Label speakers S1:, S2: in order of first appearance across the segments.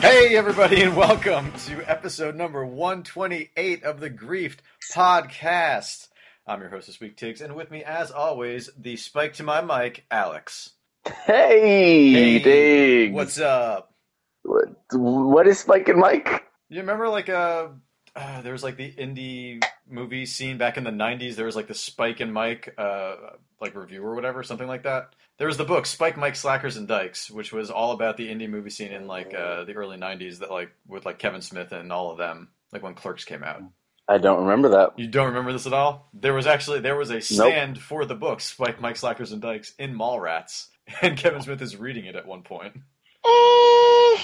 S1: Hey, everybody, and welcome to episode number 128 of the Griefed podcast. I'm your host this week, Tiggs, and with me, as always, the spike to my mic, Alex.
S2: Hey,
S1: Hey,
S2: Diggs.
S1: What's up?
S2: what, what is Spike and Mike?
S1: You remember, like, uh, uh, there was like the indie movie scene back in the 90s. There was like the Spike and Mike, uh, like review or whatever, something like that. There was the book Spike, Mike, Slackers, and Dykes, which was all about the indie movie scene in like uh, the early 90s that, like, with like Kevin Smith and all of them, like when Clerks came out.
S2: I don't remember that.
S1: You don't remember this at all? There was actually there was a stand for the book Spike Mike Slackers and Dykes in Mallrats, and Kevin Smith is reading it at one point.
S2: Eh.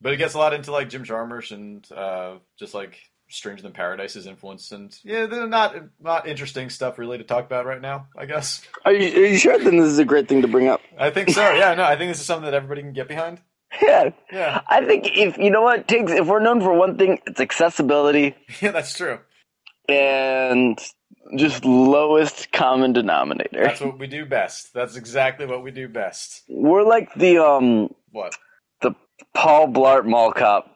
S1: But it gets a lot into like Jim Jarmusch and uh, just like Stranger Than Paradise's influence, and yeah, they're not not interesting stuff really to talk about right now. I guess
S2: Are you, are you sure? Then this is a great thing to bring up.
S1: I think so. Yeah, no, I think this is something that everybody can get behind.
S2: Yeah,
S1: Yeah,
S2: I think if you know what Diggs, if we're known for one thing, it's accessibility
S1: yeah, that's true.
S2: and just lowest common denominator.
S1: That's what we do best. That's exactly what we do best.
S2: We're like the um
S1: What?
S2: Paul Blart Mall Cop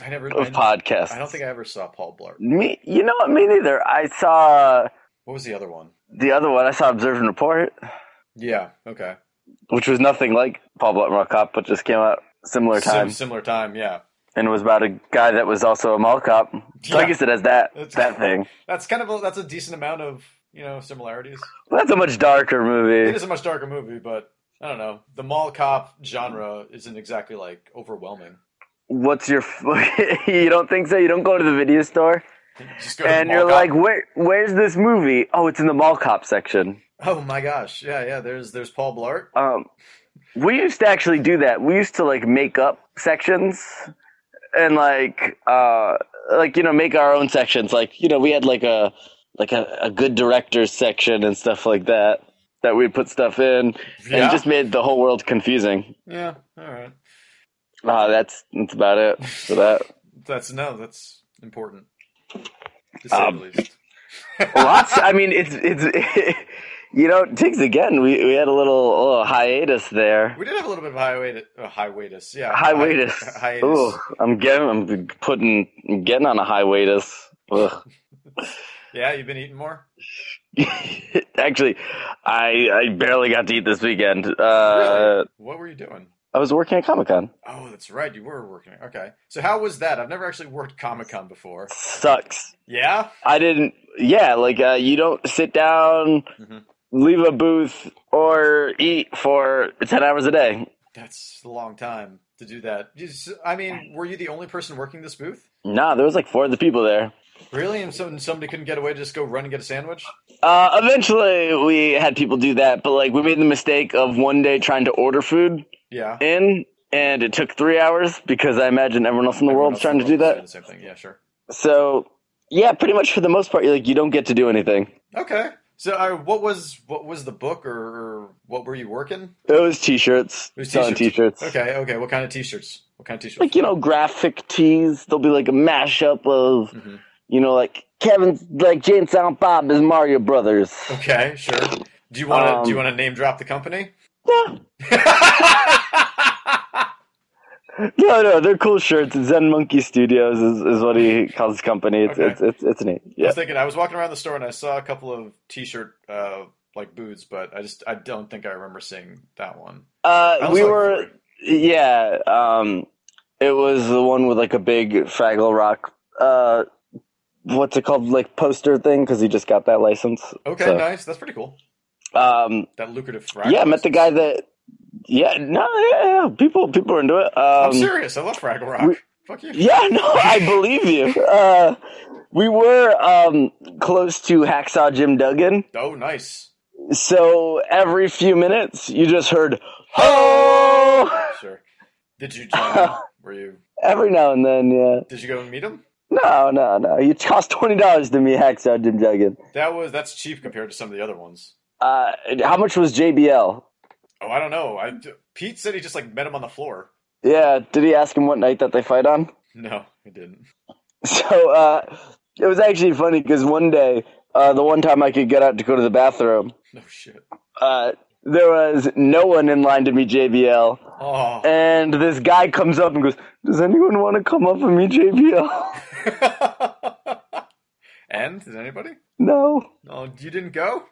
S1: I never.
S2: of
S1: I,
S2: podcasts.
S1: I don't think I ever saw Paul Blart.
S2: me. You know what? Me neither. I saw
S1: What was the other one?
S2: the other one. I saw Observe and Report.
S1: Yeah. Okay.
S2: which was nothing like Paul Blart Mall Cop, but just came out similar
S1: Sim-
S2: time
S1: similar time, yeah.
S2: and was about a guy that was also a mall cop. So
S1: Yeah.
S2: I guess it has that
S1: That's-
S2: that thing.
S1: That's kind of a, that's a decent amount of you know similarities.
S2: That's a much darker
S1: It
S2: movie.
S1: is a much darker movie, but I don't know. The mall cop genre isn't exactly like overwhelming.
S2: What's your? F- you don't think so? You don't go to the video store
S1: You just go to the
S2: and
S1: mall
S2: you're
S1: cop.
S2: like, where? Where's this movie? Oh, it's in the mall cop section.
S1: oh my gosh, yeah, yeah. There's there's Paul Blart.
S2: Um, we used to actually do that. We used to like make up sections and like uh like you know make our own sections. Like you know we had like a like a, a good directors section and stuff like that that we put stuff in and
S1: Yeah,
S2: it just made the whole world confusing.
S1: yeah. All right.
S2: Ah, that's that's about it for that.
S1: That's no, that's important. To say
S2: Um,
S1: the least.
S2: Lots. I mean, it's it's. You know, Tiggs again. We we had a little, little hiatus there.
S1: We did have a little bit of hiatus. Uh, hiatus. Yeah.
S2: hiatus.
S1: Hi- hiatus.
S2: Ooh, I'm getting, I'm putting, I'm getting on a hiatus. Ugh.
S1: Yeah, you've been eating more.
S2: Actually, I I barely got to eat this weekend. Uh,
S1: really? What were you doing?
S2: I was working at Comic Con.
S1: Oh, that's right. You were working. Okay. So how was that? I've never actually worked Comic Con before.
S2: Sucks.
S1: Yeah.
S2: I didn't. Yeah, like uh, you don't sit down,
S1: Mhm.
S2: leave a booth, or eat for ten hours a day.
S1: That's a long time to do that. Just- I mean, were you the only person working this booth?
S2: Nah, there was like four of the people there.
S1: Really? And, so, and somebody couldn't get away to just go run and get a sandwich?
S2: Uh, eventually, we had people do that, but like we made the mistake of one day trying to order food
S1: Yeah.
S2: in and it took three hours because I imagine everyone else in the world's trying to do
S1: Everyone
S2: that.
S1: else is doing The same thing. Yeah, sure.
S2: So yeah, pretty much for the most part, you like you don't get to do anything.
S1: Okay. So uh, what was what was the book or, or what were you working?
S2: It was t-shirts,
S1: It was
S2: selling t-shirts.
S1: Okay, okay. What kind of t-shirts? What kind of t-shirts?
S2: Like you know, graphic tees. There'll be like a mashup of
S1: Mhm.
S2: you know, like Kevin's like Jane Silent Bob is Mario Brothers.
S1: Okay, sure. Do you want to do you
S2: Um,
S1: want to name drop the company?
S2: Yeah. No, no, they're cool shirts. Zen Monkey Studios is, is what he calls his company. It's
S1: Okay.
S2: it's, it's it's neat.
S1: I
S2: Yeah.
S1: was thinking I was walking around the store and I saw a couple of t-shirt uh, like booths, but I just I don't think I remember seeing that one. I
S2: Uh,
S1: was
S2: we
S1: like,
S2: were Yeah, um, it was the one with like a big Fraggle Rock, uh, what's it called, like poster thing because he just got that license.
S1: okay,
S2: So,
S1: nice. That's pretty cool.
S2: um,
S1: That lucrative. Frag
S2: yeah, I met the guy that. Yeah, no, yeah, yeah, people people are into it. Um,
S1: I'm serious. I love Fraggle Rock.
S2: we-
S1: Fuck you.
S2: yeah, no, I believe you. Uh, we were um close to Hacksaw Jim Duggan,
S1: Oh, nice.
S2: so every few minutes you just heard ho.
S1: Sure. Did you join? him? Were you?
S2: Every now and then, yeah.
S1: Did you go and meet him?
S2: No, no, no. You cost twenty dollars to me, Hacksaw Jim Duggan.
S1: That was that's cheap compared to some of the other ones.
S2: Uh, how much was JBL?
S1: Oh, I don't know. I Pete said he just like met him on the floor.
S2: Yeah, did he ask him what night that they fight on?
S1: No, he didn't.
S2: So uh, it was actually funny because one day, uh, the one time I could get out to go to the bathroom,
S1: No shit.
S2: uh, there was no one in line to meet JBL,
S1: Oh.
S2: and this guy comes up and goes, "Does anyone want to come up and meet JPL?"
S1: and did anybody?
S2: no,
S1: No, you didn't go.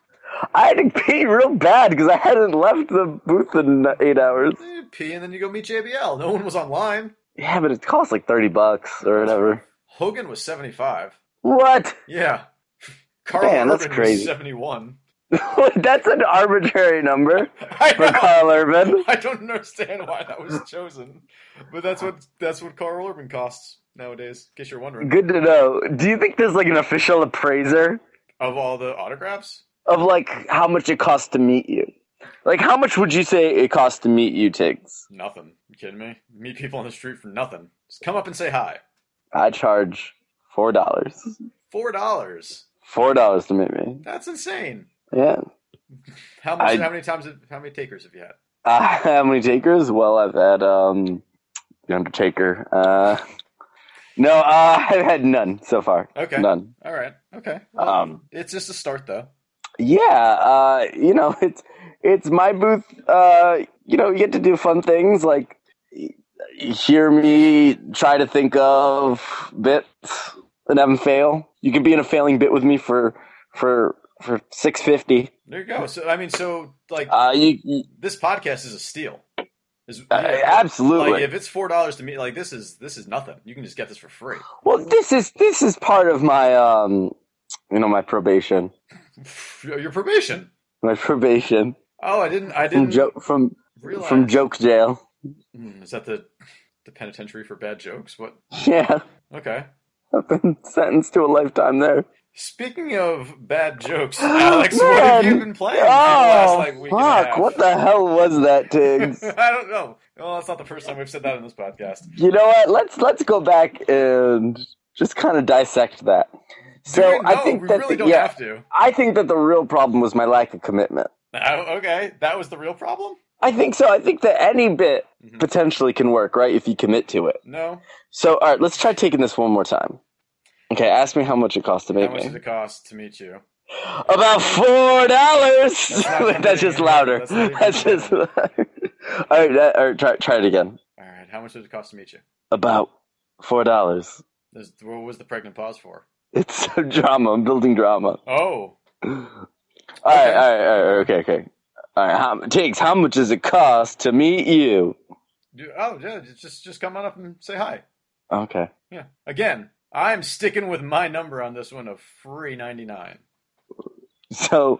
S2: I had to pee real bad because I hadn't left the booth in eight hours.
S1: You Eh, pee and then you go meet JBL. No one was online.
S2: Yeah, but it costs like thirty bucks or whatever.
S1: Hogan was seventy-five.
S2: What?
S1: Yeah, Carl
S2: Man, that's
S1: Urban was
S2: crazy.
S1: seventy-one.
S2: That's an arbitrary number
S1: I
S2: for
S1: know.
S2: Carl Urban.
S1: I don't understand why that was chosen, but that's what that's what Carl Urban costs nowadays. In case you're wondering,
S2: Good to know. Do you think there's like an official appraiser
S1: of all the autographs,
S2: of like how much it costs to meet you? Like how much would you say it costs to meet you, Tiggs?
S1: nothing. You kidding me? Meet people on the street for nothing. Just come up and say hi.
S2: I charge four dollars.
S1: Four dollars.
S2: Four dollars to meet me.
S1: That's insane.
S2: Yeah.
S1: How much?
S2: I-
S1: how many times? have- How many takers have you had?
S2: Uh, how many takers? Well, I've had um, the Undertaker. Uh, no, uh, I've had none so far.
S1: Okay.
S2: None.
S1: All right. Okay. Well,
S2: Um,
S1: it's just a start, though.
S2: yeah, uh, you know, it's it's my booth. Uh, you know, you get to do fun things like y- hear me try to think of bits and have them fail. You can be in a failing bit with me for for for six fifty.
S1: There you go. So I mean, so like
S2: Uh, you, you
S1: this podcast is a steal. Is,
S2: uh, absolutely.
S1: Like if it's four dollars to me, like this is this is nothing. You can just get this for free.
S2: Well, this is this is part of my um, you know, my probation,
S1: Your your probation.
S2: my probation
S1: Oh, I didn't. I
S2: from
S1: didn't
S2: joke from
S1: realize.
S2: from joke jail.
S1: Hmm, is that the the penitentiary for bad jokes? What?
S2: Yeah,
S1: Okay.
S2: I've been sentenced to a lifetime there.
S1: Speaking of bad jokes, Alex, what have you
S2: Man.
S1: been playing? for the last,
S2: Oh
S1: like, week and a
S2: fuck!
S1: half?
S2: What the hell was that, Tiggs?
S1: I don't know. Well, that's not the first time we've said that in this podcast.
S2: you know what? Let's let's go back and just kind of dissect that. So
S1: Do we?
S2: I
S1: No,
S2: think
S1: we
S2: that
S1: really
S2: the-
S1: don't
S2: yeah,
S1: have to.
S2: I think that the real problem was my lack of commitment.
S1: Oh, okay, that was the real problem.
S2: I think so. I think that any bit
S1: Mhm.
S2: potentially can work, right? If you commit to it.
S1: No.
S2: So, all right, let's try taking this one more time. Okay, ask me how much it costs to
S1: How
S2: make
S1: much
S2: me.
S1: does it cost to meet you?
S2: About four dollars.
S1: not
S2: That's, just
S1: committing.
S2: louder.
S1: That's not even
S2: That's, just. all right, that, all right, try try it again.
S1: All right. How much does it cost to meet you?
S2: About four dollars.
S1: There's, what was the pregnant pause for?
S2: It's so drama. I'm building drama.
S1: Oh,
S2: All right,
S1: Okay.
S2: all right, all right, okay, okay. All right, how, Tiggs, how much does it cost to meet you?
S1: you- oh yeah. Just just come on up and say hi.
S2: Okay.
S1: Yeah. Again, I'm sticking with my number on this one of free ninety nine.
S2: So,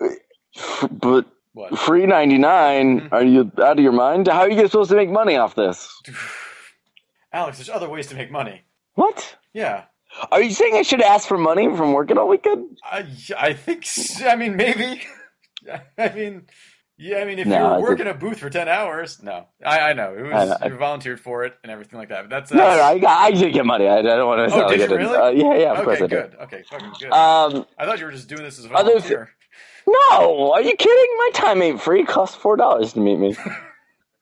S2: f- but
S1: What?
S2: free ninety nine.
S1: Mhm.
S2: Are you out of your mind? How are you guys supposed to make money off this?
S1: Alex, there's other ways to make money.
S2: What?
S1: Yeah.
S2: Are you saying I should ask for money from working all weekend?
S1: I I think s- I mean maybe. I mean. Yeah, I mean, if
S2: No, I
S1: you're
S2: think-
S1: working a booth for ten hours, no, I, I know it was
S2: I- I-
S1: you volunteered for it and everything like that. But that's,
S2: No, no,
S1: that's- Oh,
S2: I, I did get money. I, I don't want to sound
S1: did
S2: like
S1: you
S2: I didn't.
S1: really?
S2: Uh, yeah, yeah, of course
S1: okay,
S2: I
S1: good. Okay, fucking good.
S2: did. Um,
S1: I thought you were just doing this as a
S2: Other-
S1: volunteer.
S2: no, are you kidding? My time ain't free. It costs four dollars to meet me.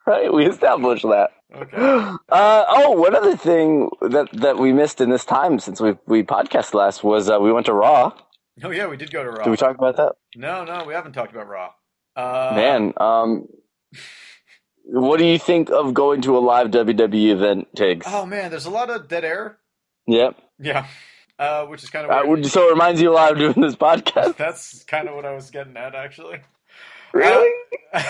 S2: right? We established that.
S1: Okay.
S2: Uh, oh, one other thing that that we missed in this time since we we podcast last was uh, we went to Raw.
S1: Oh yeah, we did go to Raw.
S2: Did we talk about that?
S1: no, no, we haven't talked about Raw. Uh,
S2: Man, um, what do you think of going to a live WWE event, Tiggs?
S1: Oh man, there's a lot of dead air.
S2: Yep.
S1: Yeah. Uh, which is kind
S2: Uh,
S1: of weird.
S2: so it reminds you why I'm doing this podcast.
S1: That's kind of what I was getting at, actually.
S2: Really?
S1: no,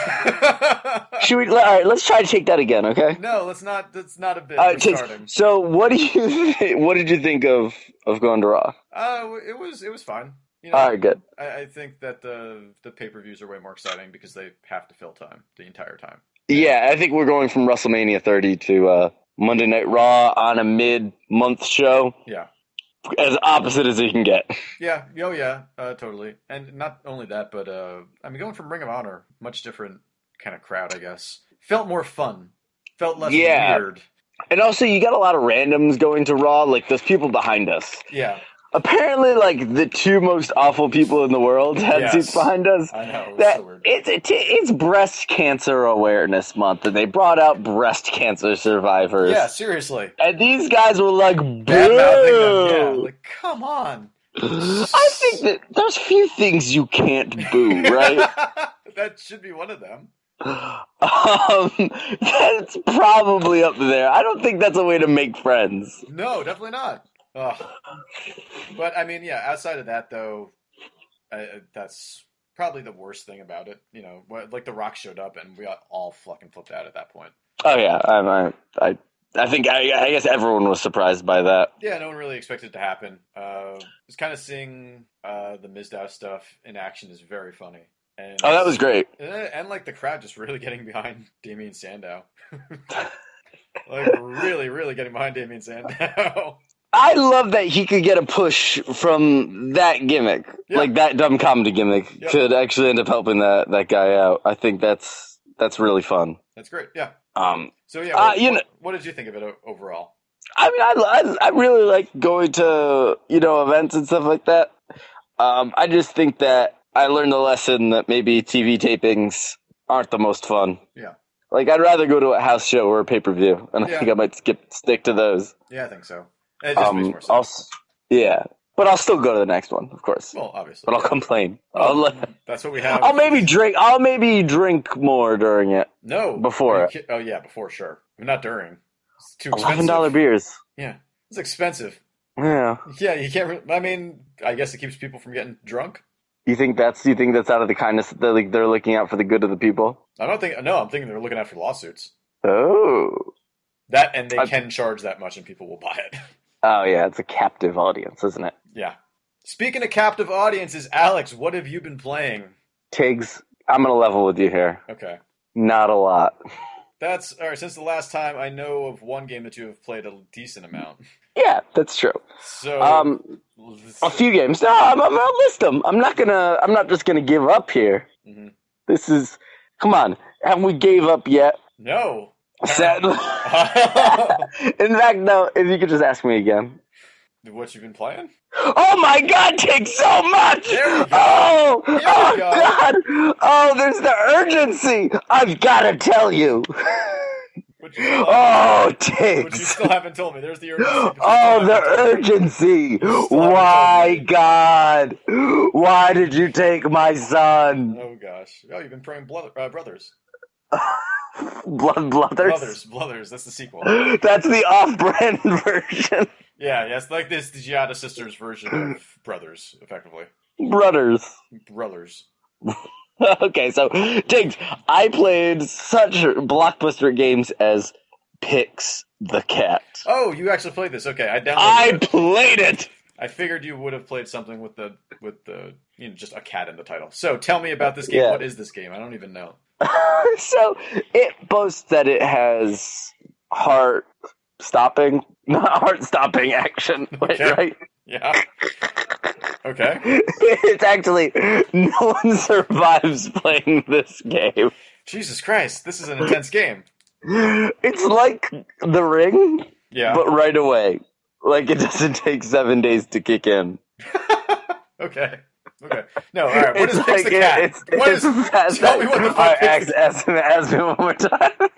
S2: Should we? All right, let's try to take that again, okay?
S1: that's not. That's not a bit.
S2: Uh,
S1: We're
S2: Tiggs,
S1: starting.
S2: so, what do you? thi- What did you think of of going to Raw?
S1: Uh, it was. It was fine. You know,
S2: All right, good.
S1: I, I think that the the pay per views are way more exciting because they have to fill time the entire time.
S2: Yeah, I think we're going from WrestleMania 30 to uh, Monday Night Raw on a mid month show,
S1: Yeah.
S2: as opposite as you can get.
S1: Yeah, oh yeah, uh, totally. And not only that, but uh, I mean, going from Ring of Honor, much different kind of crowd, I guess. Felt more fun. Felt less
S2: Yeah.
S1: weird.
S2: And also, you got a lot of randoms going to Raw. Like there's people behind us.
S1: Yeah,
S2: Apparently, like the two most awful people in the world had
S1: Yes.
S2: seats behind us.
S1: I know. It was
S2: that
S1: so weird.
S2: it's it, it's breast cancer awareness month and they brought out breast cancer survivors
S1: Yeah, seriously.
S2: and these guys were like
S1: Bad-mouthing them. Yeah,
S2: boo
S1: like come on.
S2: i think that there's few things you can't boo right
S1: that should be one of them.
S2: Um, that's probably up there. I don't think that's a way to make friends.
S1: No, definitely not. Ugh. But I mean, yeah. Outside of that, though, I, I- that's probably the worst thing about it. You know, what- like The Rock showed up, and we got all fucking flipped out at that point.
S2: Oh yeah, I, I, I, I think I, I guess everyone was surprised by that.
S1: Yeah, no one really expected it to happen. Uh, it's kind of seeing uh, the Mizdow stuff in action is very funny. And
S2: Oh, that was great.
S1: And, uh, and, like the crowd just really getting behind Damien Sandow. like really, really getting behind Damien Sandow.
S2: I love that he could get a push from that gimmick,
S1: Yeah.
S2: like that dumb comedy gimmick,
S1: Yep.
S2: could actually end up helping that that guy out. I think that's that's really fun.
S1: That's great. Yeah.
S2: Um,
S1: So yeah,
S2: Uh,
S1: what,
S2: you
S1: what- what did you think of it o- overall?
S2: I mean, I, I, I really like going to, you know, events and stuff like that. Um, I just think that I learned a lesson that maybe TV tapings aren't the most fun.
S1: Yeah.
S2: Like, I'd rather go to a house show or a pay per view, and
S1: Yeah.
S2: I think I might skip stick to those.
S1: Yeah, I think so. It just makes
S2: Um,
S1: more sense.
S2: I'll, s- yeah. But I'll still go to the next one, of course.
S1: well, obviously.
S2: But I'll complain. I'll, le-
S1: That's what we have.
S2: I'll maybe drink. I'll maybe drink more during it.
S1: no
S2: before
S1: Are you
S2: it.
S1: ki- Oh yeah, before sure. Not during. It's too expensive.
S2: Eleven dollar beers.
S1: Yeah, it's expensive.
S2: Yeah.
S1: Yeah, you can't. Re- I mean, I guess it keeps people from getting drunk.
S2: You think that's you think that's out of the kindness that like they're looking out for the good of the people?
S1: I don't think. No, I'm thinking they're looking after lawsuits.
S2: Oh.
S1: That and they
S2: I-
S1: can charge that much, and people will buy it.
S2: Oh yeah, it's a captive audience, isn't it?
S1: yeah. Speaking of captive audiences, Alex, what have you been playing?
S2: Tiggs, I'm gonna level with you here.
S1: Okay,
S2: Not a lot.
S1: that's all right. Since the last time, I know of one game that you have played a decent amount.
S2: Yeah, that's true.
S1: So,
S2: Um, a few games. No, I'm, I'm I'll list them. I'm not gonna. I'm not just gonna give up here.
S1: Mhm.
S2: This is. Come on, haven't we gave up yet?
S1: no.
S2: Sadly. In fact, no. If you could just ask me again.
S1: what you've been playing?
S2: Oh my God, Tiggs, so much.
S1: There we go.
S2: Oh,
S1: There we
S2: oh
S1: go.
S2: God. Oh, there's the urgency. I've got to tell you.
S1: What you,
S2: Oh,
S1: which you
S2: Tiggs.
S1: still haven't told me. There's the urgency. but you still
S2: Oh,
S1: haven't
S2: the
S1: told me.
S2: urgency!
S1: Stop
S2: Why,
S1: talking.
S2: God? Why did you take my son?
S1: Oh gosh! Oh, you've been playing Blood, uh, Brothers.
S2: Blood Brothers?
S1: Brothers, Brothers. That's the sequel.
S2: That's the off brand version.
S1: Yeah, yes, like this the Giada sisters version of Brothers, effectively.
S2: Brothers.
S1: Brothers.
S2: Okay, so, Diggs, I played such blockbuster games as Pix the Cat.
S1: Oh, you actually played this? Okay, I downloaded.
S2: I
S1: it.
S2: played it!
S1: I figured you would have played something with the with the you know just a cat in the title. So tell me about this game.
S2: Yeah.
S1: What is this game? I don't even know.
S2: so it boasts that it has heart stopping, not heart stopping action, wait,
S1: Okay.
S2: right?
S1: Yeah. Okay.
S2: It's actually no one survives playing this game.
S1: Jesus Christ, this is an intense game.
S2: It's like The Ring,
S1: Yeah.
S2: but right away. Like it doesn't take seven days to kick in.
S1: okay. Okay. No. All right. What is
S2: it's
S1: Pix the cat?
S2: It's,
S1: what
S2: it's
S1: is?
S2: fast.
S1: tell me what the fuck
S2: All right,
S1: Pix
S2: ask,
S1: the-
S2: ask, me- ask me one more time.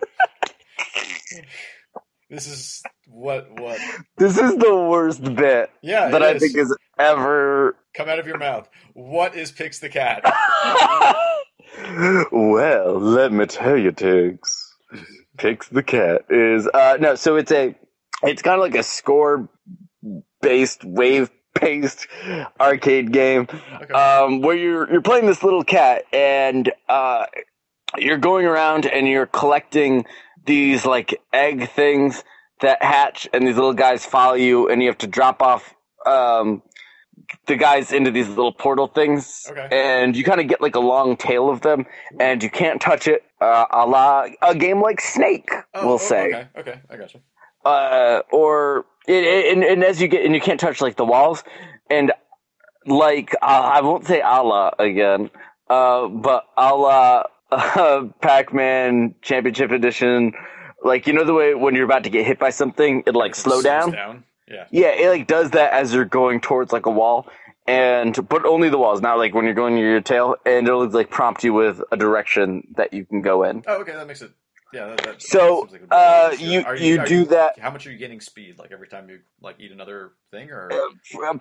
S1: This is what what.
S2: This is the worst bit
S1: Yeah.
S2: that
S1: it
S2: I
S1: is.
S2: think is ever
S1: come out of your mouth. What is Pix the cat?
S2: well, let me tell you, Tiggs. Pix the cat is uh no, so it's a it's kind of like a score based wave paced arcade game
S1: Okay.
S2: um where you're you're playing this little cat and uh you're going around and you're collecting these like egg things that hatch and these little guys follow you and you have to drop off um the guys into these little portal things
S1: Okay.
S2: and you kind of get like a long tail of them and you can't touch it uh, a la a game like snake
S1: Oh,
S2: we'll
S1: oh,
S2: say
S1: Okay. Okay. I got you.
S2: uh, or it, it, and, and as you get and you can't touch like the walls and like uh, I won't say Allah again, uh, but Allah uh, Pac-Man Championship Edition. Like you know the way when you're about to get hit by something, it like
S1: It
S2: slow
S1: slows
S2: down.
S1: Yeah.
S2: Yeah, it like does that as you're going towards like a wall, and but only the walls, not like when you're going near your tail, and it'll like prompt you with a direction that you can go in.
S1: Oh, okay. That makes it Yeah. That, that,
S2: So,
S1: that seems like a really
S2: uh,
S1: good idea.
S2: you-
S1: Are
S2: you
S1: are
S2: do that-
S1: How much are you gaining speed? Like every time you like eat another thing, or
S2: Um,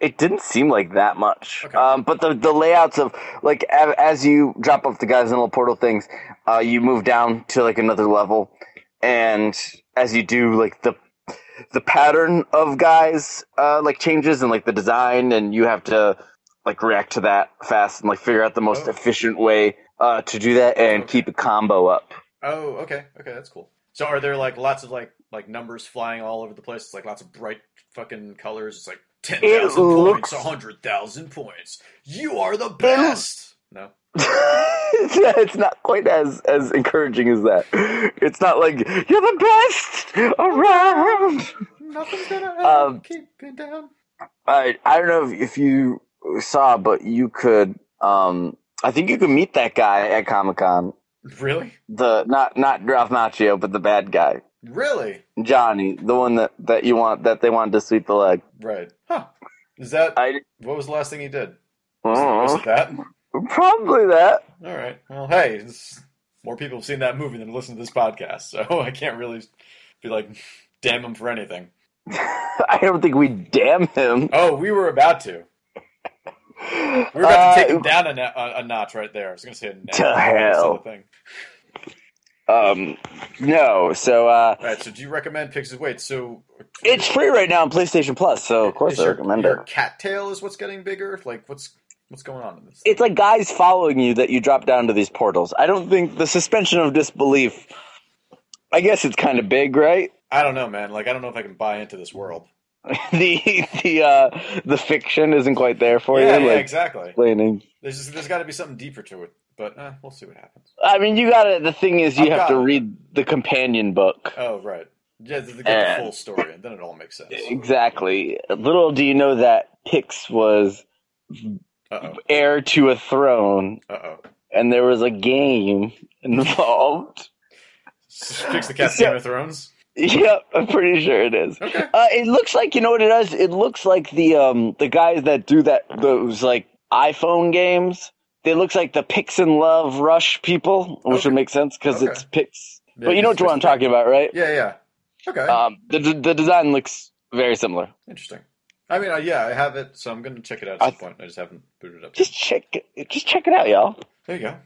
S2: It didn't seem like that much,
S1: Okay.
S2: um, but the the layouts of like a- as you drop off the guys in little portal things, uh, you move down to like another level, and as you do, like the the pattern of guys uh, like changes and like the design, and you have to like react to that fast and like figure out the most
S1: Oh.
S2: efficient way uh, to do that and
S1: Okay.
S2: keep a combo up.
S1: oh, okay, okay, that's cool. So are there like lots of like like numbers flying all over the place? It's like lots of bright fucking colors. It's like ten thousand points,
S2: looks-
S1: hundred thousand points. You are the best. No.
S2: yeah, it's not quite as as encouraging as that. It's not like you're the best around.
S1: Nothing's gonna
S2: Um,
S1: keep me down.
S2: I I don't know if, if you saw, but you could. Um, I think you could meet that guy at Comic Con.
S1: Really?
S2: The not not Ralph Macchio, but the bad guy,
S1: Really?
S2: Johnny, the one that that you want that they wanted to sweep the leg.
S1: Right. Huh. Is that
S2: I
S1: what was the last thing he did? Was it, was
S2: oh,
S1: it that?
S2: probably that.
S1: All right. Well, hey, it's- more people have seen that movie than listen to this podcast, so I can't really be like damn him for anything.
S2: I don't think we damn him.
S1: Oh, we were about to. We were about to take him down a, na- a, a notch right there. I was going to say a notch.
S2: Uh, To
S1: I almost said
S2: hell.
S1: the Thing.
S2: Um, no. So uh,
S1: All right. So, do you recommend Pixies? Wait. So,
S2: It's free right now on PlayStation Plus, so of course
S1: is
S2: I
S1: your,
S2: recommend
S1: your
S2: it.
S1: cattail is what's getting bigger. Like, what's what's going on in this?
S2: It's like guys following you that you drop down to these portals. I don't think the suspension of disbelief. I guess it's kind of big, right?
S1: I don't know, man. Like, I don't know if I can buy into this world.
S2: the the uh, the fiction isn't quite there for
S1: yeah,
S2: you,
S1: yeah,
S2: like
S1: exactly.
S2: explaining.
S1: There's just, there's got to be something deeper to it, but eh, we'll see what happens.
S2: I mean, you got to The thing is, you
S1: I've
S2: have
S1: got
S2: to
S1: it.
S2: read the companion book.
S1: Oh, right. Yeah, to get
S2: And-
S1: the full story, and then it all makes sense.
S2: Exactly. Little do you know that Pix was
S1: Uh
S2: heir to a throne,
S1: oh. Uh oh.
S2: and there was a game involved.
S1: Fix the cat
S2: So-
S1: Game of Thrones.
S2: Yep, I'm pretty sure it is.
S1: Okay.
S2: Uh, it looks like you know what it does. It looks like the um the guys that do that those like iPhone games. They looks like the Pix and Love Rush people, which
S1: Okay.
S2: would make sense because
S1: Okay.
S2: it's Pix.
S1: Yeah,
S2: but you know
S1: it's
S2: what I'm
S1: fixed.
S2: talking about, right?
S1: Yeah, yeah. Okay.
S2: Um, the the design looks very similar.
S1: Interesting. I mean, uh, yeah, I have it, so I'm gonna check it out at
S2: I-
S1: some point. I just haven't booted it up.
S2: Just check just check it out, y'all.
S1: There you go.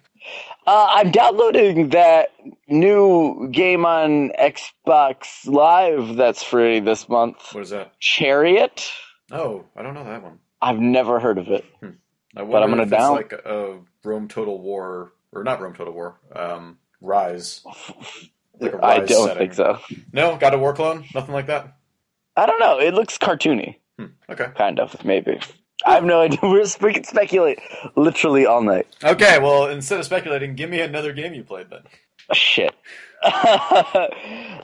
S2: Uh, I'm downloading that new game on Xbox Live that's free this month.
S1: What is that?
S2: Chariot.
S1: Oh, I don't know that one.
S2: I've never heard of it.
S1: I
S2: But I'm
S1: wonder
S2: gonna
S1: if
S2: down-
S1: It's like a Rome Total War, or not Rome Total War. Um, Rise. Like a
S2: I
S1: Rise
S2: don't
S1: setting.
S2: think so.
S1: No, got a war clone. Nothing like that.
S2: I don't know. It looks cartoony,
S1: Hmm. Okay.
S2: kind of, maybe. I have no idea. We're, we can speculate literally all night.
S1: Okay. Well, instead of speculating, give me another game you played then.
S2: Shit. uh,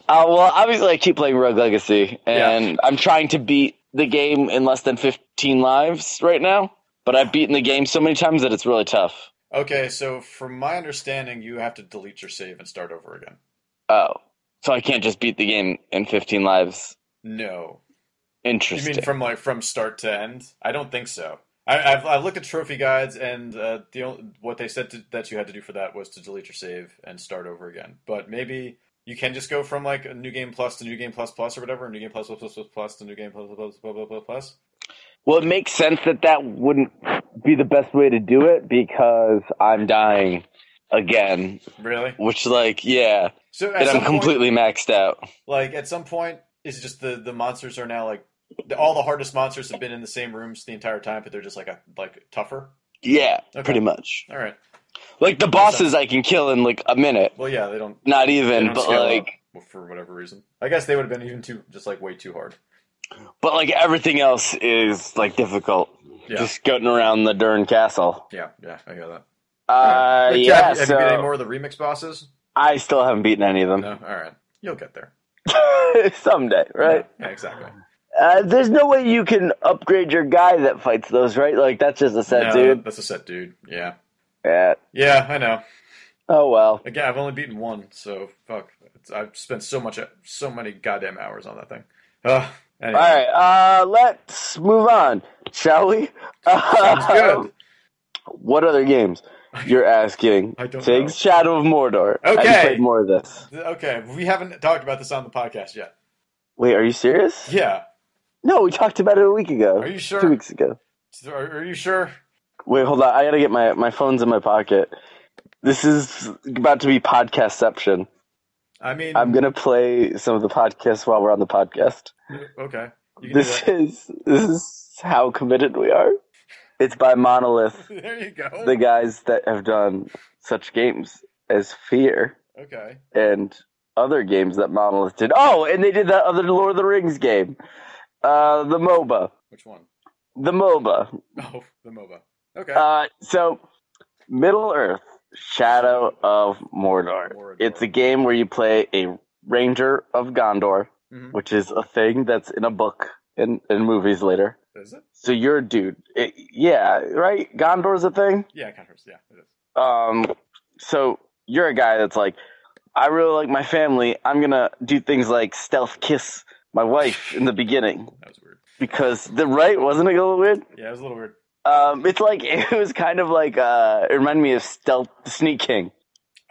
S2: well, obviously, I keep playing Rogue Legacy, and I'm trying to beat the game in less than 15 lives right now. But I've beaten the game so many times that it's really tough.
S1: Okay. So, from my understanding, you have to delete your save and start over again.
S2: Oh, so I can't just beat the game in 15 lives.
S1: No. You
S2: Interesting.
S1: mean from like from start to end? I don't think so. I, I've I looked at trophy guides, and uh, the only, what they said to, that you had to do for that was to delete your save and start over again. But maybe you can just go from like a new game plus to new game plus plus or whatever, new game plus plus plus plus, plus to new game plus plus plus plus plus plus. plus.
S2: Well, it makes sense that that wouldn't be the best way to do it because I'm dying again.
S1: Really?
S2: Which, like, yeah,
S1: So at
S2: and
S1: some
S2: I'm
S1: point,
S2: completely maxed out.
S1: like at some point, it's just the the monsters are now like the, all the hardest monsters have been in the same rooms the entire time, but they're just like a like tougher.
S2: Yeah,
S1: Okay.
S2: pretty much.
S1: All right.
S2: Like the bosses, I can kill in like a minute.
S1: Well, yeah, they don't
S2: Not
S1: They
S2: even,
S1: don't
S2: but
S1: scale
S2: like,
S1: up for whatever reason. I guess they would have been even too just like way too hard.
S2: but like everything else is like difficult.
S1: Yeah,
S2: Just getting around the Dern Castle.
S1: yeah, yeah. I got that.
S2: Uh,
S1: But
S2: yeah.
S1: have, you- have you beat any
S2: so
S1: more of the remix bosses?
S2: I still haven't beaten any of them.
S1: No. All right, you'll get there.
S2: Someday, right?
S1: Yeah, yeah, exactly.
S2: Uh, there's no way you can upgrade your guy that fights those, right? Like that's just a set,
S1: No,
S2: dude.
S1: That's a set dude. Yeah.
S2: Yeah.
S1: Yeah, I know.
S2: Oh well.
S1: Again, I've only beaten one, so fuck. It's, I've spent so much, so many goddamn hours on that thing. Uh, anyway,
S2: All right. Uh, let's move on, shall we?
S1: sounds good.
S2: What other games? You're asking.
S1: I don't
S2: Tiggs,
S1: know.
S2: Shadow of Mordor. I
S1: Okay.
S2: just played more of this.
S1: Okay, we haven't talked about this on the podcast yet.
S2: Wait, are you serious?
S1: Yeah,
S2: No, we talked about it a week ago.
S1: Are you sure?
S2: Two weeks ago.
S1: are, are you sure?
S2: Wait, hold on. I gotta get my my phone's in my pocket. This is about to be podcastception.
S1: I mean,
S2: I'm gonna play some of the podcasts while we're on the podcast.
S1: okay. You can do
S2: This is this is how committed we are. It's by Monolith,
S1: that. There you go.
S2: the guys that have done such games as Fear
S1: Okay.
S2: and other games that Monolith did. Oh, and they did that other Lord of the Rings game, uh, the MOBA,
S1: Which one?
S2: the MOBA,
S1: Oh, the MOBA. Okay.
S2: Uh, so, Middle Earth: Shadow of Mordor.
S1: Mordor.
S2: It's a game where you play a ranger of Gondor,
S1: Mhm.
S2: which is a thing that's in a book and in movies later.
S1: Mm-hmm. Is it?
S2: So you're a dude. It- yeah, right. Gondor's a thing.
S1: Yeah, Controversy. Yeah, it is.
S2: Um, so you're a guy that's like, I really like my family. I'm gonna do things like stealth kiss my wife in the beginning
S1: That was weird.
S2: because the right wasn't it a little weird?
S1: Yeah, it was a little weird.
S2: Um, it's like it was kind of like uh, it reminded me of Stealth Sneaking.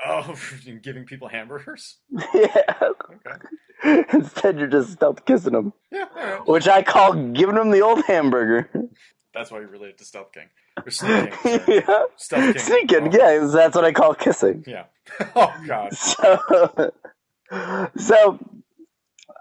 S1: Oh, you're giving people hamburgers?
S2: yeah.
S1: Okay.
S2: Instead, you're just stealth kissing them,
S1: Yeah, all right.
S2: which I call giving them the old hamburger.
S1: That's why you relate it to Stealth King. Or Sneak King. sorry.
S2: yeah.
S1: Stealth King.
S2: Sneaking,
S1: Oh,
S2: yeah, that's what I call kissing.
S1: Yeah. Oh, God.
S2: So, so,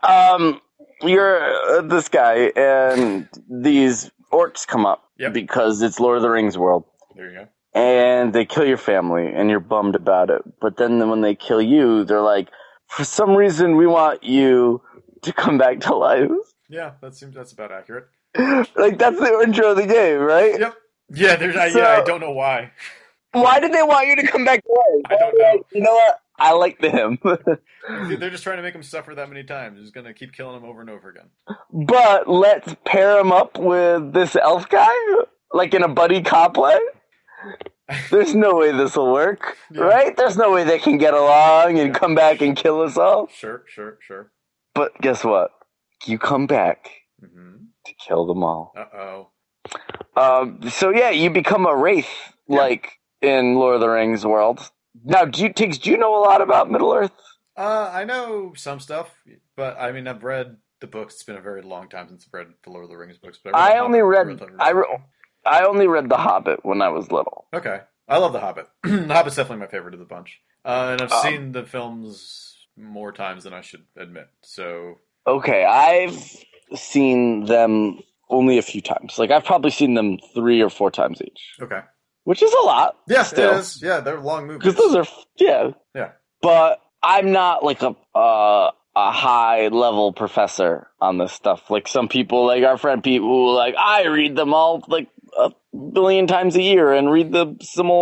S2: um, you're uh, this guy, and these orcs come up
S1: Yep.
S2: because it's Lord of the Rings world.
S1: There you go.
S2: and they kill your family and you're bummed about it. But then when they kill you, they're like, for some reason, we want you to come back to life.
S1: Yeah, that seems that's about accurate.
S2: Like, that's the intro of the game, right?
S1: Yep. Yeah, there's, I,
S2: So-
S1: yeah, I don't know why.
S2: Why did they want you to come back to life?
S1: I don't know.
S2: You know what? I like the him.
S1: Dude, they're just trying to make him suffer that many times. Just gonna keep killing him over and over again.
S2: but let's pair him up with this elf guy, like in a buddy cop way. There's no way this will work,
S1: Yeah.
S2: right? There's no way they can get along and come back and kill us all.
S1: Sure, sure, sure.
S2: But guess what? You come back
S1: hmm
S2: to kill them all.
S1: Uh oh.
S2: Um, so yeah, you become a wraith,
S1: Yeah.
S2: like in Lord of the Rings world. Now, do you, Tiggs, do you know a lot about Middle Earth?
S1: Uh, I know some stuff, but I mean, I've read the books. It's been a very long time since I've read the Lord of the Rings books. But
S2: I
S1: The
S2: only
S1: Hobbit,
S2: read-
S1: The Lord of the
S2: I
S1: Rings.
S2: re- I only read The Hobbit when I was little.
S1: Okay, I love The Hobbit. the Hobbit's definitely my favorite of the bunch, uh, and I've
S2: Um,
S1: seen the films more times than I should admit. So
S2: Okay, I've seen them only a few times. Like I've probably seen them three or four times each,
S1: okay,
S2: which is a lot.
S1: yeah,
S2: Still.
S1: it is. Yeah, they're long movies.
S2: because those are yeah
S1: Yeah.
S2: But I'm not like a uh, a high level professor on this stuff. Like some people, like our friend Pete, who like I read them all like a billion times a year and read the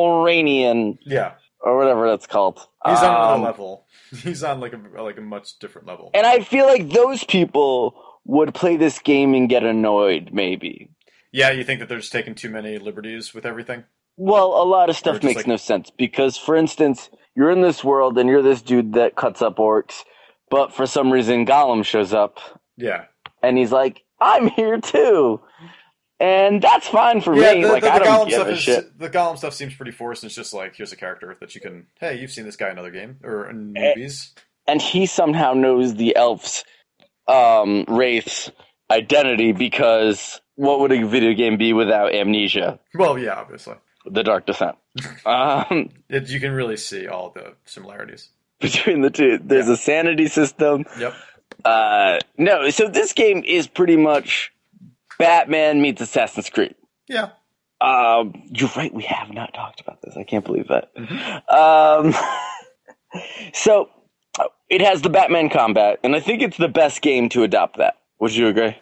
S2: Silmarillion
S1: yeah,
S2: or whatever that's called.
S1: he's on
S2: Um,
S1: another level. He's on like a like a much different level.
S2: And I feel like those people would play this game and get annoyed, maybe.
S1: Yeah, you think that they're just taking too many liberties with everything?
S2: Well, a lot of
S1: Or
S2: stuff
S1: just
S2: makes
S1: like-
S2: no sense because, for instance, you're in this world and you're this dude that cuts up orcs, but for some reason Gollum shows up
S1: Yeah,
S2: and he's like, "I'm here too," and that's fine for
S1: yeah.
S2: me.
S1: The,
S2: like
S1: the,
S2: I
S1: the
S2: don't
S1: Gollum
S2: give
S1: stuff
S2: a
S1: is
S2: shit.
S1: the Gollum stuff seems pretty forced. It's just like here's a character that you can. Hey, you've seen this guy in another game or in
S2: Eh.
S1: movies.
S2: And he somehow knows the elf's um, wraith's identity because what would a video game be without amnesia?
S1: Well, yeah, obviously,
S2: The Dark Descent. um,
S1: it, you can really see all the similarities.
S2: between the two, there's a sanity system.
S1: Yep.
S2: Uh, no, so this game is pretty much Batman meets Assassin's Creed.
S1: Yeah.
S2: Um, you're right. We have not talked about this. I can't believe that. Um, so it has the Batman combat, and I think it's the best game to adopt that. Would you agree?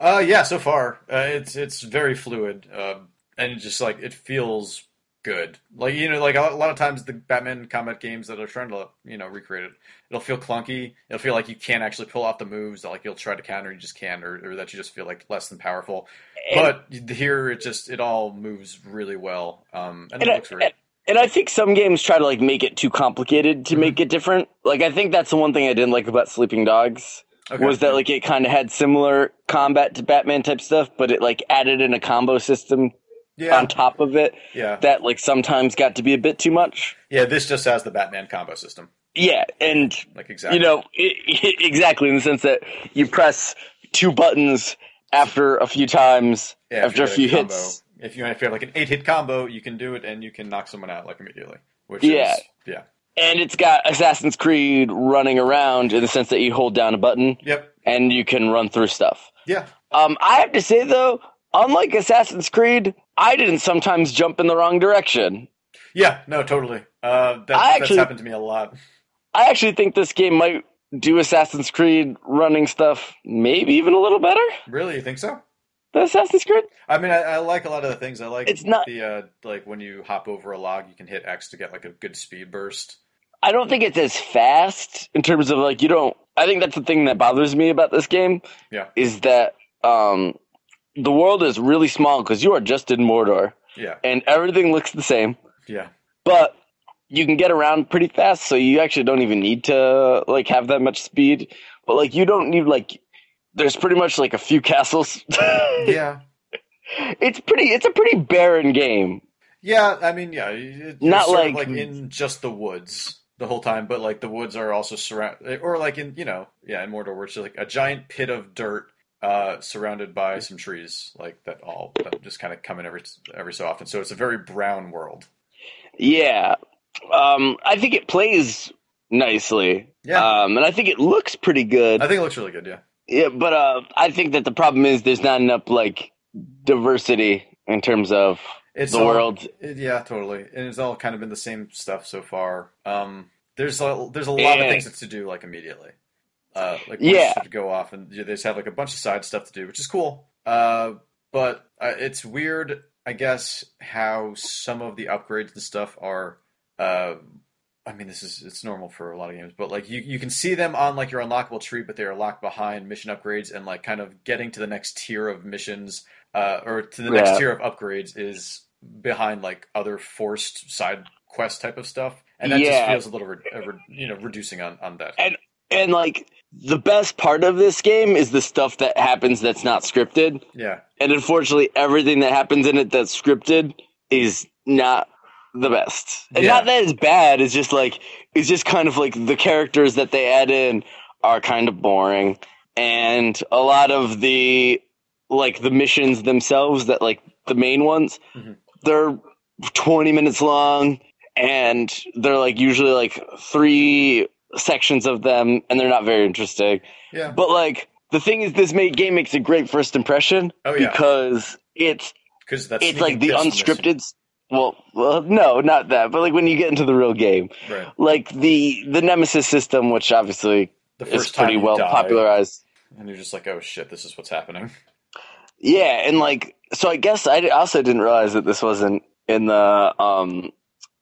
S1: Uh, yeah, so far, uh, it's it's very fluid, um, and it just like it feels good. Like you know, like a lot, a lot of times the Batman combat games that are trying to you know recreate it, it'll feel clunky. It'll feel like you can't actually pull off the moves that like you'll try to counter, you just can't, or, or that you just feel like less than powerful. But here, it just it all moves really well, um, and it
S2: And I-
S1: looks great.
S2: And I think some games try to like make it too complicated to
S1: Mhm.
S2: make it different. Like I think that's the one thing I didn't like about Sleeping Dogs
S1: Okay.
S2: was that like it kind of had similar combat to Batman type stuff, but it like added in a combo system
S1: Yeah.
S2: on top of it
S1: Yeah.
S2: that like sometimes got to be a bit too much.
S1: Yeah, this just has the Batman combo system.
S2: Yeah, and
S1: Like exactly.
S2: you know i i exactly in the sense that you press two buttons after a few times
S1: yeah,
S2: after a
S1: if you
S2: few
S1: had combo, If you
S2: hits.
S1: if you have like an eight hit combo, you can do it and you can knock someone out like immediately. Which
S2: Yeah.
S1: is yeah.
S2: And it's got Assassin's Creed running around in the sense that you hold down a button
S1: Yep.
S2: and you can run through stuff.
S1: Yeah.
S2: Um, I have to say though, unlike Assassin's Creed, I didn't sometimes jump in the wrong direction.
S1: Yeah, no, totally. Uh, that,
S2: I
S1: that's
S2: actually-
S1: happened to me a lot.
S2: I actually think this game might do Assassin's Creed running stuff maybe even a little better
S1: Really, you think so?
S2: than Assassin's Creed.
S1: I mean, I, I like a lot of the things. I like
S2: It's not-
S1: the uh, like when you hop over a log, you can hit X to get like a good speed burst.
S2: I don't think it's as fast in terms of like you don't. I think that's the thing that bothers me about this game.
S1: Yeah.
S2: Is that um, the world is really small because you are just in Mordor
S1: Yeah,
S2: and everything looks the same,
S1: yeah,
S2: but you can get around pretty fast, so you actually don't even need to like have that much speed. But like you don't need like there's pretty much like a few castles.
S1: yeah,
S2: it's pretty. It's a pretty barren game.
S1: yeah. I mean, yeah, it- you're
S2: Not
S1: sort of,
S2: like-
S1: like in just the woods the whole time, but like the woods are also surrounded, or like in you know, yeah, in Mordor, where it's just like a giant pit of dirt uh, surrounded by some trees, like that all that just kind of come in every every so often. So it's a very brown world.
S2: Yeah. Um, I think it plays nicely.
S1: Yeah.
S2: Um, and I think it looks pretty good.
S1: I think it looks really good. Yeah,
S2: yeah, but uh, I think that the problem is there's not enough like diversity in terms of
S1: it's
S2: the
S1: all-
S2: world.
S1: It- Yeah, totally. And it's all kind of been the same stuff so far. Um, there's a, there's a lot
S2: Yeah.
S1: of things to do like immediately. Uh, like
S2: Yeah.
S1: yeah, to go off and you- they just have like a bunch of side stuff to do, which is cool. Uh, but uh, it's weird, I guess, how some of the upgrades and stuff are. Uh, I mean, this is it's normal for a lot of games, but like you you can see them on like your unlockable tree, but they are locked behind mission upgrades and like kind of getting to the next tier of missions uh, or to the
S2: Yeah.
S1: next tier of upgrades is behind like other forced side quest type of stuff, and that
S2: Yeah.
S1: just feels a little re- uh, re- you know reducing on on that.
S2: And- And like the best part of this game is the stuff that happens that's not scripted.
S1: yeah,
S2: And unfortunately, everything that happens in it that's scripted is not the best. And
S1: Yeah.
S2: not that it's bad. It's just like it's just kind of like the characters that they add in are kind of boring, and a lot of the like the missions themselves that like the main ones
S1: Mhm.
S2: they're twenty minutes long, and they're like usually like three sections of them, and they're not very interesting.
S1: yeah,
S2: But like the thing is, this ma- game makes a great first impression
S1: Oh, yeah.
S2: because it's
S1: because that's
S2: it's like the
S1: unscripted.
S2: unscripted. s- Well, well, no, not that. But like when you get into the real game,
S1: Right.
S2: like the the nemesis system, which obviously
S1: The
S2: is
S1: first time
S2: pretty
S1: you
S2: well
S1: die,
S2: popularized.
S1: and you're just like, oh shit, this is what's happening.
S2: Yeah, and like so, I guess I di- also didn't realize that this wasn't in the um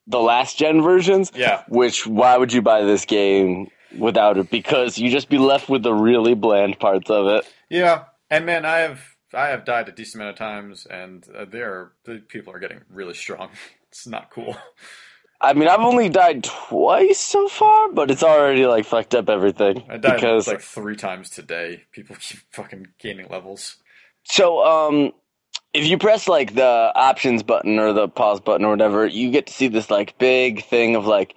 S2: the last gen versions.
S1: Yeah,
S2: Which why would you buy this game without it? Because you just be left with the really bland parts of it.
S1: yeah, and man, I have I have died a decent amount of times, and uh, there the people are getting really strong. It's not cool.
S2: I mean, I've only died twice so far, but it's already like fucked up everything
S1: I died
S2: because
S1: like three times today. People keep fucking gaining levels.
S2: so um if you press like the options button or the pause button or whatever, you get to see this like big thing of like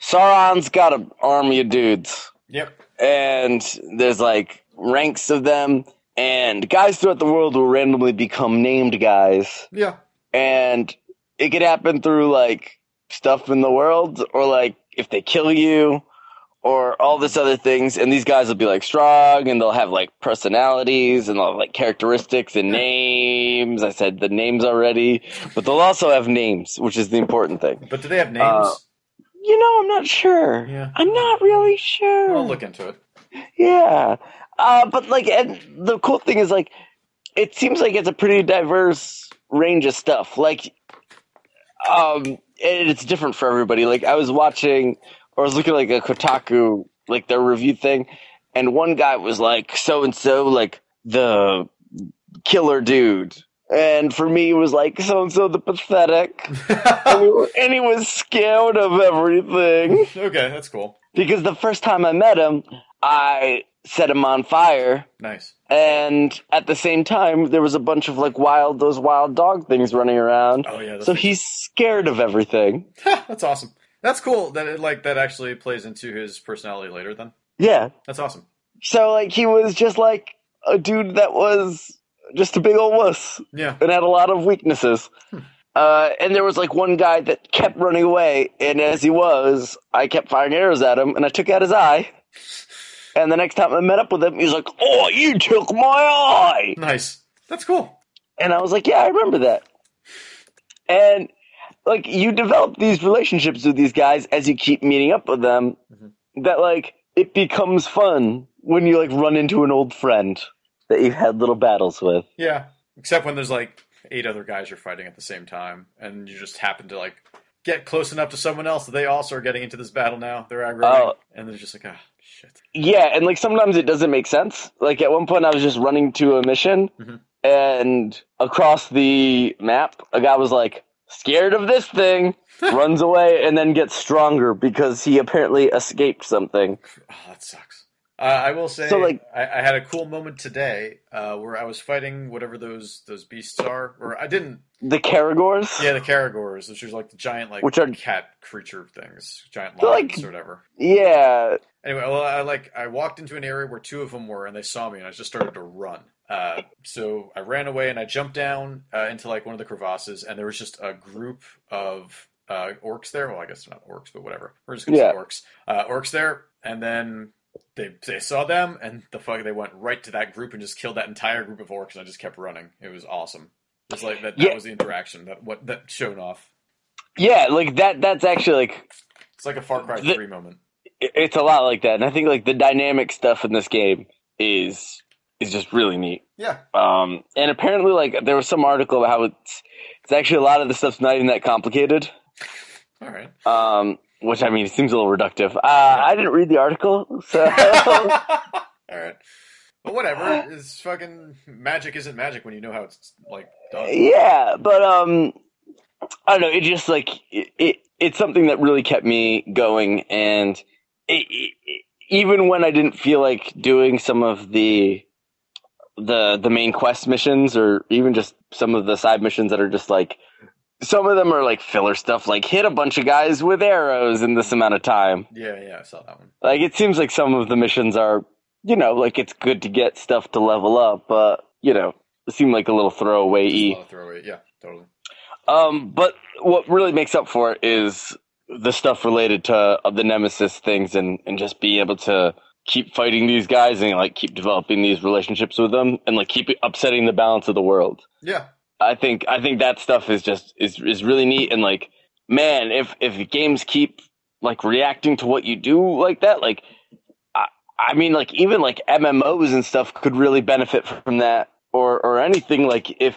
S2: Sauron's got an army of dudes
S1: Yep.
S2: and there's like ranks of them and guys throughout the world will randomly become named guys
S1: Yeah.
S2: and it could happen through like stuff in the world or like if they kill you or all this other things and these guys will be like strong and they'll have like personalities and they'll have like characteristics and names i said the names already but they'll also have names which is the important thing
S1: But do they have names?
S2: Uh, you know i'm not sure
S1: Yeah.
S2: i'm not really sure
S1: I'll look into it.
S2: yeah. Uh, but like, and the cool thing is like, it seems like it's a pretty diverse range of stuff. Like, um, and it's different for everybody. Like, I was watching, or I was looking at, like a Kotaku, like their review thing, and one guy was like, so and so, like the killer dude. And for me, it was like so and so the pathetic, and he wa- and he was scared of everything
S1: okay, that's cool.
S2: because the first time I met him, I set him on fire.
S1: Nice.
S2: And at the same time, there was a bunch of like wild, those wild dog things running around.
S1: Oh yeah. that's
S2: So he's scared of everything.
S1: that's awesome. That's cool. That it, like that actually plays into his personality later. Then
S2: Yeah.
S1: that's awesome.
S2: So like he was just like a dude that was just a big old wuss
S1: Yeah.
S2: and had a lot of weaknesses. Uh, and there was like one guy that kept running away, and as he was, I kept firing arrows at him, and I took out his eye. And the next time I met up with him, he was like, "Oh, you took my eye!"
S1: Nice. That's cool.
S2: And I was like, "Yeah, I remember that." And like you develop these relationships with these guys as you keep meeting up with them, that like it becomes fun when you like run into an old friend that you've had little battles with.
S1: Yeah. Except when there's like eight other guys you're fighting at the same time, and you just happen to like get close enough to someone else that they also are getting into this battle now. They're aggravating,
S2: Oh.
S1: and they're just like, ah, shit.
S2: Yeah, and like sometimes it doesn't make sense. Like at one point, I was just running to a mission,
S1: Mhm.
S2: and across the map, a guy was like, "Scared of this thing," runs away, and then gets stronger because he apparently escaped something.
S1: Oh, that sucks. Uh, I will say,
S2: So, like-
S1: I, I had a cool moment today uh, where I was fighting whatever those those beasts are, or I didn't.
S2: The Caragors,
S1: Yeah, the Caragors, which is like the giant like
S2: Which are-
S1: cat creature things, giant
S2: They're
S1: lions
S2: like-
S1: or whatever.
S2: yeah,
S1: Anyway, well, I like I walked into an area where two of them were, and they saw me, and I just started to run. Uh, so I ran away, and I jumped down uh, into like one of the crevasses, and there was just a group of uh, orcs there. Well, I guess they're not orcs, but whatever. We're just gonna
S2: Yeah.
S1: say orcs. Uh, orcs there, and then they they saw them, and the fuck, they went right to that group and just killed that entire group of orcs, and I just kept running. It was awesome. It's like that. That
S2: Yeah.
S1: was the interaction that what that showed off.
S2: yeah, like that. That's actually like
S1: It's like a Far Cry
S2: The-
S1: Three moment.
S2: it- it's a lot like that, and I think like the dynamic stuff in this game is is just really neat.
S1: Yeah.
S2: Um, and apparently, like there was some article about how it's it's actually a lot of the stuff's not even that complicated.
S1: All right.
S2: Um, which I mean, it seems a little reductive. Uh, I didn't read the article, so
S1: All right. But whatever. It's fucking magic isn't magic when you know how it's like done.
S2: yeah. But um, I don't know. It just like it, it it's something that really kept me going, and it, it, it- even when I didn't feel like doing some of the the the main quest missions, or even just some of the side missions that are just like some of them are like filler stuff, like hit a bunch of guys with arrows in this amount of time.
S1: Yeah, yeah, I saw that one.
S2: Like it seems like some of the missions are, you know, like it's good to get stuff to level up, but you know, it seemed like a little throwaway.
S1: Just a lot of throwaway. Yeah, totally.
S2: Um, but what really makes up for it is the stuff related to of the nemesis things and and just being able to keep fighting these guys and like keep developing these relationships with them and like keep upsetting the balance of the world.
S1: Yeah.
S2: I think I think that stuff is just is is really neat and like man, if if games keep like reacting to what you do like that, like I I mean like even like MMOs and stuff could really benefit from that or or anything like if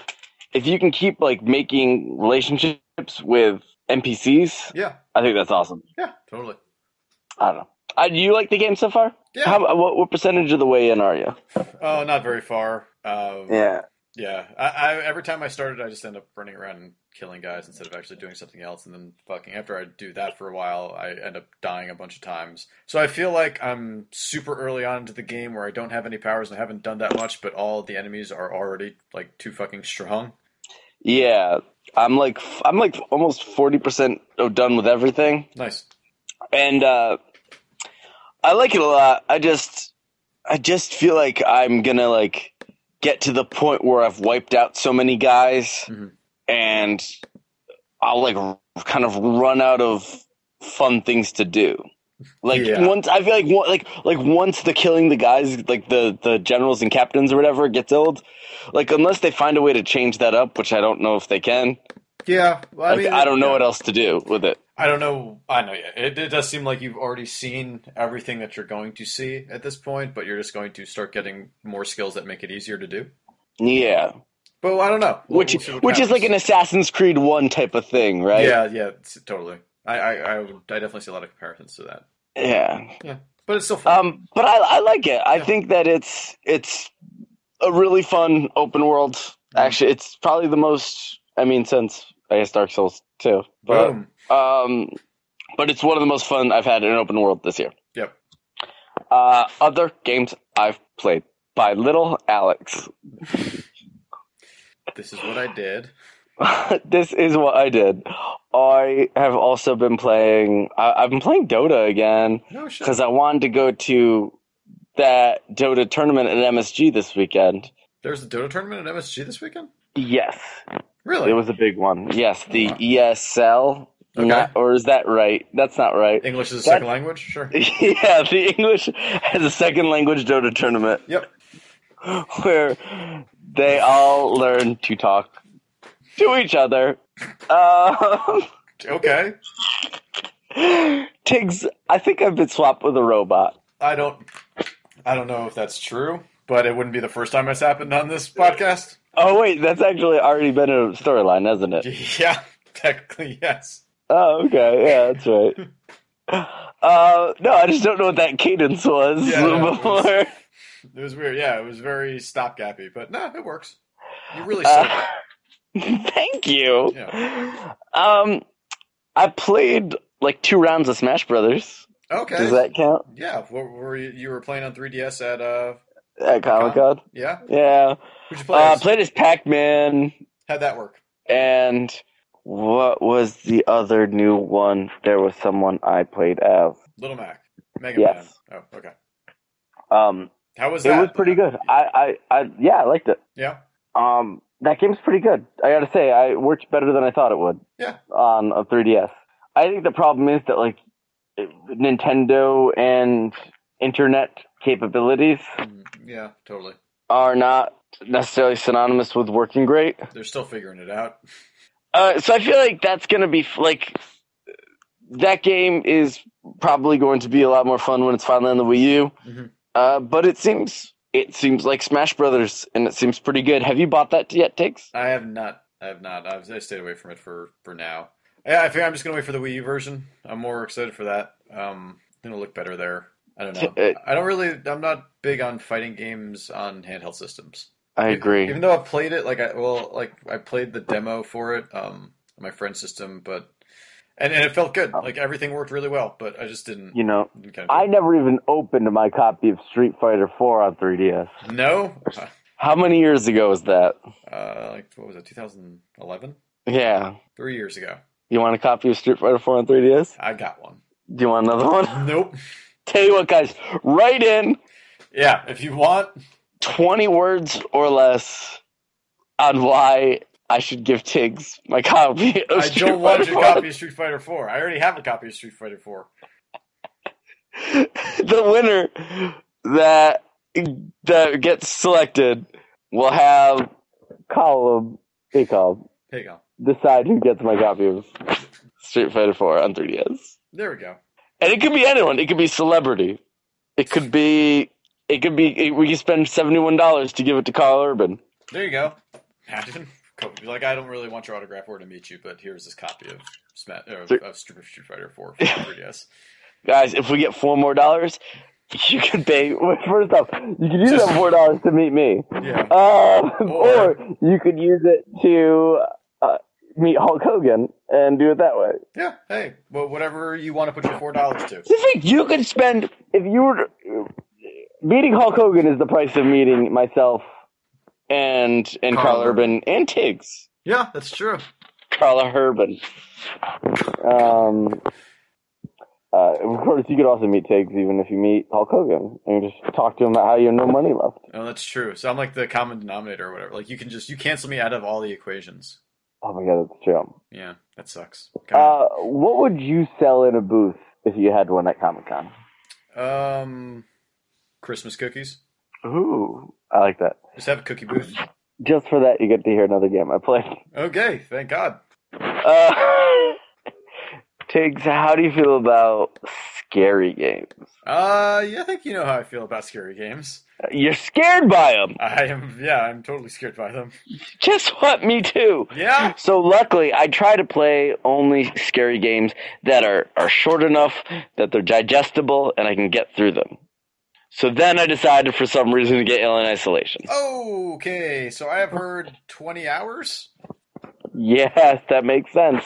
S2: if you can keep like making relationships with NPCs,
S1: Yeah.
S2: I think that's awesome.
S1: Yeah, totally.
S2: I don't know. Uh, do you like the game so far?
S1: Yeah.
S2: How, what, what percentage of the way in are you?
S1: oh, not very far. Um, yeah. I, I, every time I started, I just end up running around and killing guys instead of actually doing something else. And then fucking after I do that for a while, I end up dying a bunch of times. So I feel like I'm super early on into the game where I don't have any powers and I haven't done that much, but all the enemies are already like too fucking strong.
S2: Yeah. I'm like I'm like almost 40% done with everything.
S1: Nice.
S2: and uh, I like it a lot. I just, I just feel like I'm gonna like get to the point where I've wiped out so many guys,
S1: Mhm.
S2: and I'll like r- kind of run out of fun things to do. Like
S1: Yeah.
S2: once I feel like one, like like once the killing the guys like the the generals and captains or whatever gets old, like unless they find a way to change that up, which I don't know if they can.
S1: Yeah, well, I
S2: Like,
S1: mean,
S2: I don't know
S1: yeah.
S2: what else to do with it.
S1: I don't know. I know. Yeah, it, it does seem like you've already seen everything that you're going to see at this point, but you're just going to start getting more skills that make it easier to do.
S2: Yeah.
S1: But I don't know. We'll-
S2: which
S1: we'll see what
S2: which is like an
S1: happens.
S2: Assassin's Creed One type of thing, right?
S1: yeah, yeah, it's- totally. I, I, I, would, I definitely see a lot of comparisons to that.
S2: Yeah.
S1: But it's still fun.
S2: Um, but I, I like it. I
S1: Yeah.
S2: think that it's it's a really fun open world.
S1: Mm-hmm.
S2: Actually, it's probably the most. I mean, since I guess Dark Souls too, but
S1: Boom.
S2: um, but it's one of the most fun I've had in an open world this year.
S1: Yep.
S2: Uh, other games I've played by Little Alex.
S1: This is what I did.
S2: this is what I did. I have also been playing. I, I've been playing Dota again
S1: No shit.
S2: because I wanted to go to that Dota tournament at MSG this weekend.
S1: There's a Dota tournament at MSG this weekend.
S2: Yes,
S1: Really?
S2: it was a big one. Yes, the ESL,
S1: Okay.
S2: Not- or is that right? That's not right.
S1: English is a
S2: That-
S1: second language. Sure.
S2: yeah, the English as a second language Dota tournament
S1: Yep.
S2: where they all learn to talk to each other. Um,
S1: Okay.
S2: Tiggs, I think I've been swapped with a robot.
S1: I don't. I don't know if that's true, but it wouldn't be the first time it's happened on this podcast.
S2: Oh wait, that's actually already been a storyline, hasn't it?
S1: Yeah. Technically, yes.
S2: Oh, okay, yeah, that's right. Uh, no, I just don't know what that cadence was
S1: Yeah, no, it was-
S2: before.
S1: It was weird. Yeah, it was very stopgappy, but no, it works. You really
S2: Uh,
S1: sold it.
S2: Thank you. Um, I played like two rounds of Smash Brothers.
S1: Okay.
S2: Does that count
S1: yeah. What were you? You were playing on 3DS at uh.
S2: at Comic Con?
S1: Yeah.
S2: Yeah,
S1: Who'd you play?
S2: uh,
S1: as?
S2: played as Pac Man
S1: How'd that work?
S2: and what was the other new one? There was someone I played as.
S1: Little Mac. Mega
S2: Yes.
S1: Man. Oh, okay.
S2: Um,
S1: How was
S2: it
S1: that?
S2: was pretty good. I, I, I, yeah, I liked it.
S1: Yeah.
S2: Um, that game's pretty good. I gotta say, I worked better than I thought it would.
S1: Yeah.
S2: On a 3DS. I think the problem is that like Nintendo and internet capabilities
S1: Mm, Yeah. Totally.
S2: are not necessarily synonymous with working great.
S1: They're still figuring it out.
S2: Uh, so I feel like that's gonna be f- like that game is probably going to be a lot more fun when it's finally on the Wii U.
S1: Mhm.
S2: Uh, but it seems it seems like Smash Brothers, and it seems pretty good. Have you bought that yet, Tiggs?
S1: I have not. I have not. I've I stayed away from it for for now. Yeah, I think I'm just gonna wait for the Wii U version. I'm more excited for that. Um, it'll look better there. I don't know.
S2: It-
S1: I don't really. I'm not big on fighting games on handheld systems.
S2: I
S1: Even though I've played it, like I well, like I played the demo for it, um, on my friend's system, but and, and it felt good. Like everything worked really well, but I just didn't.
S2: You know,
S1: didn't kind
S2: Oh. I never even opened my copy of Street Fighter 4 on 3DS.
S1: no.
S2: How many years ago was that?
S1: Uh, like what was it? 2011.
S2: Yeah.
S1: Three years ago.
S2: You want a copy of Street Fighter 4 on 3DS?
S1: I got one.
S2: Do you want another one?
S1: Nope.
S2: Tell you what, guys, write in
S1: Yeah, if you want,
S2: 20 words or less on why I should give Tiggs my copy of
S1: I
S2: Street
S1: don't want
S2: Fighter
S1: your
S2: 4.
S1: copy of Street Fighter 4. I already have a copy of Street Fighter 4.
S2: the winner that that gets selected will have column a column
S1: There you go.
S2: decide who gets my copy of Street Fighter 4 on 3DS.
S1: There we go.
S2: And it could be anyone. It could be celebrity. It could be. It could be. It, we could spend seventy one dollars to give it to Carl Urban.
S1: There you go. Imagine. Kobe be like, I don't really want your autograph or to meet you, but here's this copy of, Sma- uh,
S2: Sure.
S1: of Street Street Fighter 4 for 3DS.
S2: Guys, if we get four more dollars, you could pay. Well, first off, you could use
S1: Just-
S2: that four dollars to meet me,
S1: Yeah.
S2: um,
S1: Or-
S2: or you could use it to uh, meet Hulk Hogan and do it that way.
S1: Yeah. Hey, well, whatever you want to put your $4 to.
S2: You think you could spend if you were meeting Hulk Hogan is the price of meeting myself and and
S1: Carl
S2: Carl Urban and Tiggs.
S1: Yeah, that's true.
S2: Carla Urban. Um, uh, of course, you could also meet Tiggs even if you meet Hulk Hogan and you just talk to him about how you have no money left.
S1: No, Oh, that's true. So I'm like the common denominator or whatever. Like, you can just, you cancel me out of all the equations.
S2: Oh my god, that's true.
S1: Yeah, that sucks. Kinda.
S2: Uh, what would you sell in a booth if you had one at Comic Con?
S1: um, Christmas cookies.
S2: Ooh, I like that.
S1: Just have a cookie booth.
S2: Just for that, you get to hear another game I played.
S1: Okay, thank God.
S2: Uh, Tiggs, how do you feel about scary games?
S1: Uh, yeah, I think you know how I feel about scary games.
S2: You're scared by them.
S1: I am, yeah, I'm totally scared by them.
S2: Guess what? Me too.
S1: Yeah,
S2: So luckily, I try to play only scary games that are, are short enough that they're digestible and I can get through them. So then I decided for some reason to get Alien Isolation.
S1: okay, so I have heard 20 hours?
S2: Yes, that makes sense.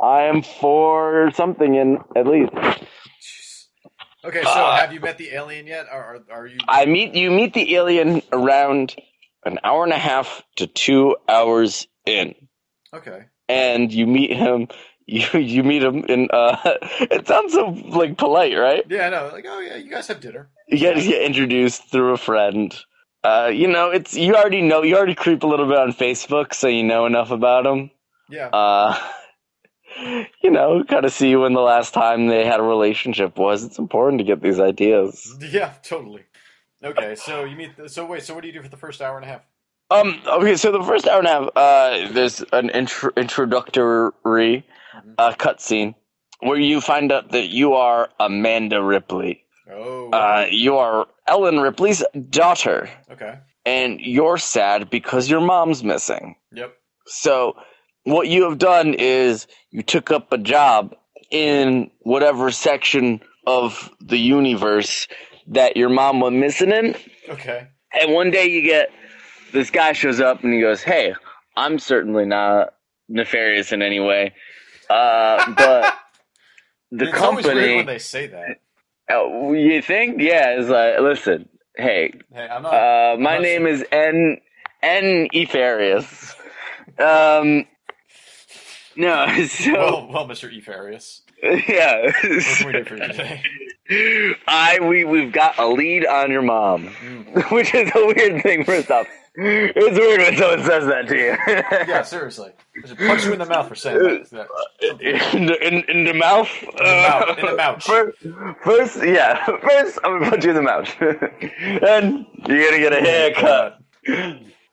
S2: I am for something in at least.
S1: Jeez. Okay, so
S2: Uh,
S1: have you met the alien yet? Are are, are you?
S2: I meet you meet the alien around an hour and a half to two hours in,
S1: okay.
S2: and you meet him. You you meet him in. Uh, it sounds so like polite, right?
S1: Yeah, I know. Like, oh yeah, you guys have dinner.
S2: You guys get introduced through a friend. Uh, you know, it's you already know. You already creep a little bit on Facebook, so you know enough about him.
S1: Yeah.
S2: Uh, you know, kind of see when the last time they had a relationship was. It's important to get these ideas.
S1: Yeah, totally. Okay, so you meet. So wait, so what do you do for the first hour and a half?
S2: Um. Okay. So the first hour and a half, uh, there's an intro- introductory uh, cutscene where you find out that you are Amanda Ripley.
S1: Oh,
S2: Uh, you are Ellen Ripley's daughter,
S1: okay.
S2: and you're sad because your mom's missing.
S1: Yep.
S2: So what you have done is you took up a job in whatever section of the universe that your mom was missing in,
S1: Okay.
S2: and one day you get this guy shows up and he goes, "Hey, I'm certainly not nefarious in any way, uh, but the
S1: it's always weird when
S2: company.
S1: they say that.
S2: Oh, you think? Yeah, it's like, listen, hey,
S1: Hey, I'm not.
S2: uh, my
S1: Listen.
S2: name is N N Efarius. Um, no, so
S1: well, well, Mr. Efarius,
S2: yeah,
S1: what can we do for you today?
S2: I we we've got a lead on your mom."
S1: Mm.
S2: Which is a weird thing, first off. It's weird when someone says that to you.
S1: Yeah, seriously. I should punch you in the mouth for saying that. that.
S2: in, the, in, in the mouth? In
S1: the mouth, in the mouth.
S2: First, first, yeah. First, I'm going to punch you in the mouth. and you're going to get a haircut.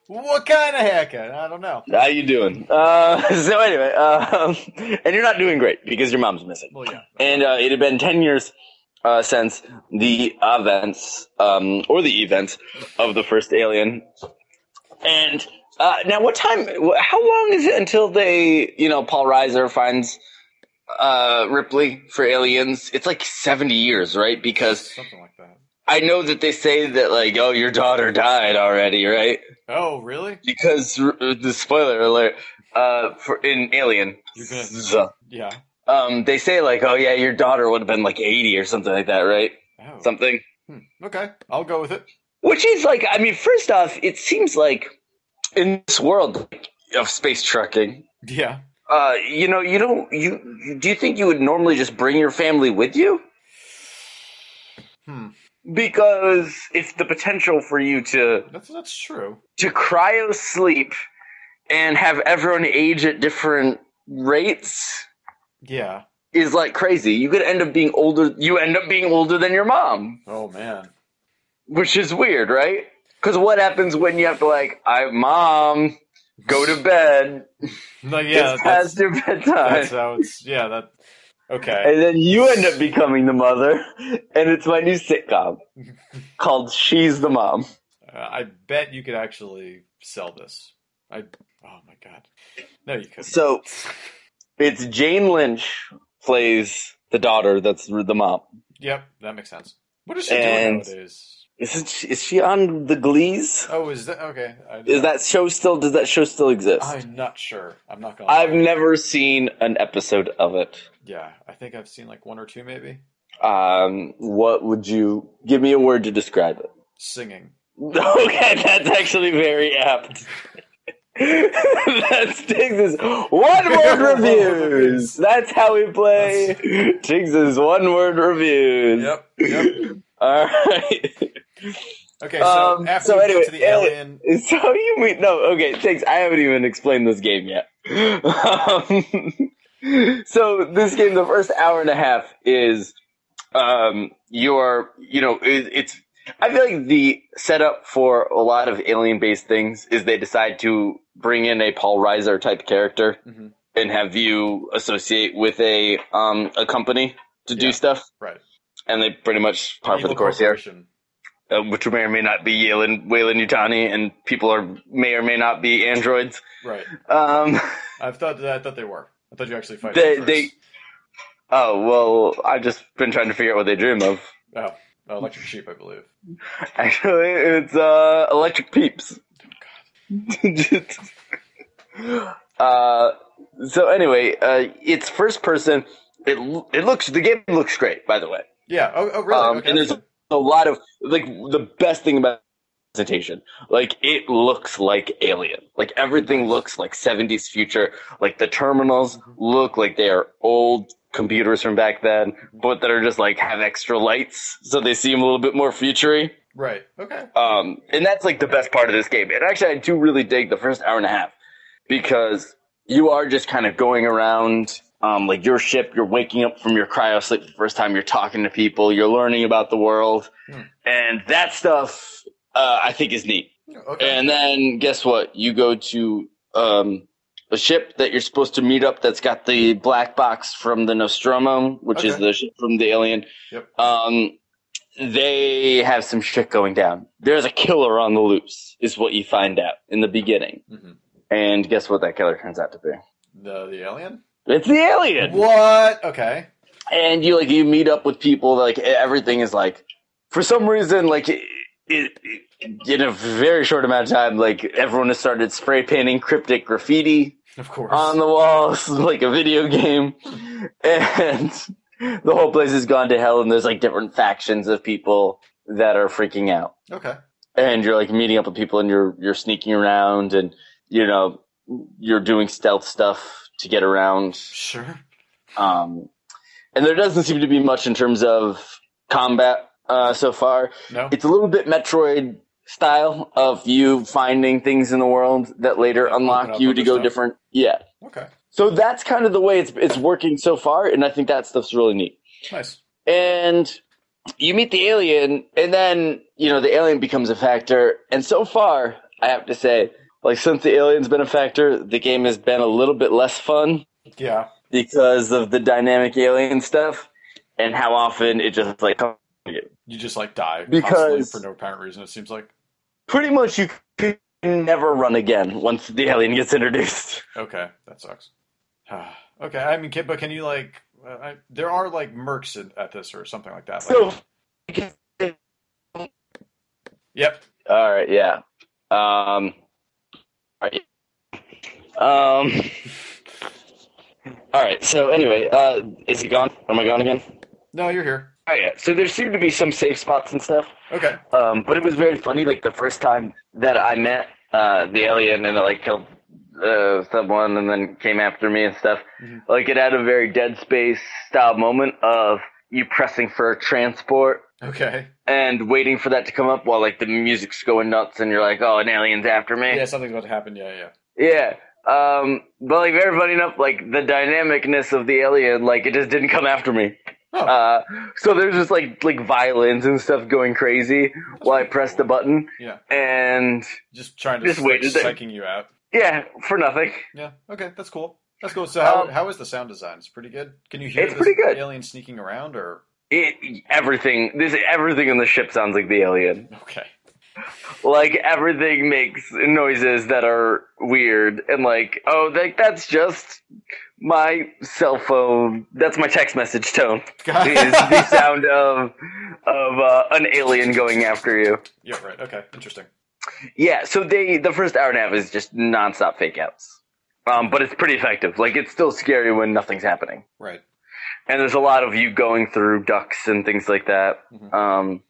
S1: What kind of haircut? I don't know.
S2: How you doing? Uh, so anyway, um, and you're not doing great because your mom's missing.
S1: Well, yeah.
S2: And uh, it had been 10 years uh, since the events, um, or the events, of the first Alien. And uh, now, what time, wh- how long is it until they, you know, Paul Reiser finds uh, Ripley for Aliens? It's like 70 years, right? Because
S1: Something like that.
S2: I know that they say that, like, oh, your daughter died already, right?
S1: Oh, really?
S2: Because r- the spoiler alert uh, for in Alien.
S1: You're gonna-
S2: Z-
S1: Yeah.
S2: um, they say like, oh yeah, your daughter would have been like eighty or something like that, right?
S1: Oh.
S2: Something.
S1: Hmm. Okay, I'll go with it.
S2: Which is like, I mean, first off, it seems like in this world of space trucking,
S1: Yeah.
S2: uh, you know, you don't you do you think you would normally just bring your family with you?
S1: Hmm.
S2: Because if the potential for you to
S1: That's that's true.
S2: to cryo sleep and have everyone age at different rates
S1: Yeah.
S2: is like crazy. You could end up being older. You end up being older than your mom.
S1: Oh man.
S2: which is weird, right? Because what happens when you have to like, I mom, go to bed.
S1: No, yeah. That's,
S2: it's past your bedtime,
S1: that's how it's. Yeah. That. Okay.
S2: and then you end up becoming the mother, and it's my new sitcom called "She's the Mom."
S1: Uh, I bet you could actually sell this. I. Oh my god. No, you couldn't.
S2: So it's Jane Lynch plays the daughter that's the mom.
S1: Yep, that makes sense. What is she
S2: And-
S1: doing nowadays?
S2: Isn't she, is she on the Glees?
S1: Oh, is that okay? I,
S2: Is that show still? Does that show still exist?
S1: I'm not sure. I'm not gonna.
S2: I've
S1: lie.
S2: never seen an episode of it.
S1: Yeah, I think I've seen like one or two, maybe.
S2: Um, what would you give me a word to describe it?
S1: Singing.
S2: Okay, that's actually very apt. That's Tiggs's one word reviews. That's how we play Tiggs's one word reviews.
S1: Yep. Yep.
S2: All right.
S1: Okay. So
S2: Um,
S1: after
S2: so
S1: we
S2: anyway,
S1: get to the
S2: alien-
S1: alien,
S2: So you mean no? Okay, Tiggs. I haven't even explained this game yet. Um, so this game, the first hour and a half is um, your. You know, it, it's. I feel like the setup for a lot of alien-based things is they decide to bring in a Paul Reiser type character
S1: Mhm.
S2: and have you associate with a um, a company to do
S1: Yeah,
S2: stuff.
S1: right.
S2: And they pretty much par for
S1: Evil
S2: the course here
S1: Corporation.
S2: uh, which may or may not be Yalen, Waylon Utani, and people are may or may not be androids.
S1: Right.
S2: Um,
S1: I thought I thought they were. I thought you actually fight.
S2: They-
S1: them
S2: they-
S1: first.
S2: oh well, I've just been trying to figure out what they dream of.
S1: Oh, oh, electric sheep, I believe.
S2: Actually, it's uh, electric peeps. uh, so anyway, uh, it's first person. It l- it looks the game looks great, by the way.
S1: Yeah. Oh, oh really?
S2: Um,
S1: okay.
S2: and there's
S1: that's
S2: a lot of like the best thing about the presentation, like it looks like Alien. Like everything looks like 70s future. Like the terminals look like they are old computers from back then, but that are just like have extra lights, so they seem a little bit more futury.
S1: good. right. Okay.
S2: Um, and that's like the best part of this game. And actually, I do really dig the first hour and a half because you are just kind of going around um, like your ship. You're waking up from your cryo sleep the first time. You're talking to people. You're learning about the world,
S1: Hmm.
S2: and that stuff uh, I think is neat.
S1: Okay.
S2: And then guess what? You go to um, a ship that you're supposed to meet up that's got the black box from the Nostromo, which is
S1: Okay.
S2: the ship from the alien.
S1: Yep.
S2: Um, they have some shit going down. There's a killer on the loose, is what you find out in the beginning.
S1: hmm
S2: And guess what that killer turns out to be?
S1: The the alien.
S2: It's the alien.
S1: What? Okay.
S2: and you like you meet up with people like e-, everything is like for some reason like it, it, in a very short amount of time like everyone has started spray painting cryptic graffiti
S1: Of course.
S2: on the walls like a video game and the whole place has gone to hell and there's like different factions of people that are freaking out
S1: okay.
S2: and you're like meeting up with people and you're you're sneaking around and you know you're doing stealth stuff to get around
S1: Sure.
S2: um, and there doesn't seem to be much in terms of combat uh, so far.
S1: No.
S2: It's a little bit Metroid style of you finding things in the world that later
S1: Open
S2: unlock
S1: up
S2: you
S1: other
S2: to go
S1: stuff.
S2: different. Yeah.
S1: Okay.
S2: So that's kind of the way it's it's working so far, and I think that stuff's really neat.
S1: Nice.
S2: And you meet the alien, and then you know the alien becomes a factor. And so far, I have to say, like since the alien's been a factor, the game has been a little bit less fun
S1: Yeah.
S2: because of the dynamic alien stuff and how often it just like
S1: You just like die constantly
S2: Because-
S1: for no apparent reason. It seems like.
S2: pretty much you can never run again once the alien gets introduced.
S1: Okay, that sucks. okay, I mean, can, but can you like? Uh, I, there are like mercs in, at this or something like that. Like,
S2: So,
S1: yep.
S2: all right, yeah. Um, all right. Um, all right. So anyway, uh, is it gone? Am I gone again?
S1: No, you're here.
S2: Oh yeah. So there seemed to be some safe spots and stuff.
S1: Okay.
S2: Um, but it was very funny. Like the first time that I met uh, the alien and it like killed uh, someone and then came after me and stuff.
S1: Mhm.
S2: Like it had a very Dead Space style moment of you pressing for a transport
S1: Okay.
S2: and waiting for that to come up while like the music's going nuts and you're like, oh, an alien's after me.
S1: Yeah, something's about to happen. Yeah, yeah.
S2: Yeah. Um, but like very funny enough, like the dynamicness of the alien, like it just didn't come after me.
S1: Oh.
S2: Uh, so there's just like like violins and stuff going crazy while I
S1: pretty
S2: pressed
S1: cool.
S2: the button.
S1: Yeah.
S2: And
S1: Just trying to
S2: Just
S1: just like,
S2: waited there.
S1: psyching you out.
S2: yeah, for nothing.
S1: Yeah. Okay, that's cool. That's cool. So, how,
S2: Um,
S1: how is the sound design? It's pretty good. Can you hear
S2: It's
S1: this
S2: pretty good.
S1: alien sneaking around or?
S2: It everything this everything in the ship sounds like the alien.
S1: Okay.
S2: Like everything makes noises that are weird and like oh like that's just my cell phone. That's my text message tone. is the sound of of uh, an alien going after you.
S1: yeah. Right. Okay. Interesting.
S2: Yeah, so they the first hour and a half is just nonstop fake outs. Um, but it's pretty effective. Like it's still scary when nothing's happening.
S1: Right.
S2: And there's a lot of you going through ducks and things like that.
S1: Mhm.
S2: Um,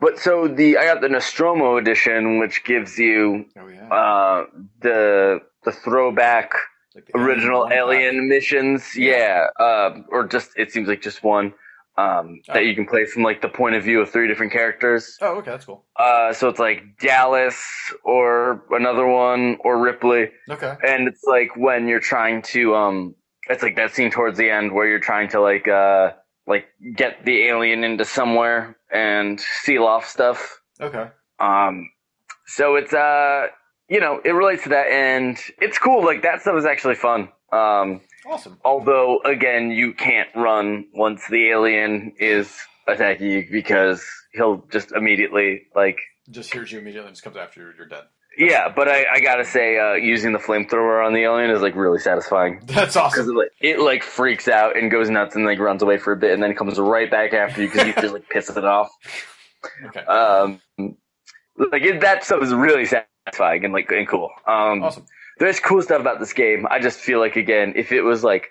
S2: but so the I got the Nostromo edition, which gives you
S1: Oh yeah.
S2: uh, the the throwback
S1: Like the
S2: original
S1: one pack.
S2: alien missions yeah, uh, or just it seems like just one um,
S1: Oh.
S2: that you can play from like the point of view of three different characters
S1: Oh, okay. That's cool.
S2: uh, so it's like dallas or another one or ripley
S1: Okay.
S2: and it's like when you're trying to um it's like that scene towards the end where you're trying to like uh like get the alien into somewhere and seal off stuff
S1: Okay.
S2: um, so it's uh, you know, it relates to that, and it's cool. Like that stuff is actually fun. Um,
S1: Awesome.
S2: although again, you can't run once the alien is attacking you because he'll just immediately like.
S1: Just hears you immediately and just comes after you. You're dead.
S2: Yeah, but I, I gotta say, uh, using the flamethrower on the alien is like really satisfying
S1: That's
S2: because
S1: awesome.
S2: it, like, it like freaks out and goes nuts and like runs away for a bit and then comes right back after you because you just like pisses it off.
S1: Okay.
S2: Um, like it, that stuff is really satisfying and like and cool. Um,
S1: Awesome.
S2: there's cool stuff about this game. I just feel like again, if it was like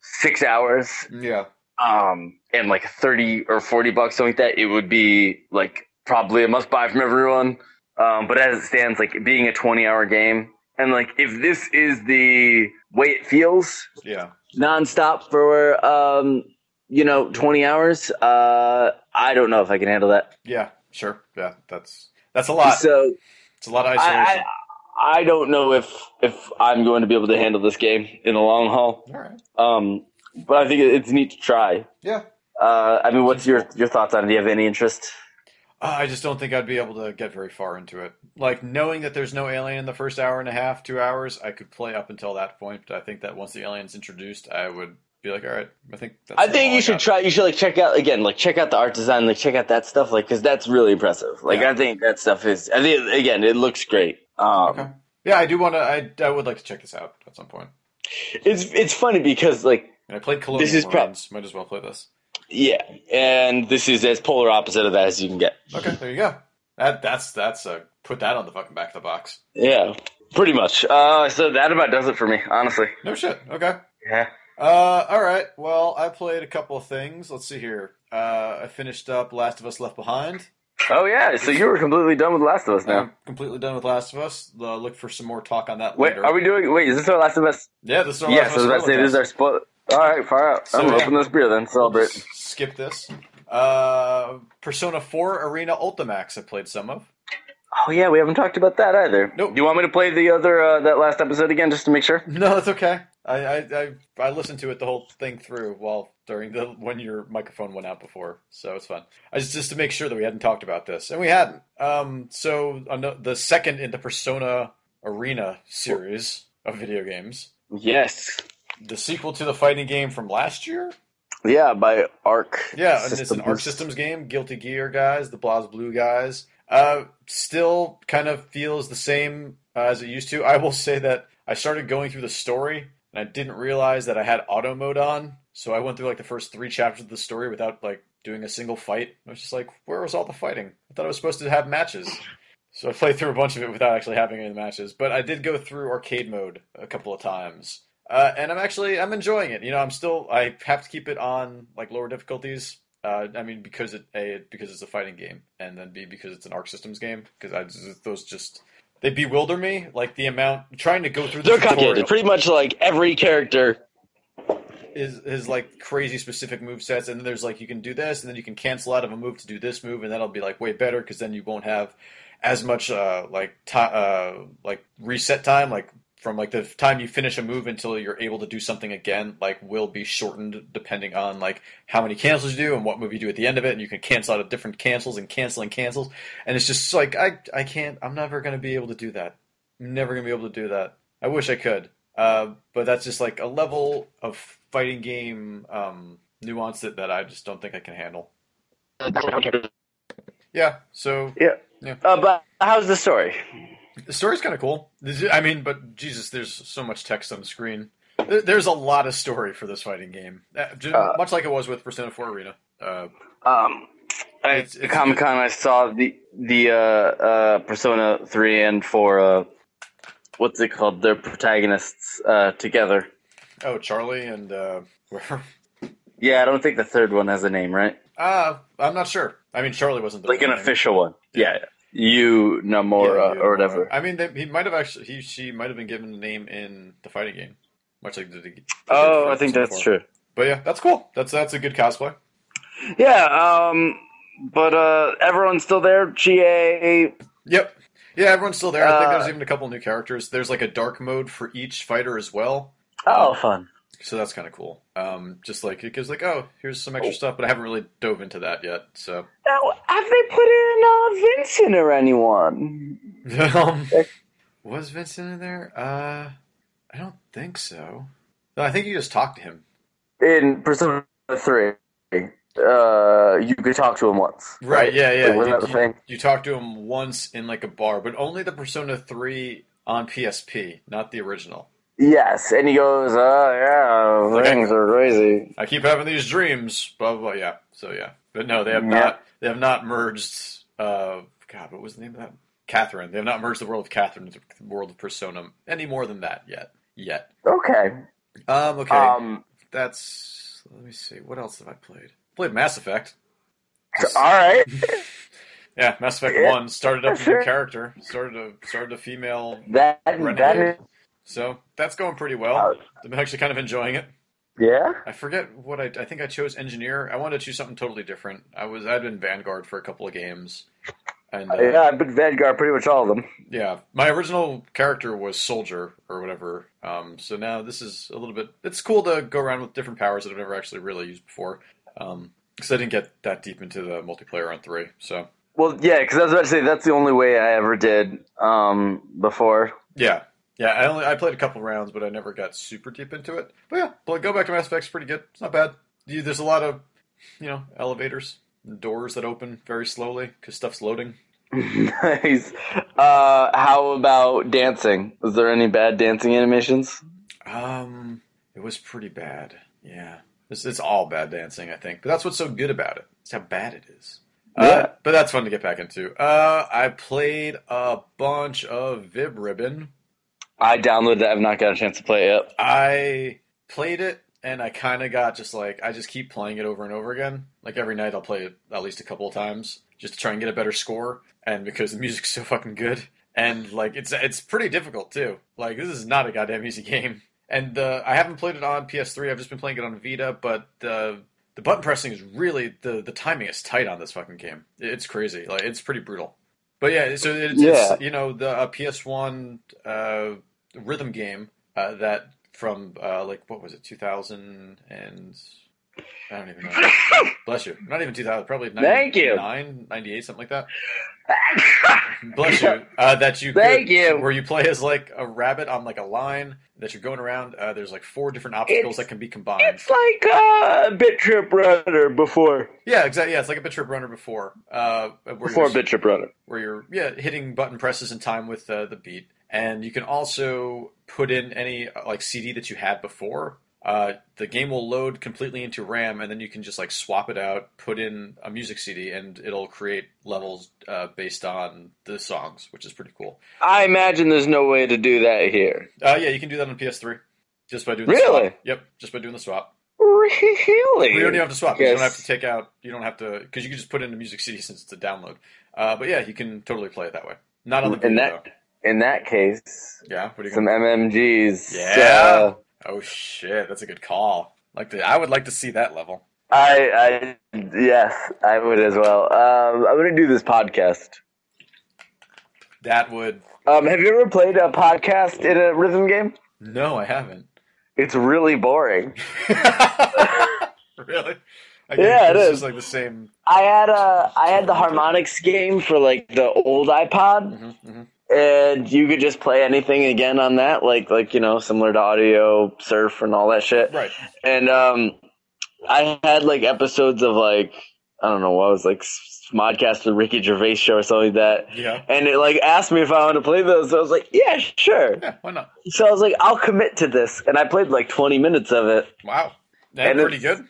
S2: six hours,
S1: Yeah.
S2: um, and like 30 or 40 bucks, something like that, it would be like probably a must buy from everyone. Um, but as it stands, like being a 20 hour game, and like if this is the way it feels
S1: Yeah.
S2: nonstop for, um, you know, 20 hours, uh, I don't know if I can handle that.
S1: Yeah. Sure. Yeah. That's that's a lot.
S2: So
S1: It's a lot of
S2: I,
S1: isolation.
S2: I, I don't know if, if I'm going to be able to handle this game in the long haul.
S1: All right.
S2: Um, but I think it- it's neat to try.
S1: Yeah.
S2: Uh, I mean, what's your, your thoughts on it? Do you have any interest?
S1: Uh, I just don't think I'd be able to get very far into it. Like knowing that there's no alien in the first hour and a half, two hours, I could play up until that point. But I think that once the alien's introduced, I would be like, all right, I think that's
S2: I think
S1: all
S2: you should
S1: got.
S2: try. You should like check out again, like check out the art design, like check out that stuff, like because that's really impressive. Like
S1: Yeah.
S2: I think that stuff is. I think again, it looks great. Um,
S1: Okay. Yeah, I do want to. I I would like to check this out at some point.
S2: It's it's funny because like
S1: And I played Colonial
S2: is prob-
S1: Marines. Might as well play this.
S2: yeah, and this is as polar opposite of that as you can get.
S1: Okay, there you go. That that's that's a put that on the fucking back of the box.
S2: Yeah, pretty much. Uh, so that about does it for me, honestly.
S1: No shit. Okay.
S2: Yeah.
S1: Uh, all right. Well, I played a couple of things. Let's see here. Uh, I finished up Last of Us Left Behind.
S2: Oh yeah. So you were completely done with Last of Us now.
S1: I'm completely done with Last of Us. Uh, look for some more talk on that
S2: Wait,
S1: later.
S2: are we doing? Wait, is this our Last of Us?
S1: yeah, this is our
S2: Yes,
S1: Last
S2: I was
S1: of
S2: about
S1: Us
S2: to say this is
S1: spoiler
S2: our spoiler. All right, fire up.
S1: So,
S2: I'm gonna
S1: yeah.
S2: open this beer then. Celebrate.
S1: cast. Skip this. Uh, Persona 4 Arena Ultimax. I played some of.
S2: Oh yeah, we haven't talked about that either.
S1: Nope.
S2: Do you want me to play the other uh, that last episode again just to make sure?
S1: No, that's okay. I, I I I listened to it the whole thing through while during the when your microphone went out before, so it's fun. I just just to make sure that we hadn't talked about this, and we hadn't. Um, so ano- the second in the Persona Arena series of video games,
S2: Yes.
S1: the sequel to the fighting game from last year.
S2: Yeah, by Arc.
S1: Yeah, and it's an Arc Systems game. Guilty Gear guys, the Blaz Blue guys, uh, still kind of feels the same uh, as it used to. I will say that I started going through the story and I didn't realize that I had auto mode on, so I went through like the first three chapters of the story without like doing a single fight. I was just like, where was all the fighting? I thought I was supposed to have matches. So I played through a bunch of it without actually having any matches, but I did go through arcade mode a couple of times. Uh, and I'm actually I'm enjoying it. You know, I'm still I have to keep it on like lower difficulties. Uh, I mean, because it a because it's a fighting game, and then b because it's an arc systems game. Because I just- those just they bewilder me. Like the amount trying to go through the
S2: They're
S1: tutorial
S2: complicated. Pretty much like every character.
S1: is is like crazy specific move sets, and then there's like you can do this, and then you can cancel out of a move to do this move, and that'll be like way better because then you won't have as much uh like ti uh like reset time like from like the time you finish a move until you're able to do something again like will be shortened depending on like how many cancels you do and what move you do at the end of it and you can cancel out of different cancels and cancel and cancels and it's just like I I can't I'm never going to be able to do that. I'm never going to be able to do that. I wish I could. Uh, but that's just like a level of fighting game um, nuance that, that I just don't think I can handle. Yeah, so
S2: Uh, but how's the story?
S1: the story's kind of cool. This is- I mean, but Jesus, there's so much text on the screen. There- There's a lot of story for this fighting game, Uh, ju-
S2: Uh,
S1: much like it was with Persona 4 Arena. Uh,
S2: Um, at
S1: It's- it's-
S2: Comic Con, I saw the the uh, uh, Persona three and four. Uh, what's it called? Their protagonists uh, together.
S1: oh, Charlie and uh,
S2: Yeah, I don't think the third one has a name, right?
S1: uh, I'm not sure. I mean, Charlie wasn't the
S2: Like an
S1: one named.
S2: official one. Yeah. You
S1: Yeah,
S2: Namora
S1: dude,
S2: or whatever.
S1: I mean, they, he might have actually he she might have been given a name in the fighting game, much like the. the
S2: Oh, I think that's true.
S1: But yeah, that's cool. That's that's a good cosplay.
S2: Yeah, um, but uh, everyone's still there. GA.
S1: Yep. Yeah, everyone's still there. I think
S2: Uh,
S1: there's even a couple new characters. There's like a dark mode for each fighter as well.
S2: Oh, fun.
S1: So that's kind of cool. Um, just like it gives like, oh, here's some extra stuff, but I haven't really dove into that yet. So,
S2: Now, have they put in uh, Vincent or anyone?
S1: um, was Vincent in there? Uh, I don't think so. No, I think you just talked to him.
S2: In Persona 3, uh, you could talk to him once.
S1: Right, yeah, yeah.
S2: Like, wasn't
S1: you,
S2: that the
S1: you-
S2: thing?
S1: you talked to him once in like a bar, but only the Persona 3 on PSP, not the original.
S2: Yes, and he goes, oh, yeah,
S1: Okay.
S2: things are crazy.
S1: I keep having these dreams, blah blah. blah. Yeah, so yeah, but no, they have
S2: Yeah.
S1: not. They have not merged. Uh, God, what was the name of that? Catherine. They have not merged the world of Catherine into the world of Persona any more than that yet. Yet.
S2: Okay.
S1: Um. Okay.
S2: Um,
S1: That's else? Let me see. What else have I played? Played Mass Effect.
S2: All right.
S1: Yeah, Mass Effect
S2: Yeah,
S1: One started up a
S2: sure.
S1: new character. Started a started a female.
S2: That that
S1: Renegade.
S2: is
S1: So that's going pretty well.
S2: Uh,
S1: I'm actually kind of enjoying it.
S2: yeah.
S1: I forget what I. I think I chose engineer. I wanted to choose something totally different. I was I'd been Vanguard for a couple of games, and uh,
S2: Yeah, I've been Vanguard pretty much all of them.
S1: Yeah, my original character was soldier or whatever. Um, so now this is a little bit. It's cool to go around with different powers that I've never actually really used before. Um 'cause because I didn't get that deep into the multiplayer on three. So
S2: Well, yeah, because I was about to say that's the only way I ever did um, before.
S1: yeah, yeah. I only I played a couple rounds, but I never got super deep into it. But yeah, but go back to Mass Effect's pretty good. It's not bad. You, there's a lot of you know elevators, and doors that open very slowly because stuff's loading.
S2: nice. Uh, how about dancing? Was there any bad dancing animations?
S1: Um, it was pretty bad. Yeah, it's, it's all bad dancing, I think. But that's what's so good about it. It's how bad it is. Uh,
S2: Yeah.
S1: but that's fun to get back into. Uh, I played a bunch of Vib Ribbon.
S2: I downloaded. it. I've not got a chance to play it yet.
S1: I played it, and I kind of got just like I just keep playing it over and over again. Like every night, I'll play it at least a couple of times just to try and get a better score, and because the music's so fucking good, and like it's it's pretty difficult too. Like this is not a goddamn easy game, and uh, I haven't played it on PS3. I've just been playing it on Vita, but the the button pressing is really the the timing is tight on this fucking game. It's crazy. Like it's pretty brutal. But yeah, so it's,
S2: Yeah.
S1: it's you know the uh, PS1 uh, rhythm game uh, that from uh, like what was it 2000 and I don't even know. Bless you. Not even 2000. Probably
S2: Thank you.
S1: 99, 98, something like that. Bless you. Uh, that you.
S2: Thank
S1: could-
S2: you.
S1: Where you play as like a rabbit on like a line that you're going around. Uh, there's like four different obstacles
S2: It's-
S1: that can be combined.
S2: it's like uh, Bit Trip Runner before
S1: yeah, exactly. Yeah, it's like a bit trip runner before. Uh, where
S2: before
S1: you're-
S2: Bit Trip Runner.
S1: where you're yeah hitting button presses in time with uh, the beat, and you can also put in any uh, like CD that you had before. Uh, the game will load completely into RAM, and then you can just like swap it out, put in a music CD, and it'll create levels uh, based on the songs, which is pretty cool.
S2: I imagine there's no way to do that here.
S1: Uh, yeah, you can do that on PS3 just by doing the
S2: Really?
S1: swap. Yep, just by doing the swap.
S2: Really?
S1: You don't even have to swap. You don't
S2: Yes.
S1: have to take out. You don't have to because you can just put in a music CD since it's a download. Uh, but yeah, you can totally play it that way. Not on the Vita,
S2: In that-
S1: though.
S2: In that case,
S1: Yeah, what are you
S2: some MMGs.
S1: Yeah.
S2: Uh,
S1: Oh shit, that's a good call. Like the, I would like to see that level.
S2: I, I, yes, I would as well. Um, I'm gonna do this podcast.
S1: That would
S2: Um, have you ever played a podcast in a rhythm game?
S1: no, I haven't.
S2: It's really boring.
S1: really? I
S2: Yeah, it
S1: it's
S2: is.
S1: just like the same.
S2: I had a, I had the harmonics game for like the old iPod,
S1: mhm, mhm.
S2: and you could just play anything again on that, like, like you know, similar to audio surf and all that shit.
S1: Right.
S2: and um i had like episodes of like i don't know what was like modcast with ricky gervais show or something like that
S1: Yeah.
S2: and it like asked me if i wanted to play those so i was like yeah sure
S1: Yeah. Why not?
S2: so i was like i'll commit to this and i played like 20 minutes of it
S1: Wow. That's
S2: And
S1: pretty
S2: it's-
S1: good.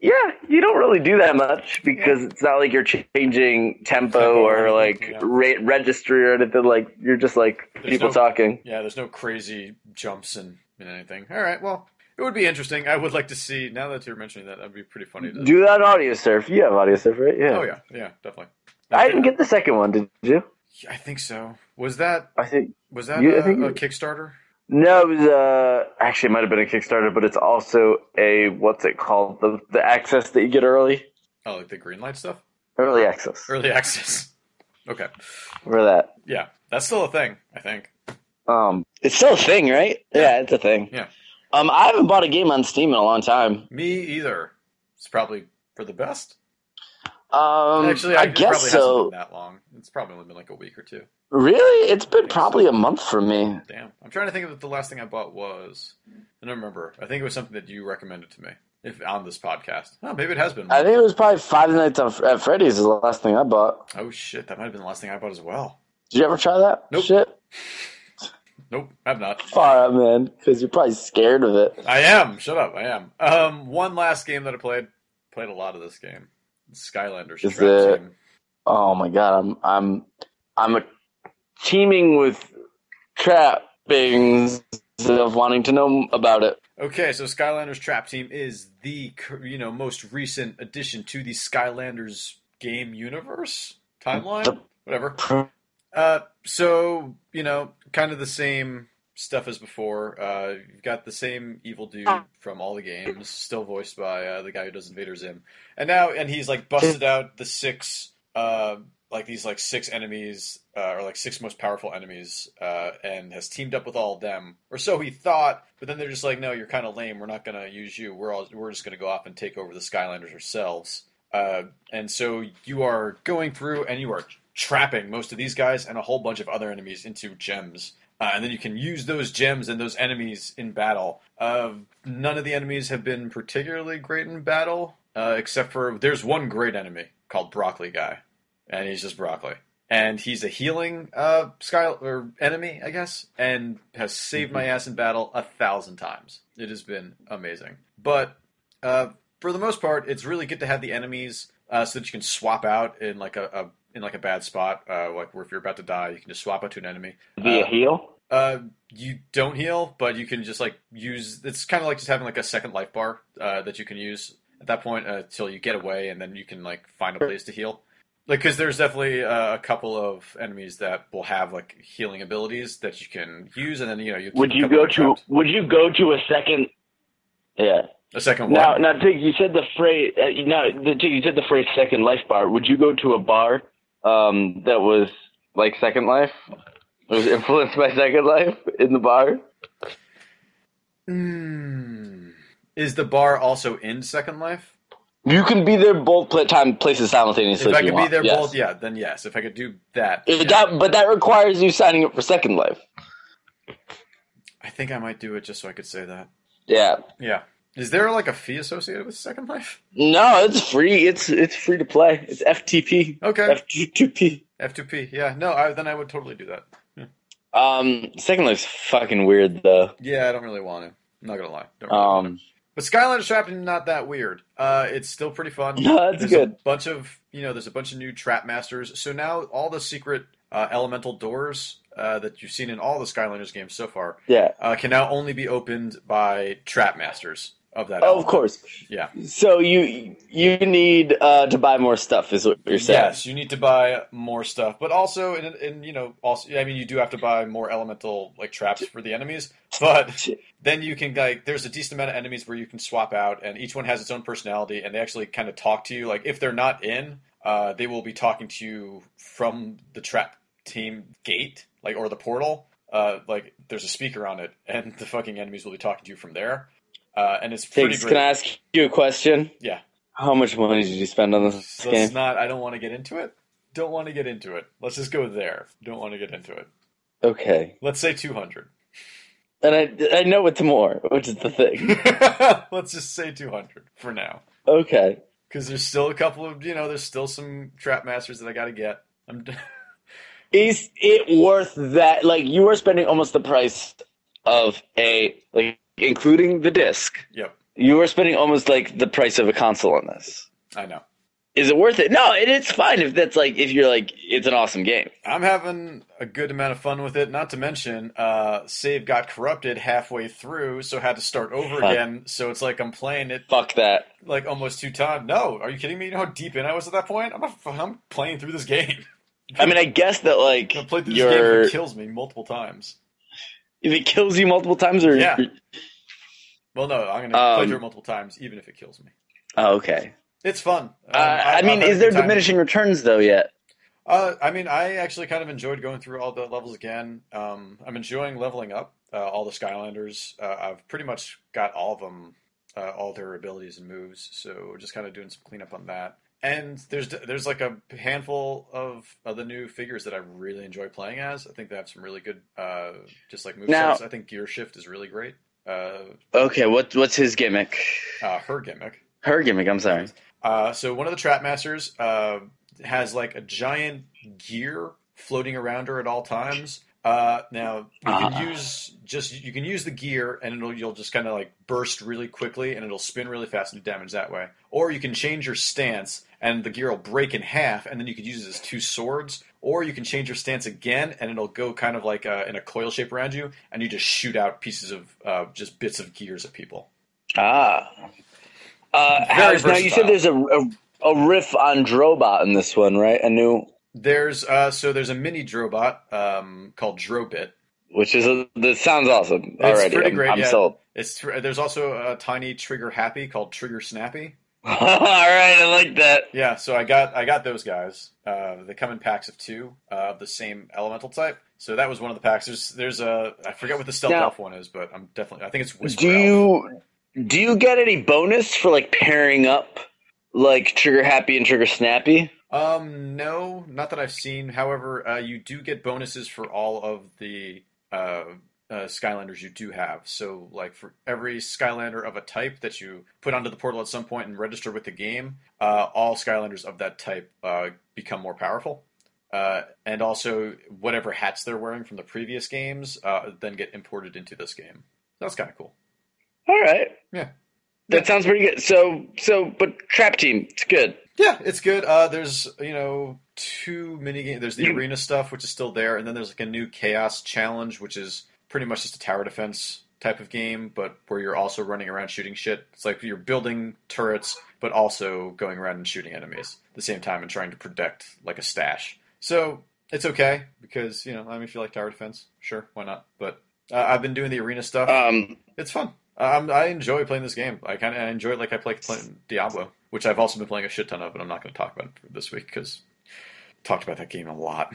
S2: yeah you don't really do that much because it's not like you're changing tempo,
S1: Tempo or
S2: or like
S1: anything, yeah.
S2: re- registry or anything like you're just like
S1: There's
S2: people
S1: no-
S2: talking
S1: Yeah. There's no crazy jumps and, and anything. All right. Well, it would be interesting. I would like to see. Now that you're mentioning that, that'd be pretty funny. To,
S2: do that on audio surf you have audio surf right yeah
S1: oh yeah. Yeah. Definitely.
S2: i didn't get the second one did you
S1: I think so. Was that
S2: i think
S1: was that
S2: You- I
S1: a,
S2: think
S1: a
S2: you-
S1: Kickstarter?
S2: No, it was uh, actually it might have been a Kickstarter, but it's also a what's it called the the access that you get early,
S1: Oh, like the green light stuff.
S2: early access
S1: Early access. Okay.
S2: for that.
S1: Yeah, that's still a thing, I think.
S2: Um, it's still a thing, right? Yeah, it's a thing.
S1: Yeah.
S2: Um, I haven't bought a game on Steam in a long time.
S1: Me either. It's probably for the best.
S2: Um,
S1: Actually, I,
S2: I,
S1: it
S2: guess
S1: probably hasn't
S2: so.
S1: been that long. It's probably only been like a week or two.
S2: Really, it's been probably a month for me.
S1: Damn. I'm trying to think of what the last thing I bought was. I don't remember. I think it was something that you recommended to me if on this podcast. Oh, maybe it has been.
S2: I think it was probably Five Nights on- at Freddy's is the last thing I bought.
S1: Oh shit, that might have been the last thing I bought as well.
S2: Did you ever try that?
S1: Nope.
S2: Shit,
S1: Nope, I've not.
S2: far out, man, because you're probably scared of it.
S1: I am. Shut up. I am. Um, one last game that I played. Played a lot of this game. Skylanders.
S2: Is
S1: Trap
S2: it-
S1: Team.
S2: Oh my god, I'm I'm I'm a, teeming with trappings of wanting to know about it.
S1: Okay, so Skylanders Trap Team is the you know most recent addition to the Skylanders game universe timeline, whatever. Uh, so you know, kind of the same stuff as before. Uh, you've got the same evil dude from all the games, still voiced by uh, the guy who does Invader Zim, and now and he's like busted out the six uh, like these like six enemies uh, or like six most powerful enemies, uh, and has teamed up with all of them, or so he thought. But then they're just like, no, you're kind of lame. We're not gonna use you. We're all we're just gonna go off and take over the Skylanders ourselves. Uh, and so you are going through and you are trapping most of these guys and a whole bunch of other enemies into gems uh, and then you can use those gems and those enemies in battle. Uh, none of the enemies have been particularly great in battle, uh, except for there's one great enemy called Broccoli Guy, and he's just broccoli, and he's a healing uh, sky or enemy, I guess, and has saved my ass in battle a thousand times. It has been amazing, but uh, for the most part, it's really good to have the enemies uh, so that you can swap out in like a, a in like a bad spot, uh, like where if you're about to die, you can just swap out to an enemy.
S2: Be a
S1: Uh,
S2: heel.
S1: uh, you don't heal, but you can just like use. It's kind of like just having like a second life bar uh, that you can use at that point uh, till you get away, and then you can like find a place to heal. Like, because there's definitely uh, a couple of enemies that will have like healing abilities that you can use, and then you know you
S2: Would
S1: keep a
S2: you
S1: couple
S2: go
S1: of
S2: to?
S1: traps.
S2: Would you go to a second? Yeah.
S1: a second
S2: Now,
S1: one?
S2: now, Tig, you said the phrase. Uh, you- now, the, Tig, you said the phrase "second life bar." Would you go to a bar um, that was like Second Life? It was influenced by Second Life in the bar.
S1: Hmm. Is the bar also in Second Life?
S2: You can be there both pla time places
S1: If
S2: simultaneously.
S1: I
S2: you
S1: could be
S2: want,
S1: there
S2: yes.
S1: both, yeah, then yes. If I could do that,
S2: If
S1: yeah.
S2: that, but that requires you signing up for Second Life.
S1: I think I might do it just so I could say that.
S2: Yeah.
S1: Yeah. Is there like a fee associated with Second Life?
S2: No, it's free. It's it's free to play. It's FTP.
S1: Okay.
S2: FTP.
S1: F- 2 p Yeah. No, I, then I would totally do that.
S2: Um, Second Life's fucking weird though.
S1: Yeah, I don't really want to. I'm not gonna lie. Don't really want to.
S2: Um,
S1: But Skylanders Trap is not that weird. Uh, it's still pretty fun.
S2: No, it's
S1: there's
S2: good.
S1: A bunch of you know, there's a bunch of new trap masters. So now all the secret uh, elemental doors uh, that you've seen in all the Skylanders games so far
S2: yeah.
S1: uh, can now only be opened by trap masters of that.
S2: Oh, of
S1: element.
S2: course.
S1: Yeah.
S2: So you you need uh, to buy more stuff, is what you're saying?
S1: Yes, you need to buy more stuff, but also, and, and you know, also, I mean, you do have to buy more elemental like traps for the enemies. But then you can like, there's a decent amount of enemies where you can swap out, and each one has its own personality, and they actually kind of talk to you. Like if they're not in, uh, they will be talking to you from the trap team gate, like or the portal. Uh, like there's a speaker on it, and the fucking enemies will be talking to you from there. Uh, and it's pretty
S2: Tiggs,
S1: great.
S2: can I ask you a question?
S1: Yeah.
S2: How much money did you spend on this
S1: So
S2: game?
S1: it's not. I don't want to get into it. Don't want to get into it. Let's just go there. Don't want to get into it.
S2: okay.
S1: Let's say two hundred.
S2: And I I know it's more, which is the thing.
S1: Let's just say two hundred for now,
S2: Okay.
S1: because there's still a couple of you know. There's still some trap masters that I got to get. I'm. d-
S2: Is it worth that? Like you are spending almost the price of a like including the disc.
S1: yep.
S2: You are spending almost like the price of a console on this.
S1: I know.
S2: Is it worth it? No, and it's fine if that's like if you're like it's an awesome game.
S1: I'm having a good amount of fun with it. Not to mention, uh, save got corrupted halfway through, so had to start over
S2: Fuck.
S1: again. So it's like I'm playing it
S2: Fuck that.
S1: like almost two times. No, are you kidding me? You know how deep in I was at that point. I'm a, I'm playing through this game.
S2: I mean, I guess that like
S1: I played through this game
S2: you're
S1: and it kills me multiple times.
S2: if it kills you multiple times or
S1: Yeah. Well, no, I'm gonna play
S2: Um,
S1: through it multiple times, even if it kills me.
S2: Oh, okay.
S1: It's fun. Um,
S2: Uh, I,
S1: I've
S2: mean,
S1: had a
S2: is
S1: good
S2: there
S1: time.
S2: diminishing returns though yet?
S1: Uh, I mean, I actually kind of enjoyed going through all the levels again. Um, I'm enjoying leveling up uh, all the Skylanders. Uh, I've pretty much got all of them, uh, all their abilities and moves. So just kind of doing some cleanup on that. And there's there's like a handful of, of the new figures that I really enjoy playing as. I think they have some really good, uh, just like move
S2: Now-
S1: sets. I think Gear Shift is really great. Uh,
S2: Okay, what what's his gimmick?
S1: uh, her gimmick.
S2: Her gimmick. I'm sorry.
S1: Uh, so one of the trap masters uh, has like a giant gear floating around her at all times. Uh, now you can
S2: Ah.
S1: use just you can use the gear, and it'll you'll just kind of like burst really quickly, and it'll spin really fast and do damage that way. Or you can change your stance, and the gear will break in half, and then you could use it as two swords. Or you can change your stance again, and it'll go kind of like uh, in a coil shape around you, and you just shoot out pieces of uh, just bits of gears at people.
S2: Ah. Uh,
S1: Very
S2: Alex, now you
S1: versatile.
S2: said there's a, a, a riff on Drobot in this one, right? A new,
S1: There's uh, so there's a mini drobot um, called Drobit.
S2: which is a, that sounds awesome already.
S1: pretty
S2: I'm,
S1: great,
S2: I'm
S1: yeah.
S2: sold.
S1: It's tr- there's also a tiny trigger happy called Trigger Snappy.
S2: All right, I like that.
S1: Yeah, so I got I got those guys. Uh, they come in packs of two uh, of the same elemental type. So that was one of the packs. There's there's a I forget what the stealth
S2: Now-
S1: elf one is, but I'm definitely I think it's Whisper
S2: do
S1: Elf.
S2: you do you get any bonus for like pairing up like Trigger Happy and Trigger Snappy?
S1: Um, no, not that I've seen. However, uh, you do get bonuses for all of the uh, uh, Skylanders you do have. So, like for every Skylander of a type that you put onto the portal at some point and register with the game, uh, all Skylanders of that type uh, become more powerful. Uh, and also, whatever hats they're wearing from the previous games uh, then get imported into this game. That's kind of cool.
S2: All right.
S1: Yeah.
S2: That sounds pretty good. So so but Trap Team, it's good.
S1: Yeah, it's good. Uh, there's you know two mini games. There's the
S2: You-
S1: arena stuff, which is still there, and then there's like a new chaos challenge, which is pretty much just a tower defense type of game, but where you're also running around shooting shit. It's like you're building turrets, but also going around and shooting enemies at the same time and trying to protect like a stash. So it's okay because you know I mean if you like tower defense, sure, why not? But uh, I've been doing the arena stuff.
S2: Um
S1: It's fun. Um, I enjoy playing this game. I kind of I enjoy it like I play playing Diablo, which I've also been playing a shit ton of, but I'm not going to talk about it for this week because talked about that game a lot.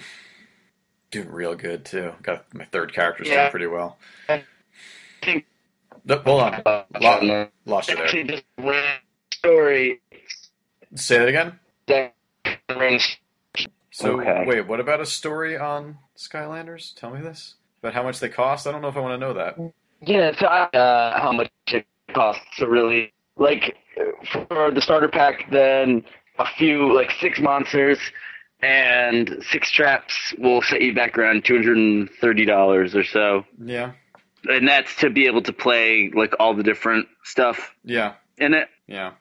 S1: Doing real good too. Got my third character's
S2: Yeah.
S1: doing pretty well.
S2: I think-
S1: Nope, hold on,
S2: uh,
S1: Lot- lost you there.
S2: actually just ran story
S1: Say that again.
S2: that runs
S1: So
S2: Okay.
S1: wait, what about a story on Skylanders? Tell me this about how much they cost. I don't know if I want to know that.
S2: Yeah, so I, uh, how much it costs to really like for the starter pack, then a few like six monsters and six traps will set you back around two hundred and thirty dollars or so,
S1: Yeah,
S2: and that's to be able to play like all the different stuff
S1: yeah,
S2: in it.
S1: yeah.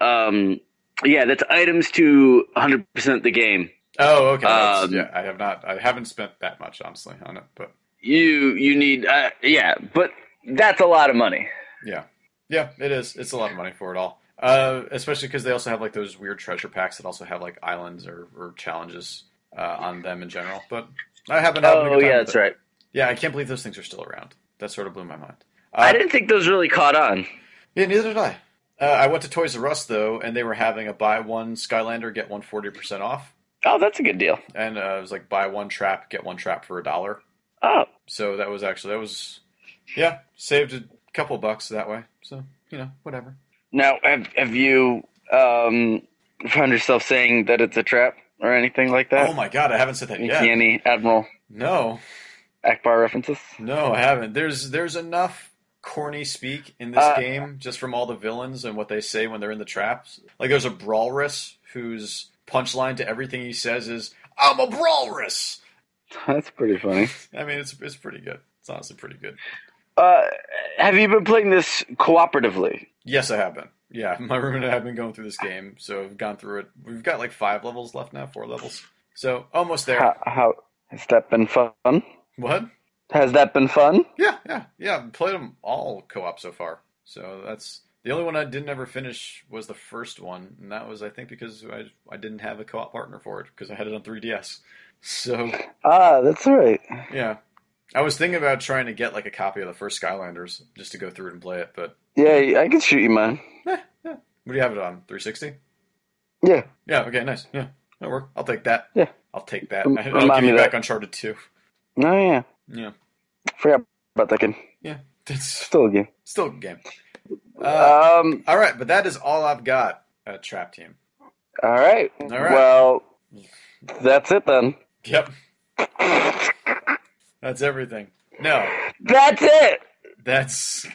S2: Um, yeah, that's items to one hundred percent the game.
S1: Oh, okay. that's-
S2: Um,
S1: yeah, I have not. I haven't spent that much honestly on it, but
S2: You you need uh, yeah, but that's a lot of money.
S1: Yeah, yeah, it is. It's a lot of money for it all, uh, especially because they also have like those weird treasure packs that also have like islands or, or challenges uh, on them in general. But I haven't. having a
S2: Oh
S1: good time
S2: yeah,
S1: with
S2: that's
S1: it.
S2: right.
S1: Yeah, I can't believe those things are still around. That sort of blew my mind. Uh,
S2: I didn't think those really caught on.
S1: yeah, neither did I. Uh, I went to Toys R Us though, and they were having a buy one Skylander get one forty percent off,
S2: Oh, that's a good deal.
S1: and uh, it was like buy one trap get one trap for a dollar.
S2: Oh,
S1: So that was actually that was, yeah, saved a couple bucks that way. So you know, whatever.
S2: now have have you um, found yourself saying that it's a trap or anything like that?
S1: oh my god, I haven't said that
S2: any,
S1: yet.
S2: any Admiral
S1: No,
S2: Akbar references?
S1: no, I haven't. There's there's enough corny speak in this
S2: Uh,
S1: game just from all the villains and what they say when they're in the traps. Like there's a brawlress whose punchline to everything he says is "I'm a brawlress."
S2: That's pretty funny.
S1: I mean, it's it's pretty good. It's honestly pretty good.
S2: Uh, have you been playing this cooperatively?
S1: Yes, I have been. Yeah, my roommate and I have been going through this game, so I've gone through it. We've got like five levels left now, four levels, so almost there.
S2: How, how has that been fun?
S1: What?
S2: Has that been fun?
S1: Yeah, yeah, yeah. I've played them all co-op so far. So that's the only one I didn't ever finish was the first one, and that was I think because I I didn't have a co-op partner for it because I had it on 3DS. So
S2: Ah, that's right.
S1: yeah, I was thinking about trying to get like a copy of the first Skylanders just to go through it and play it. But
S2: Yeah, I can shoot you mine.
S1: what do you have it on 360?
S2: Yeah.
S1: Yeah. Okay. Nice. Yeah. That work. I'll take that.
S2: Yeah.
S1: I'll take that.
S2: Rem-
S1: I'll give
S2: remind
S1: you
S2: me
S1: back
S2: that.
S1: Uncharted 2.
S2: No, Oh, yeah.
S1: Yeah.
S2: Forgot about that game.
S1: Yeah. It's
S2: Still a game.
S1: still a good game. Uh,
S2: Um.
S1: all right, but that is all I've got. Uh, Trap Team.
S2: All right.
S1: All right.
S2: Well, that's it then.
S1: Yep. That's everything. No,
S2: That's it.
S1: that's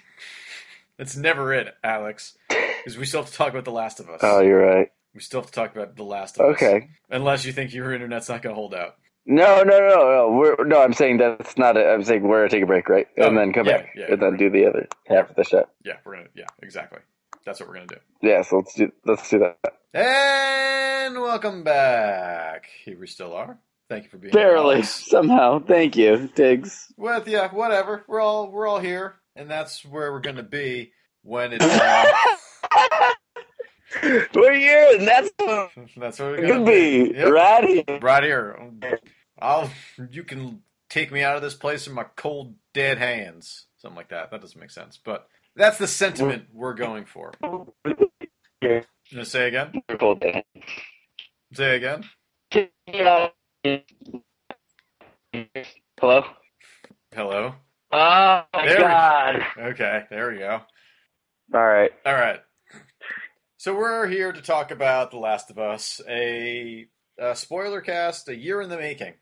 S1: that's never it, Alex. Because we still have to talk about The Last of Us.
S2: Oh, you're right.
S1: we still have to talk about The Last of Us.
S2: Okay.
S1: Unless you think your internet's not going to hold out.
S2: No, no, no, no. We're, no, I'm saying that's not. i I'm saying we're gonna take a break, right, and
S1: Oh,
S2: then come
S1: yeah,
S2: back,
S1: yeah,
S2: and then do the other half of the show.
S1: Yeah, we're gonna. Yeah, exactly. That's what we're gonna do.
S2: Yeah, so let's do let's do that.
S1: And welcome back. Here we still are. Thank you for being here,
S2: Barely,
S1: Alex.
S2: somehow. Thank you, Diggs.
S1: Well, yeah, whatever. We're all we're all here, and that's where we're gonna be when it's. Uh,
S2: we're here, and that's what
S1: that's where
S2: it
S1: we're
S2: could
S1: gonna
S2: be
S1: Yep.
S2: right here.
S1: Right here. I'll. You can take me out of this place in my cold, dead hands. Something like that. That doesn't make sense, but that's the sentiment we're going for. You gonna say again? Say again.
S2: Hello.
S1: Hello.
S2: Oh
S1: There we-
S2: God!
S1: Okay, there we go.
S2: All right.
S1: All right. So we're here to talk about The Last of Us, a, a spoiler cast, a year in the making,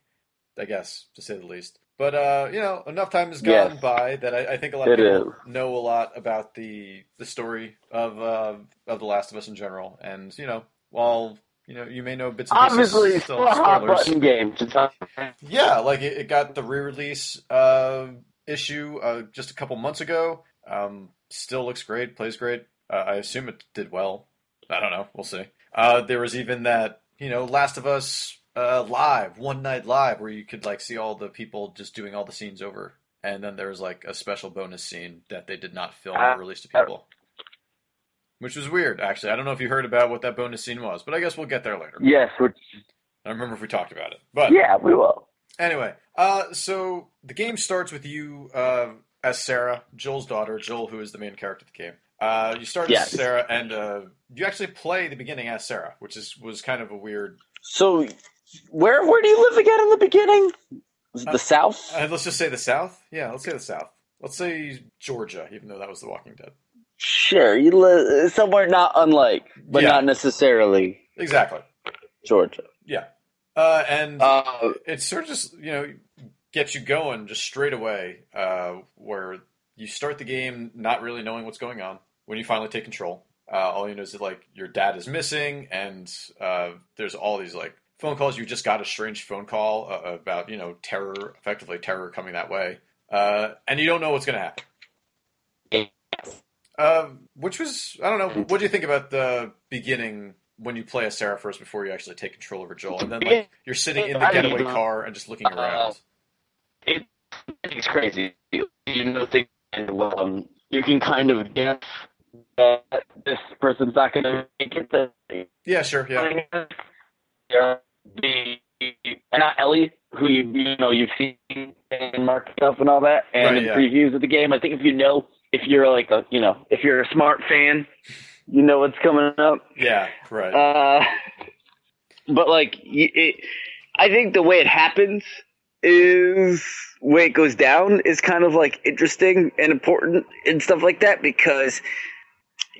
S1: I guess, to say the least. But uh, you know, enough time has gone
S2: Yes.
S1: by that I, I think a lot of
S2: It
S1: people know a lot about the the story of uh, of The Last of Us in general. And you know, while you know you may know bits and pieces,
S2: Obviously, it's
S1: still
S2: still a hot button game. To talk.
S1: yeah, like it, it got the re-release uh, issue uh, just a couple months ago. Um, still looks great, plays great. Uh, I assume it did well. I don't know. We'll see. Uh, there was even that you know Last of Us uh, live, one night live, where you could like see all the people just doing all the scenes over, and then there was like a special bonus scene that they did not film
S2: Ah.
S1: or release to people, which was weird. Actually, I don't know if you heard about what that bonus scene was, but I guess we'll get there later.
S2: Yes. Which,
S1: I don't remember if we talked about it, but
S2: yeah, we will.
S1: Anyway, uh, so the game starts with you uh, as Sarah, Joel's daughter, Joel, who is the main character of the game. Uh, you start
S2: Yeah.
S1: as Sarah, and uh, you actually play the beginning as Sarah, which is was kind of a weird.
S2: So, where where do you live again in the beginning? Was it
S1: Uh,
S2: the South?
S1: Uh, let's just say the South. Yeah, let's say the South. Let's say Georgia, even though that was The Walking Dead.
S2: sure, you live somewhere not unlike, but
S1: Yeah.
S2: not necessarily
S1: Exactly.
S2: Georgia.
S1: Uh, and
S2: Uh,
S1: it sort of just you know gets you going just straight away uh, where you start the game not really knowing what's going on when you finally take control uh, all you know is that like your dad is missing and uh, there's all these like phone calls you just got a strange phone call uh, about you know terror effectively terror coming that way uh, and you don't know what's going to happen um, which was I don't know. What do you think about the beginning when you play as Sarah first before you actually take control over Joel, and then like you're sitting in the
S3: I mean,
S1: getaway
S3: uh,
S1: car and just looking around?
S3: it's crazy. You, you know things, and well, um, you can kind of guess that this person's not going to make it. That
S1: Yeah, sure. Yeah,
S3: they're the and not Ellie, who you you know you've seen and marked stuff and all that, and
S1: Right,
S3: in
S1: yeah.
S3: previews of the game. I think if you know, if you're like a you know, if you're a smart fan, you know what's coming up.
S1: yeah, right.
S2: uh, but like, y- it, I think the way it happens is way it goes down is kind of like interesting and important and stuff like that because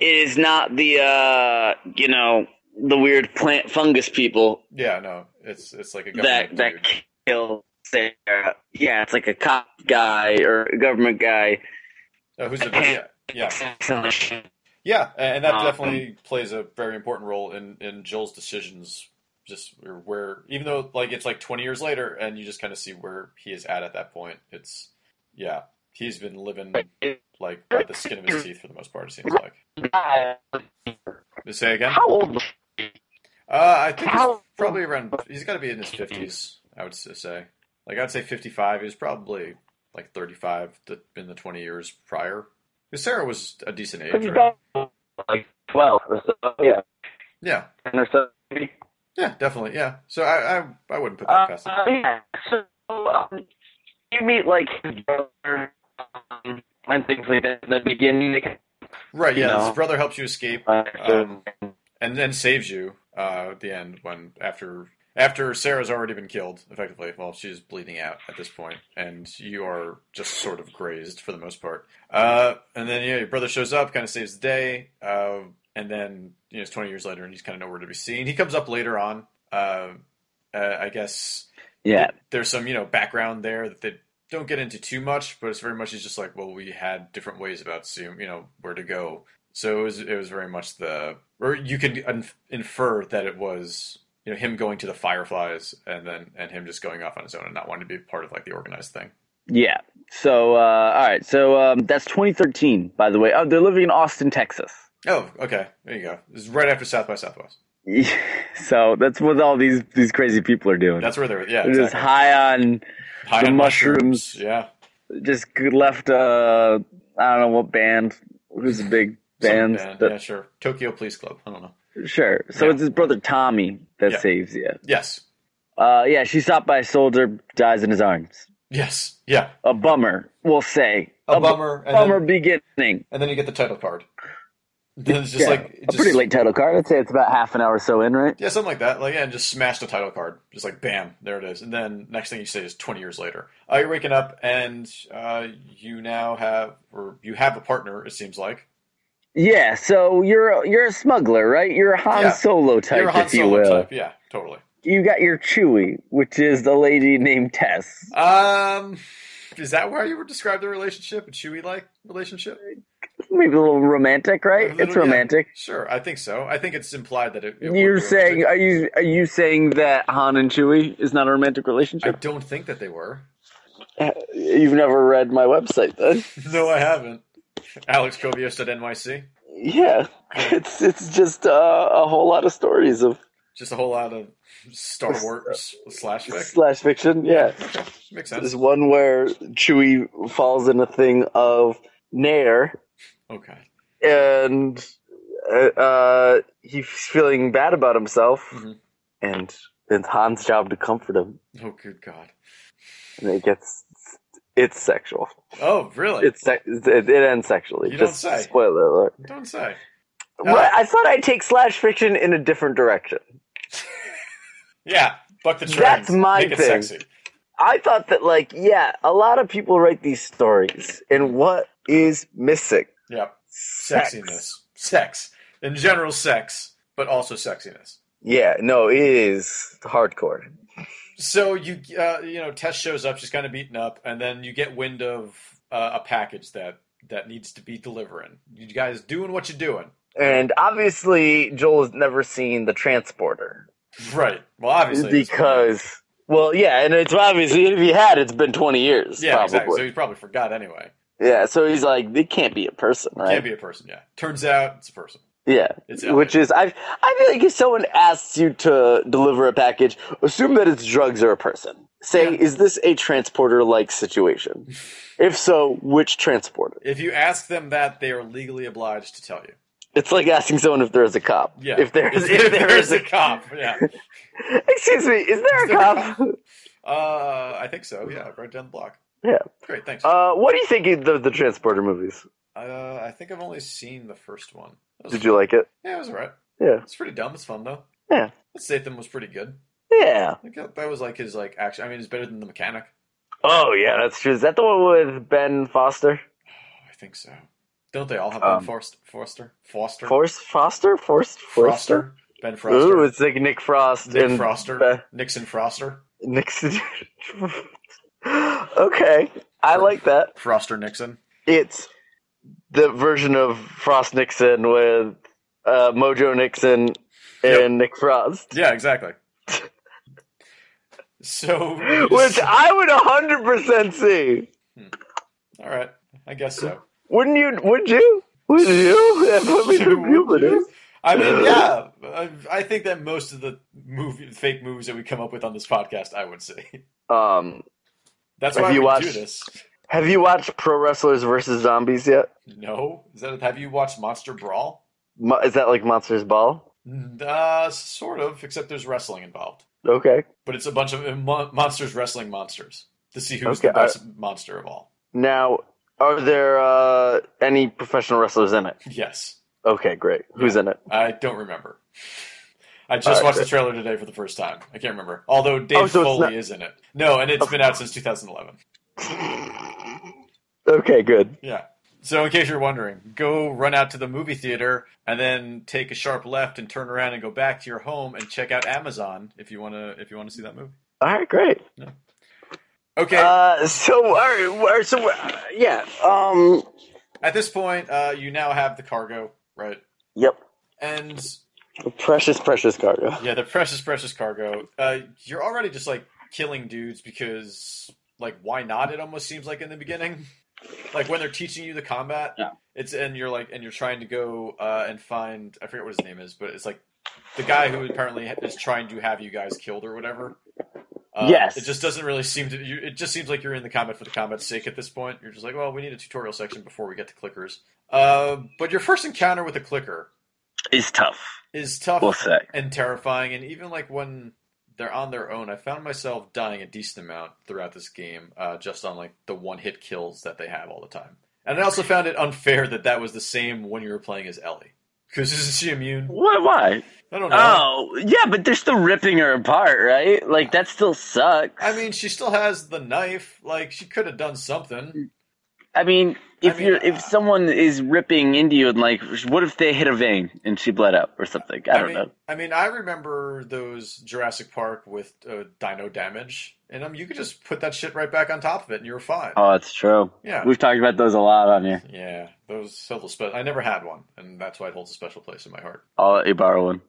S2: it is not the uh, you know the weird plant fungus people
S1: yeah, no, it's it's like a
S2: that
S1: government
S2: that
S1: dude.
S2: kills Sarah. Yeah, it's like a cop guy or a government guy.
S1: Uh, who's the yeah, yeah, yeah, and and that
S3: Um,
S1: definitely plays a very important role in in Joel's decisions. Just where- where, even though like it's like 20 years later, and you just kind of see where he is at at that point. It's yeah, he's been living like by the skin of his teeth for the most part. It seems like. To say again?
S3: How old? was-
S1: Uh, I think he's
S3: How-
S1: probably around. He's got to be in his fifties. I would s- say, like I'd say fifty-five. He was probably like thirty-five to, in the twenty years prior. 'Cause Sarah was a decent age, right?
S3: Like twelve or so. Yeah,
S1: Yeah,
S3: ten or so. maybe.
S1: yeah, definitely, yeah. So I, I, I wouldn't put
S3: Uh,
S1: that past. him.
S3: yeah. So um, you meet like his brother um, and things like that in the beginning.
S1: Right?
S3: you
S1: Yeah,
S3: know.
S1: his brother helps you escape,
S3: Uh,
S1: Um, and then saves you uh, at the end when after after Sarah's already been killed effectively. Well, she's bleeding out at this point, and you are just sort of grazed for the most part. Uh, and then yeah, your brother shows up, kind of saves the day, uh, and then you know it's twenty years later, and he's kind of nowhere to be seen. He comes up later on. Uh, uh, I guess
S2: Yeah,
S1: there's some you know background there that they don't get into too much, but it's very much it's just like well we had different ways about seeing you know where to go, so it was it was very much the or you could inf- infer that it was you know him going to the Fireflies and then and him just going off on his own and not wanting to be part of like the organized thing.
S2: Yeah. So, uh, all right. So um, that's 2013, by the way. Oh, they're living in Austin, Texas.
S1: Oh, okay, there you go. This is right after South by Southwest.
S2: so that's what all these these crazy people are doing.
S1: That's where they were. Yeah,
S2: they're just
S1: exactly.
S2: high on,
S1: High
S2: the
S1: on
S2: mushrooms.
S1: Yeah,
S2: just left. Uh, I don't know what band. Who's the big
S1: Some
S2: band?
S1: band.
S2: that-
S1: Yeah, sure. Tokyo Police Club. I don't know.
S2: Sure. So
S1: Yeah.
S2: it's his brother Tommy that
S1: Yeah.
S2: saves you.
S1: Yes,
S2: Uh, yeah, she's stopped by a soldier, dies in his arms.
S1: yes, yeah.
S2: A bummer, we'll say.
S1: A,
S2: bu-
S1: bummer, and
S2: bummer
S1: Then,
S2: beginning.
S1: and then you get the title card. Then it's just
S2: Yeah,
S1: like it
S2: a
S1: just-
S2: pretty late title card. I'd say it's about half an hour or so in, right?
S1: Yeah, something like that. Like, yeah, and just smash the title card. Just like, bam, there it is. And then next thing you say is 20 years later. Uh, you're waking up and uh, you now have, or you have a partner, it seems like.
S2: Yeah. So you're a, you're a smuggler, right? You're a Han
S1: Yeah.
S2: Solo type,
S1: You're a Han
S2: if you
S1: Solo
S2: will.
S1: type. Yeah, totally.
S2: You got your Chewie, which is the lady named Tess.
S1: Um, is that where you would describe the relationship? A Chewie like relationship?
S2: Maybe a little romantic,
S1: A
S2: right?
S1: little-
S2: it's romantic.
S1: Mm-hmm, yeah, sure, I think so. I think it's implied that it. it
S2: You're
S1: would be
S2: saying
S1: romantic.
S2: are you are you saying that Han and Chewie is not a romantic
S1: I
S2: relationship?
S1: don't think that they were.
S2: You've never read my website, then.
S1: No, I haven't. Alex Kovios at NYC.
S2: Yeah, it's it's just uh, a whole lot of stories of
S1: Just a whole lot of Star Wars slash fic.
S2: slash fiction. Yeah,
S1: Okay, makes sense.
S2: there's one where Chewie falls in a thing of Nair,
S1: Okay.
S2: and uh, uh, he's feeling bad about himself,
S1: Mhm.
S2: and it's Han's job to comfort him,
S1: Oh, good God.
S2: and it gets it's sexual.
S1: Oh, really?
S2: It's se- it, it ends sexually.
S1: You don't
S2: just
S1: say.
S2: spoiler alert.
S1: Don't say. Uh,
S2: Right, I thought I'd take slash fiction in a different direction.
S1: Yeah, buck the trend.
S2: That's my
S1: Make it
S2: thing.
S1: sexy.
S2: I thought that, like, yeah, a lot of people write these stories, and what is missing?
S1: Yeah,
S2: Sex.
S1: sexiness, sex in general, sex, but also sexiness.
S2: Yeah, no, it is hardcore.
S1: So you, uh, you know, Tess shows up. She's kind of beaten up, and then you get wind of uh, a package that that needs to be delivering. You guys doing what you're doing,
S2: And obviously, Joel has never seen the transporter
S1: right? Well, obviously that's what-
S2: because, well, yeah, and it's obviously if he had, it's been twenty years,
S1: yeah,
S2: probably.
S1: exactly. So he probably forgot anyway.
S2: yeah, so he's like, it can't be a person,
S1: Can't
S2: right?
S1: be a person. Yeah, turns out it's a person.
S2: Yeah,
S1: It's
S2: which is I, I feel like if someone asks you to deliver a package, assume that it's drugs or a person. Say,
S1: Yeah.
S2: is this a transporter-like situation? if so, which transporter?
S1: If you ask them that, they are legally obliged to tell you.
S2: It's like asking someone if there is a cop.
S1: Yeah.
S2: If there is,
S1: If there is a
S2: a,
S1: cop, yeah.
S2: excuse me, is there a
S1: there a
S2: cop?
S1: Uh, I think so. Yeah, right down the block.
S2: Yeah.
S1: Great, thanks. Uh,
S2: Uh, what do you think of the, the transporter movies?
S1: I think I've only seen the first one. That was
S2: Did you like it?
S1: Yeah, it was alright.
S2: Yeah.
S1: It's pretty dumb. It's fun though.
S2: Yeah.
S1: Statham was pretty good.
S2: Yeah.
S1: I think that, that was like his like action. I mean, it's better than the mechanic.
S2: Oh yeah, that's true. Is that the one with Ben Foster?
S1: Oh, I think so. Don't they all have
S2: Um,
S1: Ben Forst, Forster? Foster?
S2: Forrest Foster? Forrest Forster?
S1: Froster? Ben Froster.
S2: Ooh, it's like Nick Frost
S1: Nick
S2: and
S1: Froster.
S2: Ben-
S1: Nixon Froster.
S2: Nixon. okay, I like that.
S1: Froster Nixon.
S2: It's the version of Frost Nixon with uh, Mojo Nixon and
S1: Yep.
S2: Nick Frost,
S1: Yeah, exactly. so
S2: which I would hundred percent see.
S1: all right, I guess so.
S2: Wouldn't you? Would you? Would you? That put me through
S1: Would
S2: puberty.
S1: you? I mean, yeah, I, I think that most of the movie, fake movies that we come up with on this podcast, I would say
S2: Um,
S1: that's
S2: Have
S1: why
S2: you
S1: we
S2: watched-
S1: do this.
S2: have you watched Pro Wrestlers versus Zombies yet?
S1: No, is that have you watched Monster Brawl?
S2: Mo- Is that like Monsters Ball?
S1: Uh, sort of, except there's wrestling involved.
S2: Okay.
S1: But it's a bunch of uh, mon- monsters wrestling monsters to see who's
S2: Okay,
S1: the best monster of all.
S2: Now, are there uh, any professional wrestlers in it?
S1: Yes,
S2: Okay, great. Who's in it?
S1: I don't remember. I just
S2: right,
S1: watched
S2: great.
S1: the trailer today for the first time. I can't remember. Although Dave
S2: Oh, so it's
S1: Foley
S2: not- Oh.
S1: is in it. No, and it's been out since 2011.
S2: Okay, good.
S1: Yeah. So in case you're wondering, go run out to the movie theater and then take a sharp left and turn around and go back to your home and check out Amazon if you want to if you want to see that movie.
S2: All right, great.
S1: Okay.
S2: Uh, so, all right, where- so uh, yeah. Um,
S1: At this point, uh, you now have the cargo, right?
S2: yep.
S1: And
S2: Precious, precious cargo.
S1: Yeah, the precious, precious cargo. Uh, you're already just like killing dudes because, like, why not? It almost seems like in the beginning, like when they're teaching you the combat,
S3: Yeah.
S1: it's and you're like and you're trying to go uh, and find I forget what his name is, but it's like the guy who apparently is trying to have you guys killed or whatever. Uh,
S2: Yes.
S1: it just doesn't really seem to. You, it just seems like you're in the combat for the combat's sake at this point. You're just like, well, we need a tutorial section before we get to clickers. Uh, but your first encounter with a clicker
S2: It's tough.
S1: is tough
S2: We'll say.
S1: and terrifying. And even like when they're on their own, I found myself dying a decent amount throughout this game, uh, just on like the one hit kills that they have all the time. And I also found it unfair that that was the same when you were playing as Ellie, because isn't she immune?
S2: What? Why?
S1: I don't know.
S2: Oh, yeah, but they're still ripping her apart, right? Like that still sucks.
S1: I mean, she still has the knife. Like she could have done something.
S2: I mean, if
S1: mean,
S2: you're
S1: uh,
S2: if someone is ripping into you and like, what if they hit a vein and she bled out or something? I don't
S1: mean,
S2: know.
S1: I mean, I remember those Jurassic Park with uh, dino damage, and um, you could just put that shit right back on top of it, and you were fine.
S2: Oh, it's true.
S1: yeah.
S2: We've talked about those a lot on here.
S1: Yeah, those hold a special. I never had one, and that's why it holds a special place in my heart.
S2: I'll let you borrow one.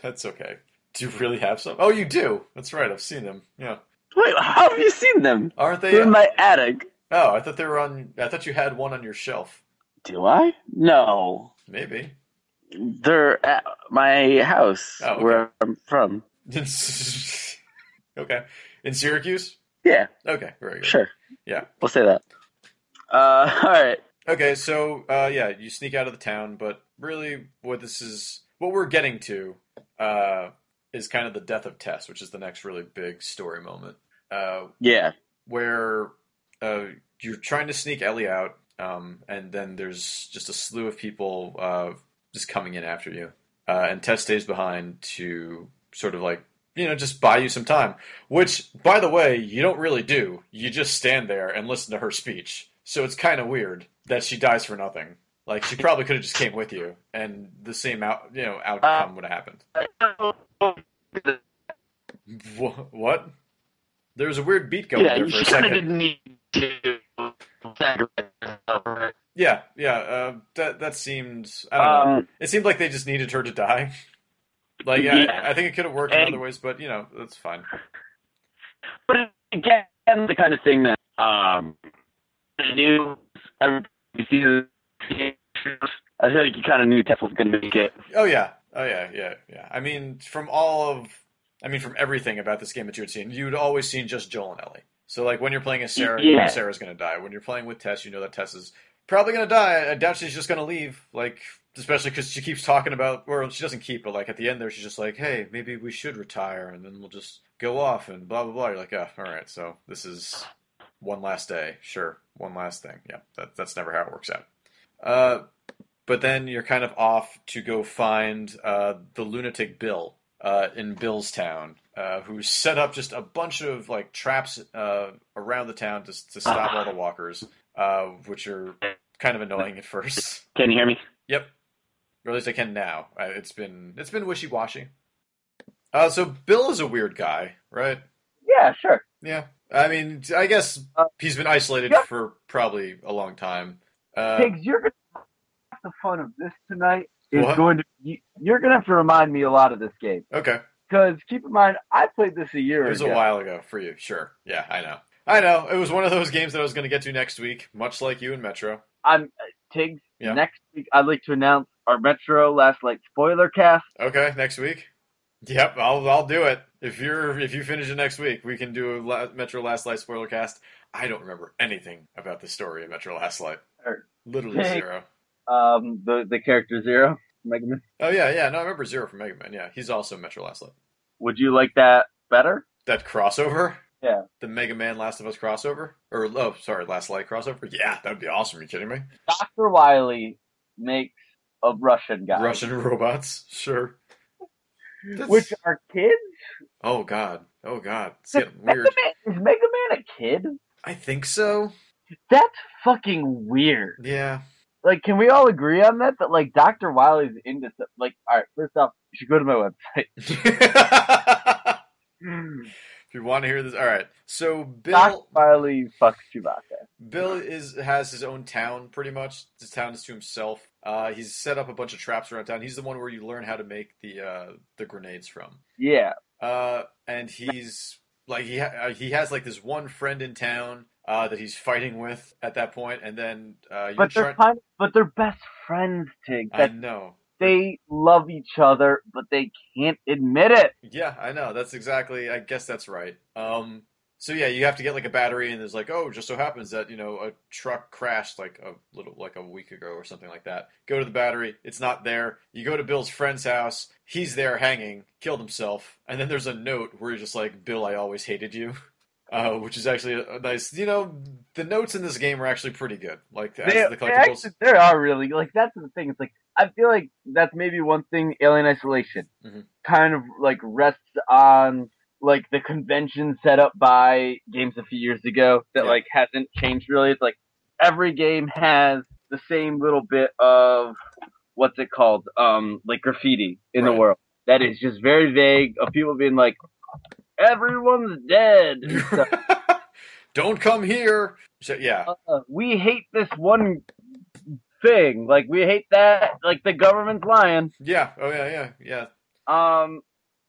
S1: that's okay. Do you really have some? Oh, you do. That's right. I've seen them. Yeah,
S2: Wait, how have you seen them?
S1: aren't they?
S2: They're in my attic.
S1: oh, I thought they were on. I thought you had one on your shelf.
S2: Do I? No,
S1: Maybe.
S2: they're at my house
S1: Oh, okay.
S2: where I'm from.
S1: okay, in Syracuse.
S2: Yeah,
S1: Okay, very good.
S2: sure.
S1: Yeah.
S2: we'll say that. Uh, all right.
S1: Okay, so uh, yeah, you sneak out of the town, but really, what this is, what we're getting to, uh, is kind of the death of Tess, which is the next really big story moment. Uh,
S2: Yeah,
S1: where uh, you're trying to sneak Ellie out, um, and then there's just a slew of people uh, just coming in after you. Uh, and Tess stays behind to sort of like, you know, just buy you some time. Which, by the way, you don't really do. You just stand there and listen to her speech. So it's kind of weird that she dies for nothing. Like she probably could have just came with you, and the same out, you know, outcome would have happened. Wha- What? There was a weird beat going
S3: yeah,
S1: there for
S3: she
S1: a
S3: kind
S1: second.
S3: of didn't need to sacrifice herself, right?
S1: Yeah, yeah. Uh, that that seemed. I don't know.
S2: um,
S1: It seemed like they just needed her to die. Like, yeah,
S3: Yeah.
S1: I, I think it could have worked in
S3: And-
S1: other ways, but you know, that's fine.
S3: But again, the kind of thing that um, I knew I see the I think you kind of knew Tesla's going to make it.
S1: Oh yeah, oh yeah, yeah, yeah. I mean, from all of, I mean, from everything about this game that you had seen, you'd always seen just Joel and Ellie. So like, when you're playing as Sarah, you know
S3: Yeah.
S1: Sarah's gonna die. When you're playing with Tess, you know that Tess is probably gonna die. I doubt she's just gonna leave. Like, especially because she keeps talking about, or she doesn't keep, but like at the end there, she's just like, "Hey, maybe we should retire, and then we'll just go off and blah blah blah." You're like, "Oh, all right, so this is one last day, sure, one last thing." Yeah, that, that's never how it works out. Uh, but then you're kind of off to go find uh, the lunatic Bill uh, in Billstown, uh, who set up just a bunch of like traps uh, around the town to, to stop all the walkers, uh, which are kind of annoying at first.
S3: Can you hear me?
S1: Yep, or at least I can now. Uh, It's been it's been wishy washy. Uh, so Bill is a weird guy, right?
S2: yeah, sure.
S1: Yeah, I mean, I guess
S2: Uh,
S1: he's been isolated
S4: yeah.
S1: for probably a long time. Uh,
S4: Pigs, you're gonna half the fun of this tonight is
S1: What?
S4: going to you, you're gonna have to remind me a lot of this game
S1: okay.
S4: because keep in mind I played this a year
S1: It was
S4: ago.
S1: a while ago for you, sure. Yeah, I know. I know. It was one of those games that I was going to get to next week, much like you and Metro.
S4: I'm Tiggs.
S1: Yeah.
S4: Next week I'd like to announce our Metro Last Light spoiler cast.
S1: Okay, next week. Yep, I'll I'll do it. If you're if you finish it next week, we can do a La- Metro Last Light spoiler cast. I don't remember anything about the story of Metro Last Light.
S4: Sure.
S1: Literally
S4: Hey.
S1: zero.
S4: Um, the the character Zero, Mega Man.
S1: Oh yeah, yeah. No, I remember zero from Mega Man. Yeah, he's also Metro Last Light.
S4: Would you like that better?
S1: That crossover.
S4: Yeah.
S1: The Mega Man Last of Us crossover, or oh, sorry, Last Light crossover. Yeah, that'd be awesome. Are you kidding me?
S4: Doctor Wiley makes a Russian guy,
S1: Russian robots, sure. That's-
S4: which are kids.
S1: Oh god. Oh god. It's
S4: Is
S1: getting
S4: Mega
S1: weird.
S4: Man, is Mega Man a kid?
S1: I think so.
S4: That's fucking weird.
S1: Yeah.
S4: like, can we all agree on that? That like Dr. Wiley's into stuff. Like, all right, first off, you should go to my website.
S1: if you want to hear this, all right. So Bill
S4: Dr. Wiley fucks Chewbacca.
S1: Bill is has his own town pretty much. His town is to himself. Uh, he's set up a bunch of traps around town. He's the one where you learn how to make the uh, the grenades from.
S4: Yeah.
S1: Uh, and he's like he ha- uh, he has like this one friend in town uh, that he's fighting with at that point, and then uh, you're
S4: But they're
S1: trying.
S4: kind of, but they're best friends, Tig.
S1: I
S4: That
S1: know.
S4: they love each other, but they can't admit it.
S1: Yeah, I know. That's exactly. I guess that's right. Um, so yeah, you have to get like a battery, and there's like, oh, just so happens that you know a truck crashed like a little like a week ago or something like that. Go to the battery, it's not there. You go to Bill's friend's house, he's there hanging, killed himself, and then there's a note where you're just like, Bill, I always hated you. Uh, which is actually a, a nice, you know, the notes in this game are actually pretty good. Like as
S4: They,
S1: the
S4: they
S1: collectibles,
S4: actually, there are really like that's the thing. It's like I feel like that's maybe one thing. Alien Isolation
S1: Mhm.
S4: kind of like rests on like the convention set up by games a few years ago that
S1: Yeah.
S4: like hasn't changed really. It's like every game has the same little bit of what's it called um like graffiti in
S1: Right.
S4: the world that is just very vague of people being like everyone's dead. and stuff.
S1: don't come here. So, yeah,
S4: uh, we hate this one thing. Like we hate that. Like the government's lying.
S1: yeah, oh yeah, yeah, yeah.
S4: Um,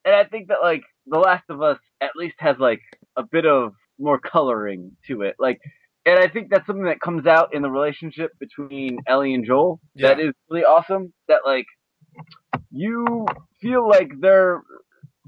S4: and I think that like The Last of Us at least has like a bit of more coloring to it. Like, and I think that's something that comes out in the relationship between Ellie and Joel. That is really awesome. That like you feel like they're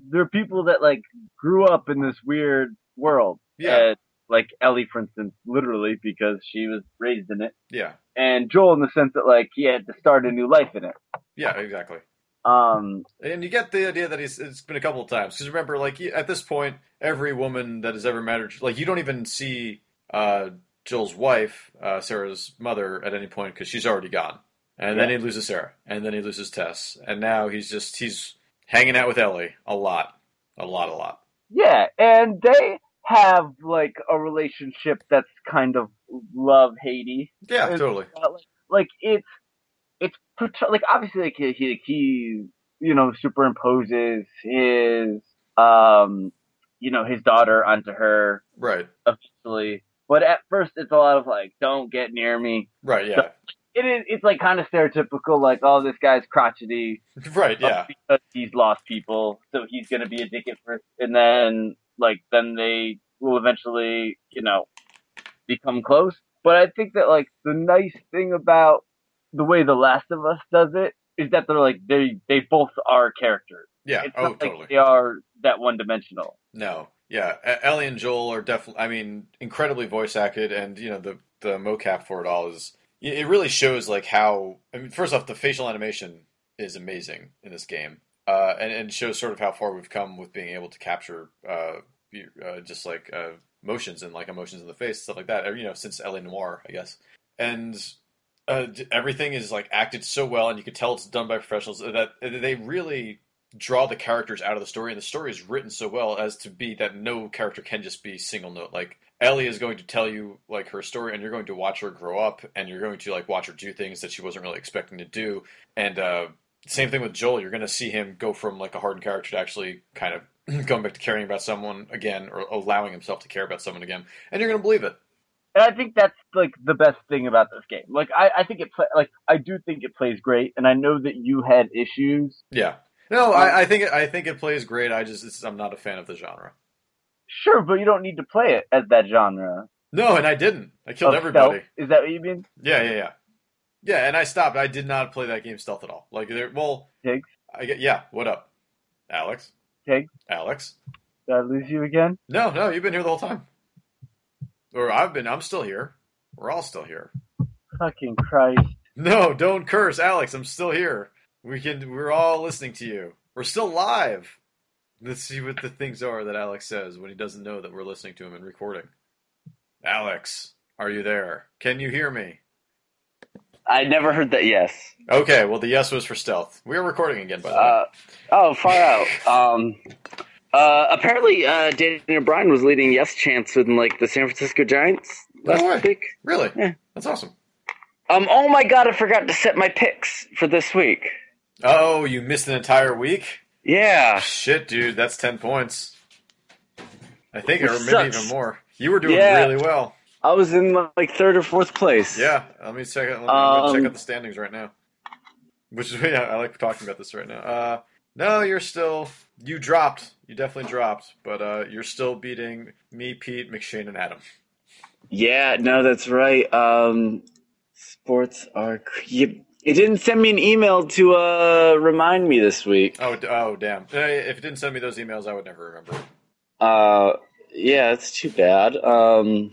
S4: they're people that like grew up in this weird world.
S1: Yeah.
S4: And, like Ellie, for instance, literally because she was raised in it,
S1: Yeah,
S4: and Joel in the sense that like he had to start a new life in it.
S1: yeah, exactly.
S4: Um,
S1: And you get the idea that he's it's been a couple of times because remember, like you- at this point, every woman that has ever mattered, like you don't even see uh, Jill's wife, uh, Sarah's mother, at any point because she's already gone. And then he loses Sarah, and then he loses Tess, and now he's just he's hanging out with Ellie a lot, a lot, a lot.
S4: Yeah, and they have like a relationship that's kind of love hatey.
S1: Yeah,
S4: It's-
S1: totally.
S4: Uh, like, like it's it's portray- like obviously like he, he he you know superimposes his um you know his daughter onto her
S1: Right,
S4: eventually, but at first it's a lot of like don't get near me.
S1: right, yeah,
S4: It is it's like kind of stereotypical like oh this guy's crotchety
S1: right, yeah,
S4: because he's lost people, so he's gonna be a dick at first, and then like then they will eventually, you know, become close. But I think that like the nice thing about the way The Last of Us does it is that they're like they they both are characters.
S1: yeah.
S4: It's
S1: Oh,
S4: not like
S1: totally.
S4: they are that one dimensional.
S1: No, yeah, E- Ellie and Joel are definitely. I mean, incredibly voice acted, and you know the the mocap for it all is. It it really shows like how. I mean, first off, the facial animation is amazing in this game, uh, and and shows sort of how far we've come with being able to capture uh, you- uh, just like uh, motions and like emotions in the face, stuff like that. or, You know, since Ellie Noir, I guess, and. Uh, d- everything is like acted so well, and you could tell it's done by professionals. uh, That uh, they really draw the characters out of the story, and the story is written so well as to be that no character can just be single note. Like Ellie is going to tell you like her story, and you're going to watch her grow up, and you're going to like watch her do things that she wasn't really expecting to do. And uh, same thing with Joel, you're going to see him go from like a hardened character to actually kind of going back to caring about someone again, or allowing himself to care about someone again, and you're going to believe it.
S4: And I think that's like the best thing about this game. Like I, I think it play, like I do think it plays great, and I know that you had issues.
S1: Yeah. No, I, I think it, I think it plays great. I just it's, I'm not a fan of the genre.
S4: Sure, but you don't need to play it as that genre.
S1: No, and I didn't. I killed
S4: of
S1: everybody.
S4: stealth. Is that what you mean?
S1: Yeah, yeah, yeah, yeah. And I stopped. I did not play that game stealth at all. Like, there, well,
S4: Tiggs?
S1: I get yeah. What up, Alex?
S4: Tiggs?
S1: Alex?
S4: Did I lose you again?
S1: No, no, you've been here the whole time. Or I've been. I'm still here. We're all still here.
S4: Fucking Christ.
S1: No, don't curse, Alex. I'm still here. We can. We're all listening to you. We're still live. Let's see what the things are that Alex says when he doesn't know that we're listening to him and recording. Alex, are you there? Can you hear me?
S2: I never heard that. Yes.
S1: Okay. Well, the yes was for stealth. We are recording again, by the way.
S2: Uh, oh, far out. Um, uh, apparently, uh, Daniel Bryan was leading yes chance with like the San Francisco Giants
S1: No
S2: last
S1: way.
S2: week.
S1: Really?
S2: Yeah.
S1: That's awesome.
S2: Um, oh my god, I forgot to set my picks for this week.
S1: Oh, you missed an entire week? Ah,
S2: Yeah.
S1: Shit, dude, that's 10 points. I think,
S2: Which
S1: or maybe
S2: sucks.
S1: even more. You were doing
S2: Yeah.
S1: really well.
S2: I was in like third or fourth place.
S1: Yeah, let me check out, let me go
S2: Um,
S1: check out the standings right now. Which is yeah, I like talking about this right now. Uh, no, you're still you dropped. You definitely dropped, but uh, you're still beating me, Pete, McShane, and Adam.
S2: Yeah, no, that's right. Um, sports are. cr- You, it didn't send me an email to uh, remind me this week.
S1: Oh, d- oh, damn! Uh, If you didn't send me those emails, I would never remember.
S2: Uh, yeah, it's too bad. Um,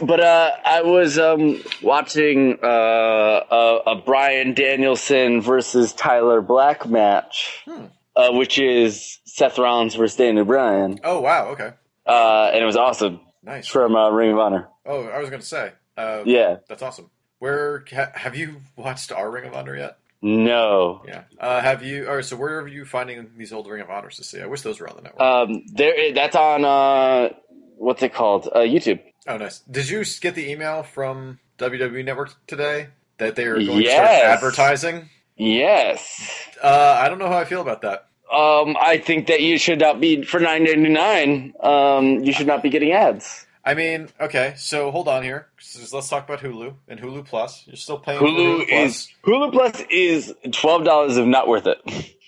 S2: but uh, I was um, watching uh, a, a Brian Danielson versus Tyler Black match,
S1: Hmm.
S2: uh, which is Seth Rollins versus Daniel Bryan,
S1: Oh, wow. Okay,
S2: uh, and it was awesome It's
S1: nice.
S2: from uh, Ring of Honor.
S1: Oh, I was gonna say. Uh,
S2: Yeah,
S1: That's awesome. Where ha- have you watched our Ring of Honor yet?
S2: no.
S1: Yeah. Uh, have you? Or so where are you finding these old Ring of Honors to see? I wish those were on the network.
S2: Um, there, that's on uh, what's it called? Uh, YouTube.
S1: oh, nice. Did you get the email from WWE Network today that they are going to
S2: Yes.
S1: start advertising?
S2: Yes.
S1: Uh, I don't know how I feel about that.
S2: Um, I think that you should not be for nine ninety nine. Um, you should not be getting ads.
S1: I mean, okay, so hold on here. So Let's talk about Hulu and Hulu Plus. You're still paying for
S2: Hulu
S1: Hulu Plus.
S2: is Hulu Plus is twelve dollars if not worth it.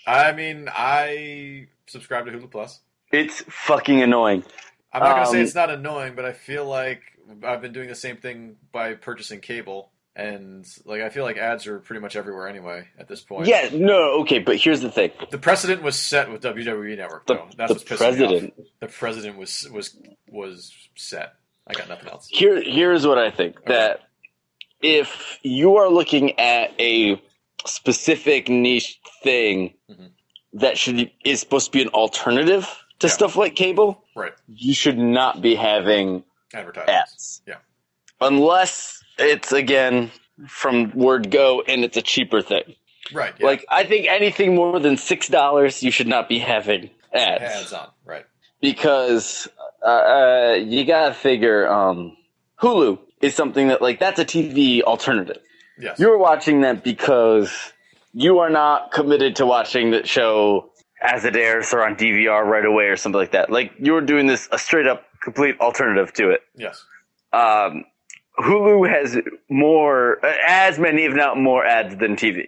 S1: I mean, I subscribe to Hulu Plus.
S2: It's fucking annoying.
S1: I'm not gonna
S2: Um,
S1: say it's not annoying, but I feel like I've been doing the same thing by purchasing cable, and like I feel like ads are pretty much everywhere anyway at this point.
S2: Yeah, no, okay, but here's the thing:
S1: the precedent was set with WWE Network,
S2: the,
S1: though. That's
S2: the
S1: what's pissing me
S2: president.
S1: off. The president was was was set. I got nothing else.
S2: Here, here's what I think: that if you are looking at a specific niche thing
S1: Mhm.
S2: that should is supposed to be an alternative to
S1: Yeah.
S2: stuff like cable,
S1: Right,
S2: you should not be having
S1: advertisements.
S2: ads.
S1: Yeah.
S2: Unless it's again from word go and it's a cheaper thing.
S1: Right, yeah.
S2: Like I think anything more than six dollars, you should not be having ads
S1: ads on. Right,
S2: because uh, uh, you gotta figure um, Hulu is something that like that's a TV alternative.
S1: yes,
S2: You're watching that because you are not committed to watching that show as it airs or on DVR right away or something like that. Like you're doing this a straight up complete alternative to it
S1: yes,
S2: um, Hulu has more, uh, as many, if not more, ads than TV.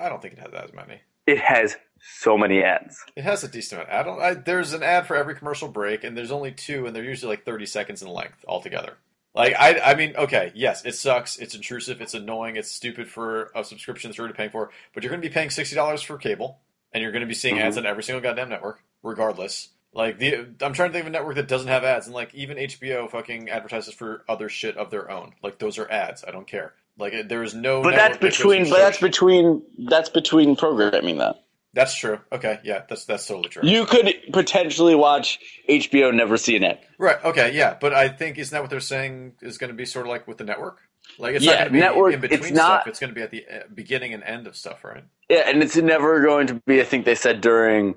S1: I don't think it has as many.
S2: It has so many ads.
S1: It has a decent amount. I don't. I, there's an ad for every commercial break, and there's only two, and they're usually like 30 seconds in length altogether. Like I, I mean, okay, yes, it sucks. It's intrusive. It's annoying. It's stupid for a subscription that you're already paying for. But you're going to be paying sixty dollars for cable, and you're going to be seeing ads on
S2: Mm-hmm.
S1: every single goddamn network, regardless. Like the, I'm trying to think of a network that doesn't have ads, and like even HBO fucking advertises for other shit of their own. Like those are ads. I don't care. Like it- there is no.
S2: But
S1: network
S2: that's
S1: that goes
S2: between.
S1: to
S2: But that's
S1: church.
S2: between. That's between programming. That
S1: that's true. Okay, yeah, that's that's totally true.
S2: you could potentially watch HBO, never see an ad.
S1: Right. Okay. Yeah. But I think isn't that what they're saying is going to be sort of like with the network? Like it's not going
S2: Yeah,
S1: to be
S2: network,
S1: in between
S2: it's not-
S1: stuff. It's going to be at the uh, beginning and end of stuff, right?
S2: Yeah, and it's never going to be. I think they said during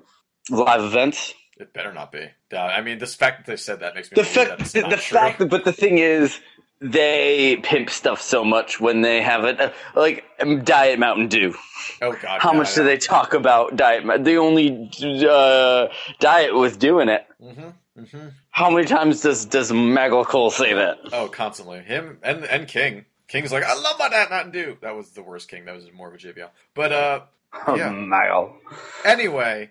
S2: live events.
S1: It better not be. Uh, I mean, the fact that they said that makes me
S2: The
S1: believe that
S2: fact.
S1: it's
S2: The,
S1: not
S2: the
S1: true.
S2: fact. That, but the thing is. They pimp stuff so much when they have it, uh, like um, Diet Mountain Dew.
S1: oh God.
S2: How
S1: yeah,
S2: much do they talk about diet? ma- The only uh, diet was doing it.
S1: Mm-hmm. Mm-hmm.
S2: How many times does does Maggle say that?
S1: Oh, constantly him and and King. King's like, I love my Diet Mountain Dew. That was the worst King. That was more of a JBL. But uh,
S2: Oh,
S1: Yeah.
S2: Maggle.
S1: anyway,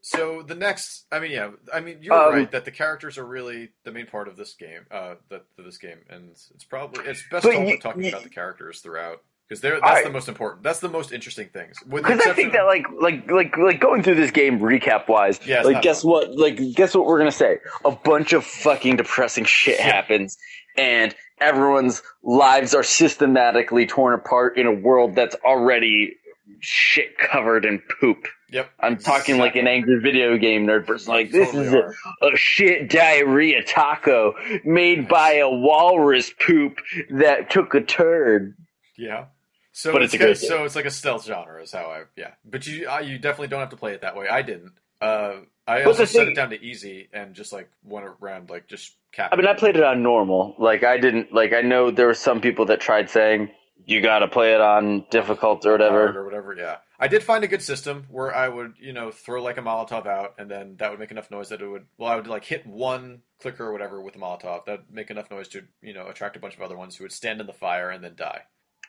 S1: so the next, I mean, yeah, I mean, you're
S2: Um,
S1: right that the characters are really the main part of this game. Uh, that of this game, and it's probably it's best
S2: But
S1: told
S2: you-
S1: by talking
S2: you-
S1: about the characters throughout because they're that's
S2: Alright.
S1: the most important. That's the most interesting things. With the
S2: Because I
S1: exception-
S2: think that like like like like going through this game recap wise,
S1: Yeah, it's
S2: like
S1: not
S2: guess
S1: fun.
S2: what? Like guess what we're gonna say? A bunch of fucking depressing shit
S1: Yeah.
S2: happens, and everyone's lives are systematically torn apart in a world that's already shit covered in poop.
S1: yep,
S2: I'm talking like an angry video game nerd person. Like this
S1: Totally
S2: is a
S1: are.
S2: a shit diarrhea taco made by a walrus poop that took a turn.
S1: yeah. So
S2: But
S1: it's,
S2: it's a great
S1: kind- so it's like a stealth genre is how I yeah. But you uh, you definitely don't have to play it that way. I didn't. Uh, I
S2: But
S1: also
S2: the
S1: set
S2: thing-
S1: it down to easy and just like went around like just
S2: I
S1: capping.
S2: mean, I played it on normal. Like, I didn't, like, I know there were some people that tried saying, you gotta play it on difficult or
S1: card
S2: whatever.
S1: or whatever. Yeah, I did find a good system where I would, you know, throw like a Molotov out, and then that would make enough noise that it would. Well, I would like hit one clicker or whatever with a Molotov. That'd make enough noise to, you know, attract a bunch of other ones who would stand in the fire and then die.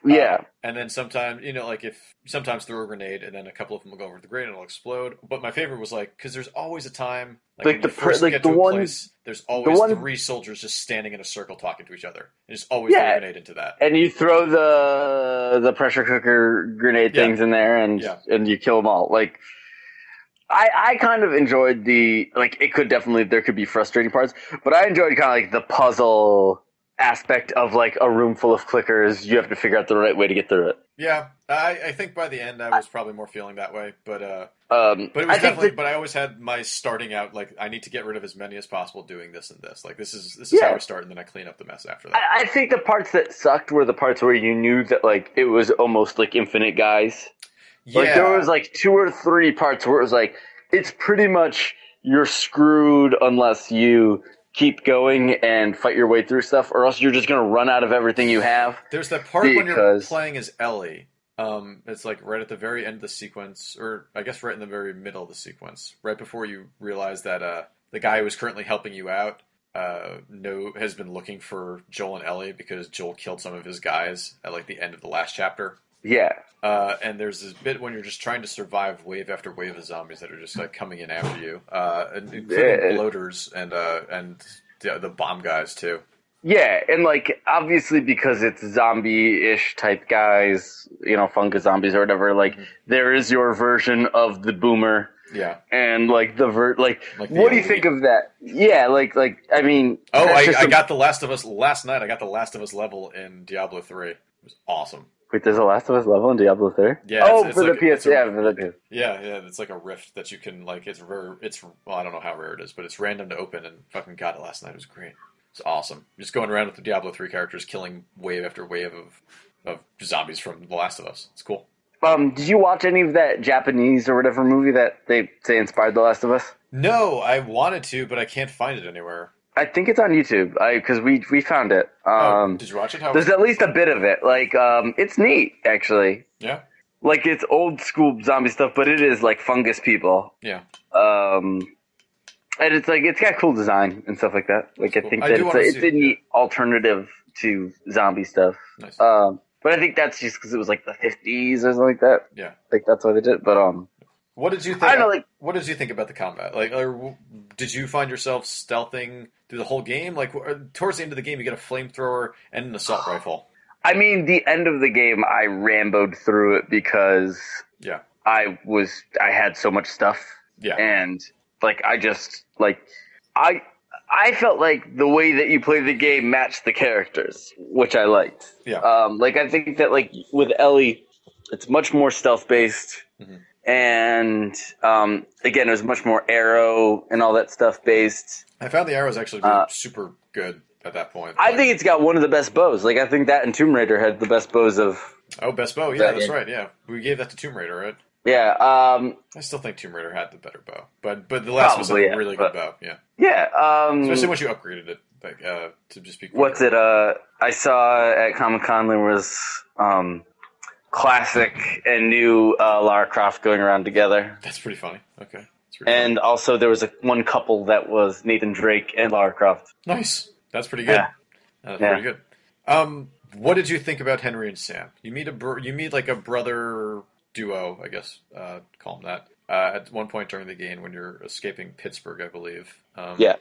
S4: yeah.
S1: And then sometimes, you know, like if sometimes throw a grenade and then a couple of them will go over the grenade and it'll explode. But my favorite was like, because there's always a time, like,
S4: Like
S1: when
S4: the
S1: you
S4: per-
S1: first
S4: like
S1: get
S4: the
S1: to a
S4: one-
S1: place, there's always
S4: one-
S1: three soldiers just standing in a circle talking to each other. And just always throw
S4: Yeah.
S1: a grenade into that.
S4: and you throw the the pressure cooker grenade
S1: Yeah.
S4: things in there and
S1: Yeah.
S4: and you kill them all like I, I kind of enjoyed the like it could definitely there could be frustrating parts but i enjoyed kind of like the puzzle aspect of like a room full of clickers you have to figure out the right way to get through it
S1: Yeah, I, I think by the end I was probably more feeling that way, but uh,
S4: um
S1: but it
S4: i
S1: was
S4: think
S1: definitely.
S4: that-
S1: But I always had my starting out like I need to get rid of as many as possible doing this and this. Like this is this is
S4: Yeah.
S1: how I start, and then I clean up the mess after that.
S4: I, I think the parts that sucked were the parts where you knew that like it was almost like infinite guys
S1: yeah,
S4: Like there was like two or three parts where it was like it's pretty much you're screwed unless you keep going and fight your way through stuff, or else you're just gonna run out of everything you have.
S1: There's that part when you're
S4: Because-
S1: playing as Ellie. Um, it's like right at the very end of the sequence, or I guess right in the very middle of the sequence, right before you realize that uh, the guy who is currently helping you out uh, no has been looking for Joel and Ellie because Joel killed some of his guys at like the end of the last chapter.
S4: Yeah,
S1: Uh, and there's this bit when you're just trying to survive wave after wave of zombies that are just like coming in after you, uh, and including
S4: Yeah.
S1: bloaters and uh, and the, the bomb guys too.
S4: yeah, and like obviously because it's zombie-ish type guys, you know, fungus zombies or whatever. Like
S1: Mm-hmm.
S4: there is your version of the boomer.
S1: Yeah.
S4: And like the ver, like,
S1: Like the
S4: what do you
S1: elite.
S4: think of that? Yeah, like, like I mean,
S1: Oh,
S4: that's
S1: I,
S4: just
S1: I
S4: a-
S1: got the Last of Us last night. I got the Last of Us level in Diablo three. It was awesome.
S4: Wait, there's a Last of Us level in Diablo Three.
S1: Yeah,
S4: Oh,
S1: it's- it's
S4: for
S1: like-
S4: the PS.
S1: it's a-
S4: Yeah, for the
S1: Yeah, yeah. It's like a rift that you can like. It's rare. It's well, I don't know how rare it is, but it's random to open. And fucking got it last night. It was great. It's awesome. Just going around with the Diablo three characters, killing wave after wave of of zombies from The Last of Us. It's cool.
S4: Um, did you watch any of that Japanese or whatever movie that they say inspired The Last of Us?
S1: No, I wanted to, but I can't find it anywhere.
S4: I think it's on YouTube. I because we we found it.
S1: Oh,
S4: Um,
S1: did you watch it? How?
S4: there's at least a bit of it. Like, um, it's neat actually.
S1: yeah,
S4: Like it's old school zombie stuff, but it is like fungus people.
S1: yeah.
S4: Um, and it's like it's got cool design and stuff like that. Like I
S1: Cool.
S4: think
S1: I
S4: that
S1: do
S4: it's a,
S1: wanna
S4: it's
S1: see
S4: a
S1: it, yeah.
S4: neat alternative to zombie stuff.
S1: Nice.
S4: Um, but I think that's just because it was like the 50s or something like that.
S1: Yeah.
S4: Like that's why they did. it. But um,
S1: What did you think?
S4: I don't know. Like
S1: what did you think about the combat? Like, or w- did you find yourself stealthing through the whole game? Like, w- towards the end of the game, you get a flamethrower and an assault rifle.
S4: I mean, the end of the game, I ramboed through it because
S1: Yeah,
S4: I was I had so much stuff,
S1: yeah,
S4: and like I just like I I felt like the way that you play the game matched the characters, which I liked.
S1: yeah,
S4: Um, like I think that like with Ellie, it's much more stealth based,
S1: Mhm.
S4: and um, again, it was much more arrow and all that stuff based.
S1: I found the arrows actually really
S4: uh,
S1: super good at that point.
S4: I
S1: Like,
S4: think it's got one of the best bows. Like I think that and Tomb Raider had the best bows of.
S1: oh, best bow. Yeah,
S4: that
S1: that's
S4: in-
S1: right. Yeah, we gave that to Tomb Raider. Right?
S4: Yeah, um,
S1: I still think Tomb Raider had the better bow, but but the last was a
S4: Probably, yeah,
S1: really
S4: but-
S1: good bow. Yeah,
S4: yeah. Um,
S1: especially once you upgraded it like, uh, to just be.
S4: what's
S1: quicker.
S4: it? Uh, I saw at Comic Con there was um, classic and new uh, Lara Croft going around together,
S1: That's pretty funny. Okay, That's pretty
S4: and also there was a, one couple that was Nathan Drake and Lara Croft.
S1: funny. nice. That's pretty good. Uh,
S4: Yeah.
S1: That's
S4: Yeah.
S1: pretty good. Um, what did you think about Henry and Sam? You meet a br- you meet like a brother duo, I guess. Uh, call them that. Uh, at one point during the game when you're escaping Pittsburgh, I believe. Um,
S4: Yeah.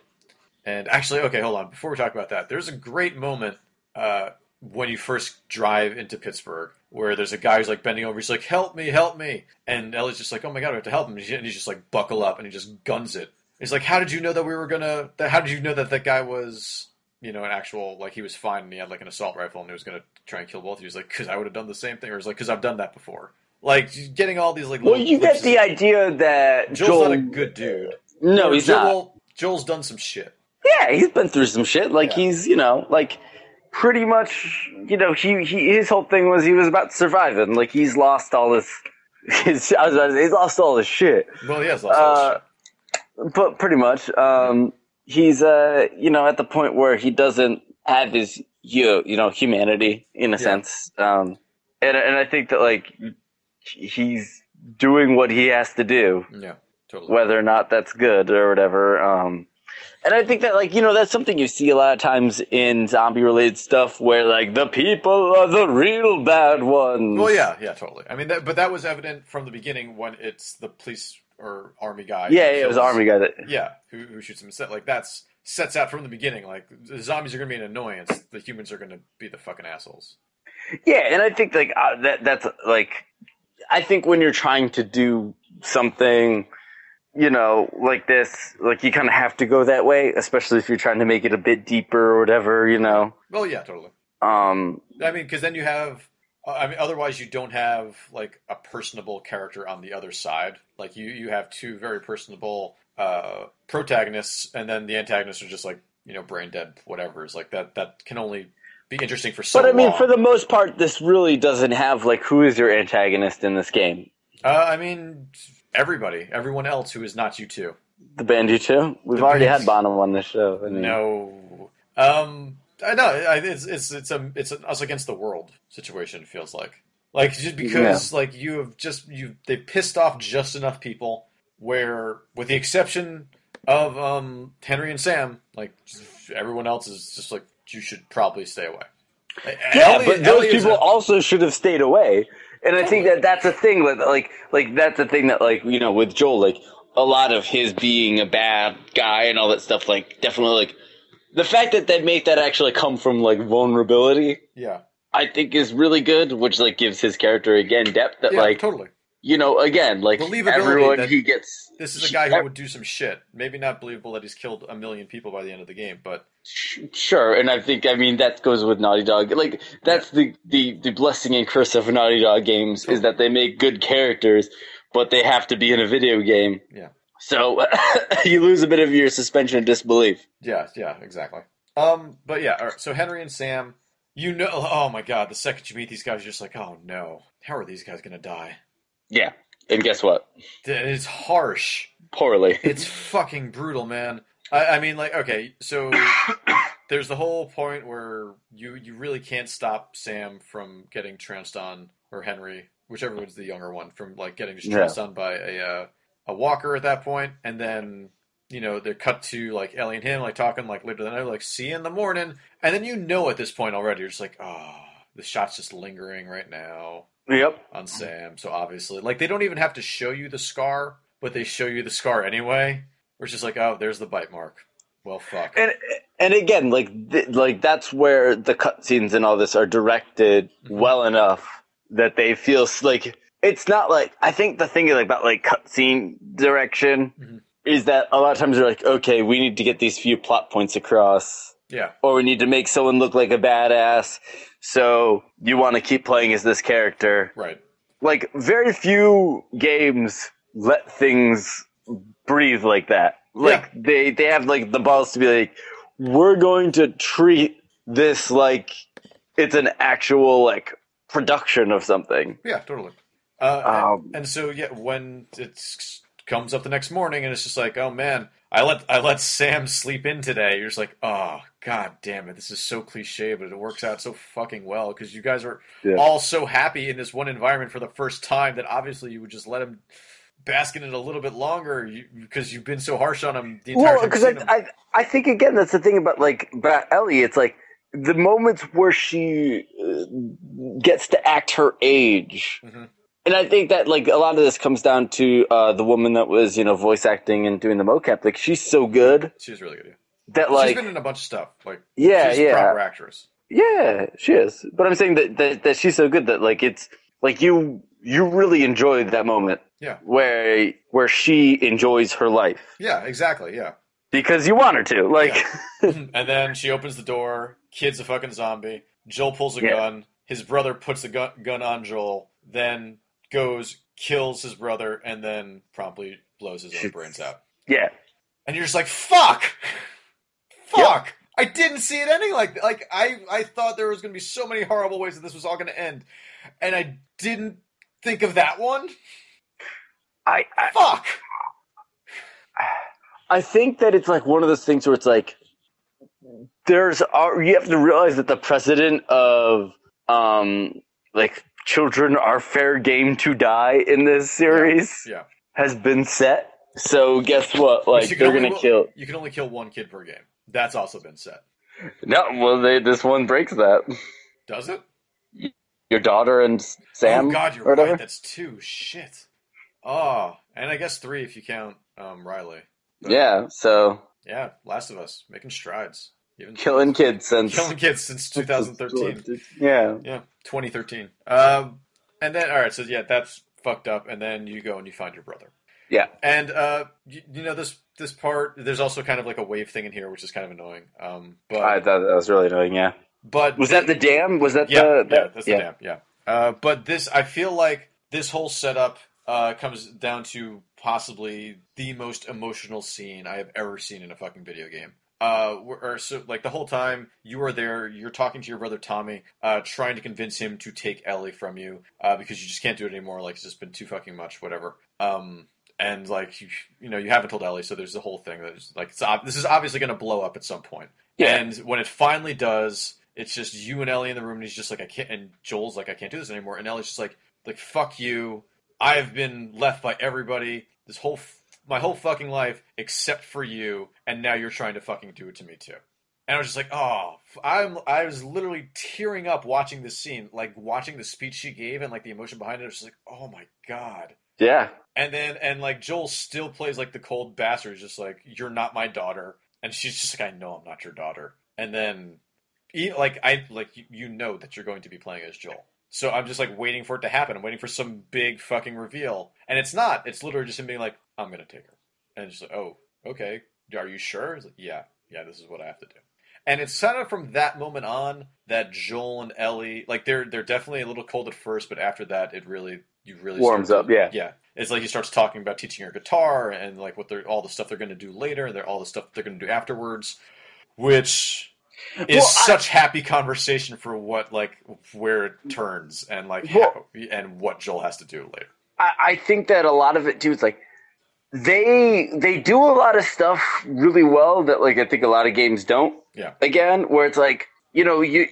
S1: And actually, okay, hold on. Before we talk about that, there's a great moment uh, when you first drive into Pittsburgh where there's a guy who's like bending over. He's like, "Help me, help me!" And Ellie's just like, "Oh my god, we have to help him!" And he- and he's just like, "Buckle up!" And he just guns it. He's like, "How did you know that we were gonna? That, how did you know that that guy was?" you know, an actual like he was fine and he had like an assault rifle and he was gonna try and kill both. of you. He was like, "Cause I would have done the same thing," or he's like, "Cause I've done that before." Like getting all these like.
S4: Well,
S1: little
S4: you get
S1: glimpses-
S4: the idea that
S1: Joel's
S4: Joel.
S1: not a good dude.
S4: no, he's not.
S1: Joel, Joel's done some shit.
S4: Yeah, he's been through some shit. Like
S1: Yeah.
S4: he's, you know, like pretty much, you know, he, he his whole thing was he was about surviving. Like he's lost all his, his I was about to say, he's lost all his shit.
S1: Well, he has lost all
S4: Uh,
S1: his shit.
S4: But pretty much, um, he's uh, you know, at the point where he doesn't have his you, you know, humanity in a
S1: Yeah.
S4: sense. Um, and and I think that like he's doing what he has to do
S1: Yeah, totally.
S4: whether or not that's good or whatever. Um,
S2: And I think that, like, you know, that's something you see a lot of times in zombie related stuff where, like, the people are the real bad ones.
S1: Well, yeah, yeah, totally. I mean, that, but that was evident from the beginning when it's the police or army guy. who
S2: Yeah, yeah, it was
S1: kills-
S2: army guy that.
S1: Yeah, who, who shoots him instead? Like that's sets out from the beginning. Like the zombies are going to be an annoyance. The humans are going to be the fucking assholes.
S2: Yeah, and I think like uh, that that's like I think when you're trying to do something you know like this like you kind of have to go that way especially if you're trying to make it a bit deeper or whatever you know
S1: Well, yeah, totally.
S2: um
S1: I mean, because then you have. I mean, otherwise you don't have like a personable character on the other side. Like you, you have two very personable uh, protagonists, and then the antagonists are just like you know brain dead, whatever. Is like that. That can only be interesting for so
S2: but i mean
S1: long.
S2: for the most part this really doesn't have like who is your antagonist in this game
S1: uh, I mean, everybody, everyone else who is not you two.
S2: the bandit 2 we've
S1: The
S2: already
S1: Bandit.
S2: had bono on the show I mean.
S1: No. Um. I know. I- It's it's it's a it's an us against the world situation. It feels like like just because like you have just you they pissed off just enough people where with the exception of um Henry and Sam, like everyone else is just like you should probably stay away.
S2: Yeah,
S1: Ellie-
S2: but
S1: Ellie
S2: those
S1: is
S2: people
S1: a-
S2: also should have stayed away. And I think that that's a thing that like like that's a thing that like you know with Joel like a lot of his being a bad guy and all that stuff like definitely like the fact that they make that actually come from like vulnerability
S1: yeah,
S2: I think is really good which like gives his character again depth that
S1: yeah,
S2: like
S1: totally.
S2: you know again like
S1: Believability
S2: everyone
S1: that-
S2: he gets
S1: This is a guy who would do some shit. Maybe not believable that he's killed a million people by the end of the game, but
S2: Sure, and I think I mean that goes with Naughty Dog. Like that's the, the the blessing and curse of Naughty Dog games is that they make good characters, but they have to be in a video game.
S1: Yeah.
S2: So you lose a bit of your suspension of disbelief.
S1: Yeah, yeah, exactly. Um, but yeah, all right, so Henry and Sam, you know, oh my God, the second you meet these guys, you're just like, oh no, how are these guys gonna die?
S2: Yeah. And guess what?
S1: Th- It's harsh.
S2: Poorly.
S1: It's fucking brutal, man. I, I mean, like, okay, so there's the whole point where you you really can't stop Sam from getting trounced on, or Henry, whichever one's the younger one, from like getting just
S2: Yeah.
S1: trounced on by a uh, a walker at that point, and then you know they're cut to like Ellie and him like talking like later that night, like see you in the morning, and then you know at this point already you're just like, oh, the shot's just lingering right now
S2: Yep.
S1: on Sam. So obviously, like they don't even have to show you the scar, but they show you the scar anyway. We're just like, oh, there's the bite mark. Well, fuck.
S2: And and again, like th- like that's where the cutscenes and all this are directed
S1: Mm-hmm.
S2: well enough that they feel s- like it's not like I think the thing like about like cutscene direction
S1: Mhm.
S2: is that a lot of times you're like, okay, we need to get these few plot points across,
S1: yeah,
S2: or we need to make someone look like a badass, so you want to keep playing as this character.
S1: right.
S2: Like very few games let things breathe like that. Like they they have like the balls to be like, we're going to treat this like it's an actual like production of something.
S1: Yeah, totally. Uh, and-
S2: Um,
S1: and, so yeah, when it comes up the next morning, and it's just like, oh man, I let I let Sam sleep in today. You're just like, oh god damn it, this is so cliche, but it works out so fucking well because you guys are
S2: Yeah.
S1: all so happy in this one environment for the first time that obviously you would just let him bask in it a little bit longer because you, have been so harsh on him the entire
S2: Well,
S1: time. you've
S2: because I,
S1: seen him.
S2: I I think again that's the thing about like about Ellie. It's like the moments where she uh, gets to act her age.
S1: Mhm.
S2: And I think that like a lot of this comes down to uh, the woman that was you know voice acting and doing the mocap. Like she's so good
S1: she's really good. Yeah.
S2: that like
S1: she's been in a bunch of stuff. Like
S2: yeah
S1: she's a
S2: yeah
S1: proper actress.
S2: Yeah, she is. But I'm saying that, that that she's so good that like it's like you you really enjoyed that moment.
S1: Yeah.
S2: Where where she enjoys her life
S1: Yeah, exactly. Yeah.
S2: because you want her to. Like
S1: and then she opens the door. Kid's a fucking zombie. Joel pulls a
S2: Yeah.
S1: gun. His brother puts the gun, gun on Joel. Then goes kills his brother, and then promptly blows his own
S2: Shoots.
S1: brains out.
S2: yeah.
S1: And you're just like, "Fuck, fuck." I didn't see it ending like that. Like I, I thought there was going to be so many horrible ways that this was all going to end, and I didn't think of that one.
S2: I, I
S1: Fuck.
S2: I think that it's like one of those things where it's like there's al- you have to realize that the precedent of um like children are fair game to die in this series
S1: Yeah.
S2: has been set So guess what?
S1: Which
S2: Like
S1: you can
S2: they're
S1: only-
S2: gonna kill.
S1: You can only kill one kid per game. That's also been set.
S2: No, well they this one breaks that.
S1: Does it?
S2: Your daughter and S- Sam.
S1: oh God, you're
S2: or whatever.
S1: right. That's two. Shit. Oh, and I guess three if you count um, Riley.
S2: Yeah. So
S1: Yeah, Last of Us making strides. Even
S2: killing kids since
S1: killing kids since 2013.
S2: Yeah.
S1: Yeah, 2013. Um, and then all right, so yeah, that's fucked up. And then you go and you find your brother.
S2: Yeah.
S1: And uh, you, you know this this part. There's also kind of like a wave thing in here, which is kind of annoying. Um, but
S2: I thought that was really annoying. Yeah.
S1: but
S2: Was that the dam? Was that
S1: yeah,
S2: the?
S1: yeah, that's
S2: yeah.
S1: the dam. Yeah. Uh, but this, I feel like this whole setup uh, comes down to possibly the most emotional scene I have ever seen in a fucking video game. Uh, where- or so, like the whole time you are there, you're talking to your brother Tommy, uh, trying to convince him to take Ellie from you, uh, because you just can't do it anymore. Like it's just been too fucking much, whatever. Um, and like you, you know, you haven't told Ellie, so there's the whole thing that is like it's ob- this is obviously going to blow up at some point.
S2: Yeah.
S1: And when it finally does, it's just you and Ellie in the room, and he's just like, I can't. And Joel's like, I can't do this anymore. And Ellie's just like, like fuck you. I have been left by everybody this whole f- my whole fucking life except for you, and now you're trying to fucking do it to me too. And I was just like, oh, f- I'm I was literally tearing up watching this scene, like watching the speech she gave and like the emotion behind it. I was just like, oh my god.
S2: Yeah.
S1: And then and like Joel still plays like the cold bastard, He's just like you're not my daughter, and she's just like I know I'm not your daughter. And then e- like I like you, you know that you're going to be playing as Joel. So I'm just like waiting for it to happen. I'm waiting for some big fucking reveal, and it's not. It's literally just him being like I'm gonna take her, and it's just like oh okay, are you sure? It's like, yeah, yeah, this is what I have to do. And it's kind of from that moment on that Joel and Ellie like they're they're definitely a little cold at first, but after that it really you really
S2: Warms
S1: start to-
S2: up, yeah.
S1: yeah. It's like he starts talking about teaching her guitar and like what they're all the stuff they're going to do later and they're all the stuff they're going to do afterwards, which is
S2: Well, I-
S1: such happy conversation for what like where it turns and like
S2: Well-
S1: how, and what Joel has to do later.
S2: I, I think that a lot of it too is like they they do a lot of stuff really well that like I think a lot of games don't.
S1: Yeah.
S2: Again, where it's like you know you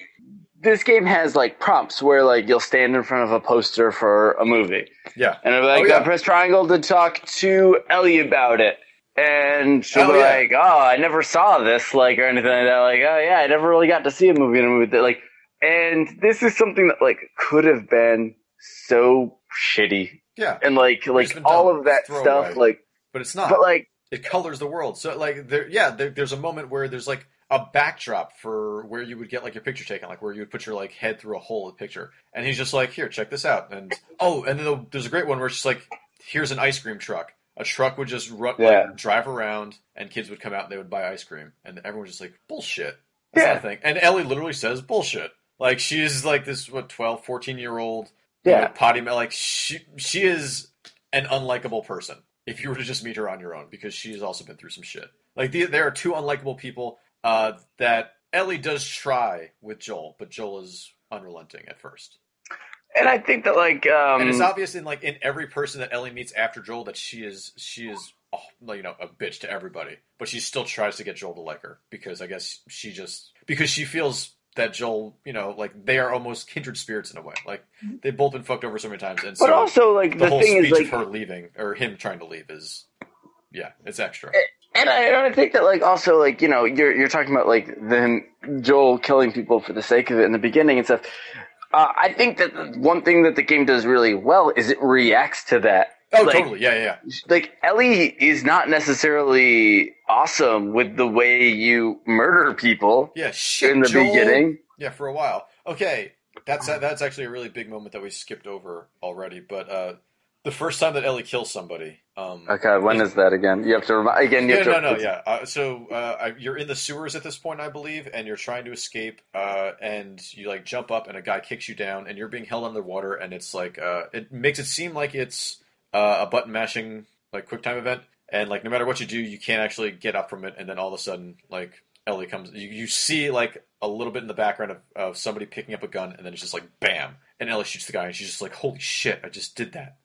S2: this game has like prompts where like you'll stand in front of a poster for a movie
S1: Yeah.
S2: and it'll be like
S1: Oh, yeah.
S2: "Uh, press triangle to talk to Ellie about it. And she'll
S1: Oh,
S2: be
S1: yeah.
S2: like, "Oh, I never saw this, like, or anything like that." Like, "Oh yeah, I never really got to see a movie in a movie that, like." And this is something that like could have been so shitty
S1: Yeah.
S2: and like like
S1: been
S2: all
S1: dumb.
S2: of that
S1: It's a
S2: stuff
S1: throwaway.
S2: like
S1: But it's not.
S2: but like
S1: it colors the world. So like there, yeah, there, there's a moment where there's like a backdrop for where you would get like your picture taken, like where you would put your like head through a hole in the picture. And he's just like, here, check this out. And oh, and then the, there's a great one where it's just like, here's an ice cream truck. A truck would just ru-
S2: Yeah.
S1: like, drive around, and kids would come out and they would buy ice cream, and everyone's just like, bullshit. That's
S2: Yeah.
S1: not a thing. And Ellie literally says bullshit. Like she is like this what 12, 14 year old
S2: Yeah.
S1: know, potty mouth. Like she she is an unlikable person. If you were to just meet her on your own, because she's also been through some shit. Like the, there are two unlikable people uh, that Ellie does try with Joel, but Joel is unrelenting at first.
S2: and I think that like um
S1: and it's obvious in like in every person that Ellie meets after Joel that she is she is oh, like, you know a bitch to everybody, but she still tries to get Joel to like her because I guess she just because she feels that Joel you know like they are almost kindred spirits in a way like they've both been fucked over so many times and
S2: but
S1: so
S2: also like
S1: the,
S2: the,
S1: whole
S2: thing
S1: speech
S2: is like
S1: of her leaving or him trying to leave is yeah it's extra
S2: and I, and I think that like also like you know you're you're talking about like then Joel killing people for the sake of it in the beginning and stuff. Uh, I think that the one thing that the game does really well is it reacts to that.
S1: oh
S2: like,
S1: totally yeah yeah yeah
S2: Like Ellie is not necessarily awesome with the way you murder people
S1: yeah shit,
S2: in the
S1: Joel.
S2: beginning.
S1: Yeah, for a while. Okay, that's that's actually a really big moment that we skipped over already. But uh, the first time that Ellie kills somebody, um,
S2: Okay, when is that again? You have to remind again.
S1: yeah,
S2: You have to,
S1: no, no, yeah. Uh, so uh, I- you're in the sewers at this point, I believe, and you're trying to escape, uh, and you like jump up, and a guy kicks you down, and you're being held underwater, and it's like uh, it makes it seem like it's uh, a button mashing like quick time event, and like no matter what you do, you can't actually get up from it, and then all of a sudden, like Ellie comes, you, you see like a little bit in the background of, of somebody picking up a gun, and then it's just like bam, and Ellie shoots the guy, and she's just like, holy shit, I just did that.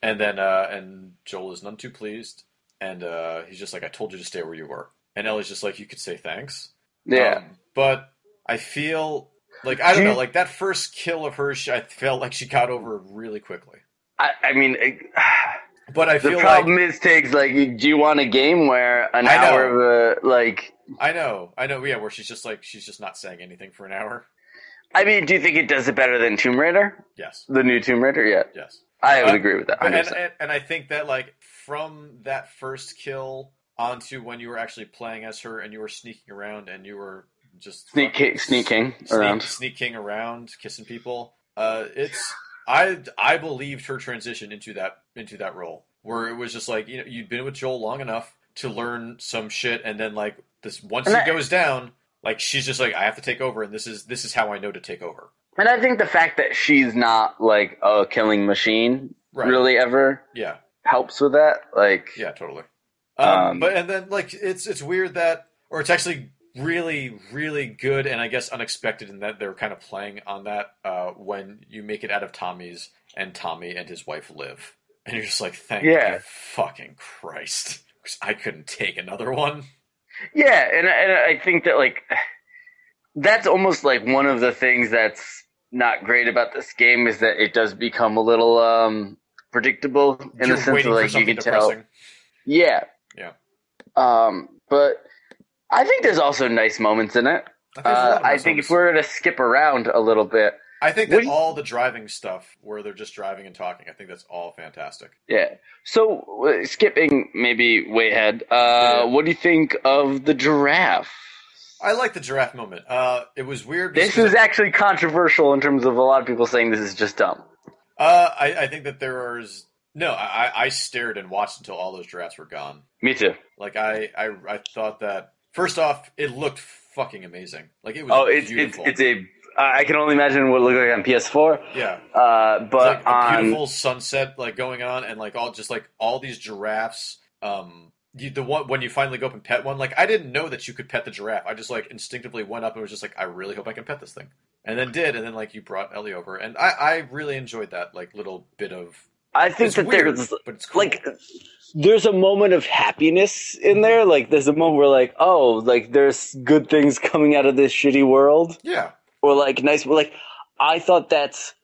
S1: And then uh, and Joel is none too pleased, and uh, he's just like, "I told you to stay where you were." And Ellie's just like, "You could say thanks."
S2: yeah.
S1: Um, but I feel like I
S2: Do
S1: don't
S2: you-
S1: know, like that first kill of hers, she, I felt like she got over really quickly.
S2: I, I mean, it,
S1: But I
S2: The
S1: feel like
S2: problem is, Tiggs, like, do you want a game where an
S1: I know.
S2: hour of a, like,
S1: I know, I know, yeah, where she's just like she's just not saying anything for an hour.
S2: I mean, do you think it does it better than Tomb Raider?
S1: Yes,
S2: The new Tomb Raider? Yeah.
S1: yes.
S2: I would
S1: Uh,
S2: agree with that.
S1: But,
S2: 100%.
S1: and, and and I think that like from that first kill onto when you were actually playing as her and you were sneaking around and you were just
S2: sneak, ki- sneaking around.
S1: sneak, sneaking around, kissing people. Uh, it's I I believed her transition into that into that role where it was just like you know you'd been with Joel long enough to learn some shit and then like this once
S2: And
S1: it
S2: I-
S1: goes down like she's just like I have to take over and this is this is how I know to take over
S2: And I think the fact that she's not, like, a killing machine
S1: right
S2: really ever
S1: yeah
S2: helps with that. Like,
S1: yeah totally um,
S2: Um,
S1: but and then like it's it's weird that or it's actually really really good and I guess unexpected in that they're kind of playing on that uh, when you make it out of Tommy's and Tommy and his wife live and you're just like thank
S2: Yeah.
S1: you fucking Christ 'Cause I couldn't take another one
S2: Yeah, and and I think that like that's almost like one of the things that's not great about this game is that it does become a little um predictable in
S1: you're
S2: the sense
S1: waiting
S2: of
S1: for
S2: like you
S1: something
S2: can tell.
S1: depressing
S2: Yeah.
S1: Yeah.
S2: Um, but I think there's also nice moments in it.
S1: I think, there's a lot
S2: Uh,
S1: of
S2: I
S1: nice
S2: think
S1: moments.
S2: if we were to skip around a little bit,
S1: I think that
S2: Would-
S1: all the driving stuff where they're just driving and talking I think that's all fantastic
S2: yeah. So uh, skipping maybe way ahead. Uh,
S1: Yeah.
S2: what do you think of the giraffe?
S1: I like the giraffe moment uh, it was weird just
S2: This
S1: 'cause
S2: is actually controversial in terms of a lot of people saying this is just dumb.
S1: Uh, I, I think that there is no. I, I- I stared and watched until all those giraffes were gone.
S2: Me too.
S1: Like I, I, I thought that first off, it looked fucking amazing. Like it was.
S2: Oh, it's it's
S1: beautiful.
S2: it's a. I I can only imagine what it looked like on PS4.
S1: yeah.
S2: Uh,
S1: It's
S2: but
S1: like a
S2: on
S1: beautiful sunset like going on, and like all just like all these giraffes. Um, you, the one when you finally go up and pet one, like I didn't know that you could pet the giraffe. I just like instinctively went up and was just like, I really hope I can pet this thing, and then did, and then like you brought Ellie over, and I, I really enjoyed that like little bit of.
S2: I think
S1: it's
S2: that
S1: weird,
S2: there's
S1: but it's cool.
S2: like there's a moment of happiness in there. Like there's a moment where like oh like there's good things coming out of this shitty world
S1: yeah,
S2: or like nice like I thought that's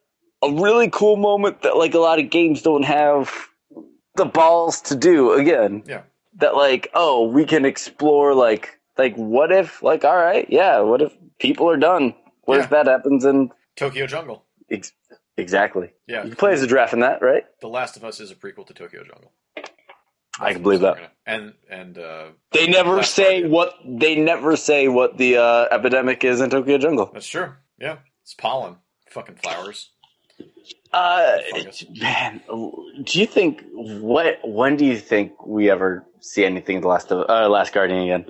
S2: a really cool moment that like a lot of games don't have the balls to do again.
S1: Yeah.
S2: That like, oh, we can explore like like what if like all right, yeah, what if people are done? What if
S1: Yeah.
S2: that happens and
S1: Tokyo Jungle.
S2: ex- exactly.
S1: Yeah,
S2: You can play as a draft in that, right?
S1: The Last of Us is a prequel to Tokyo Jungle.
S2: I can believe that.
S1: And and uh,
S2: They never
S1: Last
S2: say
S1: Guardian.
S2: what they never say what the uh, epidemic is in Tokyo Jungle.
S1: that's true. Yeah, it's pollen, fucking flowers.
S2: Uh,
S1: Fungus.
S2: man, do you think what? When do you think we ever see anything in the last of uh, Last Guardian again?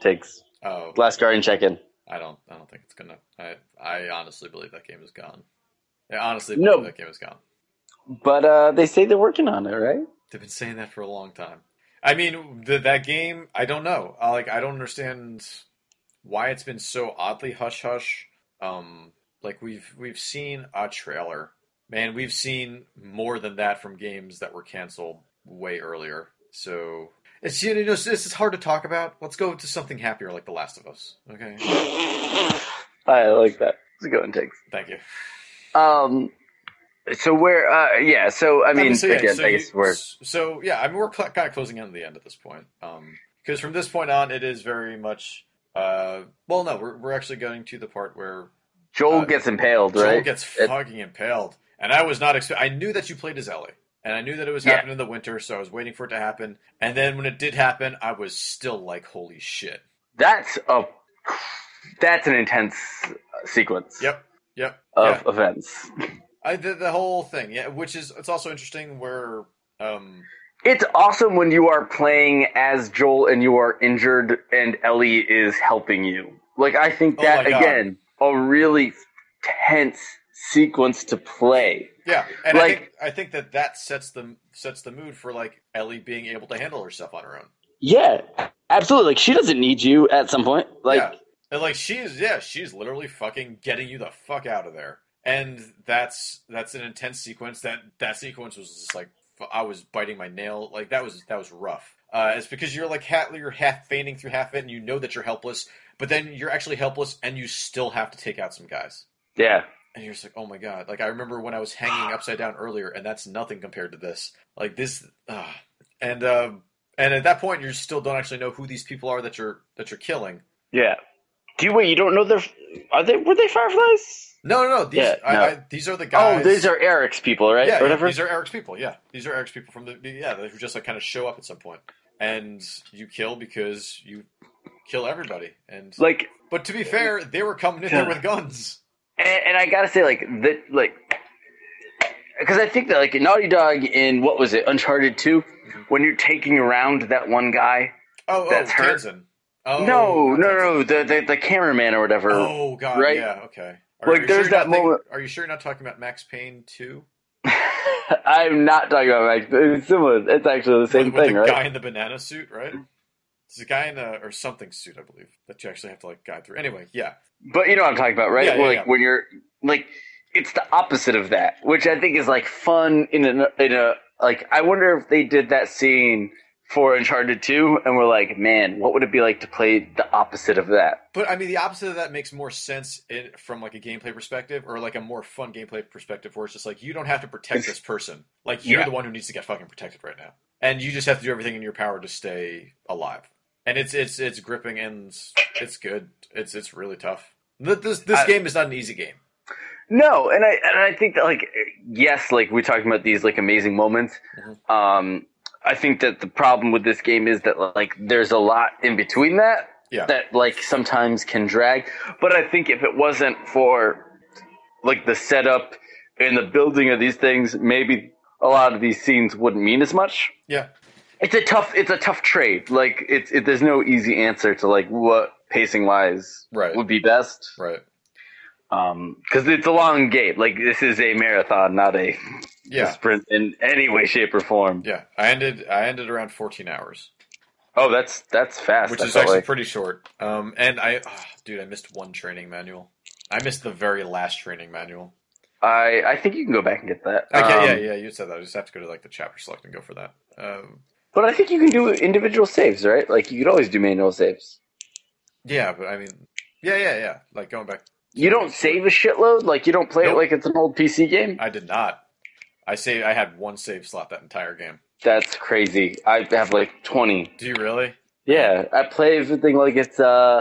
S2: Takes
S1: Oh,
S2: Last Guardian check in.
S1: I don't I don't think it's gonna. I I honestly believe that game is gone. I honestly believe
S2: No.
S1: that game is gone.
S2: But uh, they say they're working on it, right?
S1: They've been saying that for a long time. I mean, the, that game. I don't know. I, like I don't understand why it's been so oddly hush hush. Um, like we've we've seen a trailer. Man, we've seen more than that from games that were canceled way earlier. So it's you know this is hard to talk about. Let's go to something happier like The Last of Us. Okay,
S2: I like that. It's a good one, Tiggs.
S1: thank you.
S2: Um, so where? Uh, yeah. So I mean,
S1: so, yeah,
S2: again,
S1: so
S2: I
S1: you- Uh,
S2: guess we're
S1: so yeah. I mean, we're cl- kind of closing in on the end at this point, because from this point on, it is very much. Uh, well, no, we're we're actually going to the part where
S2: Joel
S1: uh,
S2: gets impaled,
S1: Joel
S2: right?
S1: gets
S2: It-
S1: fucking impaled, and I was not expect. I knew that you played as Ellie, and I knew that it was
S2: Yeah.
S1: happening in the winter, so I was waiting for it to happen. And then when it did happen, I was still like, "Holy shit!"
S2: that's a that's an intense sequence
S1: Yep, yep,
S2: of
S1: yeah.
S2: events.
S1: I the, the whole thing, yeah. Which is it's also interesting where, um,
S2: It's awesome when you are playing as Joel and you are injured and Ellie is helping you. Like I think
S1: Oh
S2: that
S1: my God.
S2: again, a really tense sequence to play.
S1: yeah, and I
S2: Like-
S1: think I think that that sets the sets the mood for like Ellie being able to handle herself on her own.
S2: Yeah. Absolutely. Like she doesn't need you at some point. Like
S1: yeah. And like she's yeah, she's literally fucking getting you the fuck out of there. And that's that's an intense sequence. That that sequence was just like f- I was biting my nail. Like that was that was rough. Uh, it's because you're like half, you're half fainting through half of it, and you know that you're helpless. But then you're actually helpless, and you still have to take out some guys.
S2: Yeah.
S1: and you're just like, oh my god! Like I remember when I was hanging upside down earlier, and that's nothing compared to this. Like this, uh, and um, and at that point, you still don't actually know who these people are that you're that you're killing.
S2: Yeah. Do you wait? You don't know they're are they were they fireflies?
S1: No, no, no. These
S2: Yeah,
S1: I,
S2: no.
S1: I, these are the guys.
S2: Oh, these are Eric's people, right?
S1: yeah,
S2: or
S1: yeah,
S2: whatever.
S1: these are Eric's people. Yeah, these are Eric's people from the yeah who just like kind of show up at some point, and you kill because you kill everybody. And
S2: like
S1: but to be fair, they were coming in there with guns.
S2: And, and I gotta say, like that, like because I think that like Naughty Dog in what was it, Uncharted Two, when you're taking around that one guy.
S1: Oh,
S2: That's
S1: oh,
S2: her-
S1: Tanzan. Oh,
S2: no,
S1: not
S2: no,
S1: Tanzan.
S2: no, the, the the cameraman or whatever.
S1: Oh God,
S2: right?
S1: yeah, okay.
S2: Like, there's
S1: you're not
S2: that
S1: thinking-
S2: moment-
S1: are you sure you're not talking about Max Payne two?
S2: I'm not talking about Max. It's similar. It's actually the same
S1: with, with
S2: thing,
S1: the
S2: right?
S1: guy in the banana suit, right? It's a guy in a or something suit, I believe, that you actually have to like guide through. Anyway, yeah,
S2: But you know what I'm talking about, right?
S1: Yeah, yeah,
S2: like
S1: yeah.
S2: when you're like, it's the opposite of that, which I think is like fun in a in a like. I wonder if they did that scene for Uncharted Two, and we're like, man, what would it be like to play the opposite of that?
S1: but I mean the opposite of that makes more sense in, from like a gameplay perspective or like a more fun gameplay perspective, where it's just like you don't have to protect this person. Like you're
S2: Yeah.
S1: the one who needs to get fucking protected right now, and you just have to do everything in your power to stay alive. And it's it's it's gripping and it's good. It's it's really tough. Th- This this
S2: I-
S1: game is not an easy game.
S2: No, and I and I think that like yes, like we're talking about these like amazing moments.
S1: Mm-hmm.
S2: Um, I think that the problem with this game is that like there's a lot in between that
S1: Yeah.
S2: that like sometimes can drag. But I think if it wasn't for like the setup and the building of these things, maybe a lot of these scenes wouldn't mean as much.
S1: Yeah.
S2: It's a tough it's a tough trade. Like it's it, there's no easy answer to like what pacing wise
S1: Right.
S2: would be best
S1: Right.
S2: because Um, it's a long game. Like this is a marathon, not a
S1: Yeah.
S2: sprint in any way, shape, or form.
S1: Yeah. I ended I ended around 14 hours,
S2: Oh, that's that's fast.
S1: which
S2: I
S1: is
S2: felt
S1: actually
S2: like.
S1: pretty short. Um and I ah, dude, I missed one training manual. I missed the very last training manual.
S2: I I think you can go back and get that.
S1: Okay,
S2: Um,
S1: yeah, yeah, you said that. I just have to go to like the chapter select and go for that. Um
S2: But I think you can do individual saves, right? Like you could always do manual saves.
S1: yeah, but I mean yeah, yeah, yeah. Like going back
S2: You don't save a shitload. Like you don't play
S1: Nope.
S2: it like it's an old PC game.
S1: I did not. I say I had one save slot that entire game.
S2: That's crazy. I have like twenty.
S1: Do you really?
S2: Yeah, I play everything like it's uh,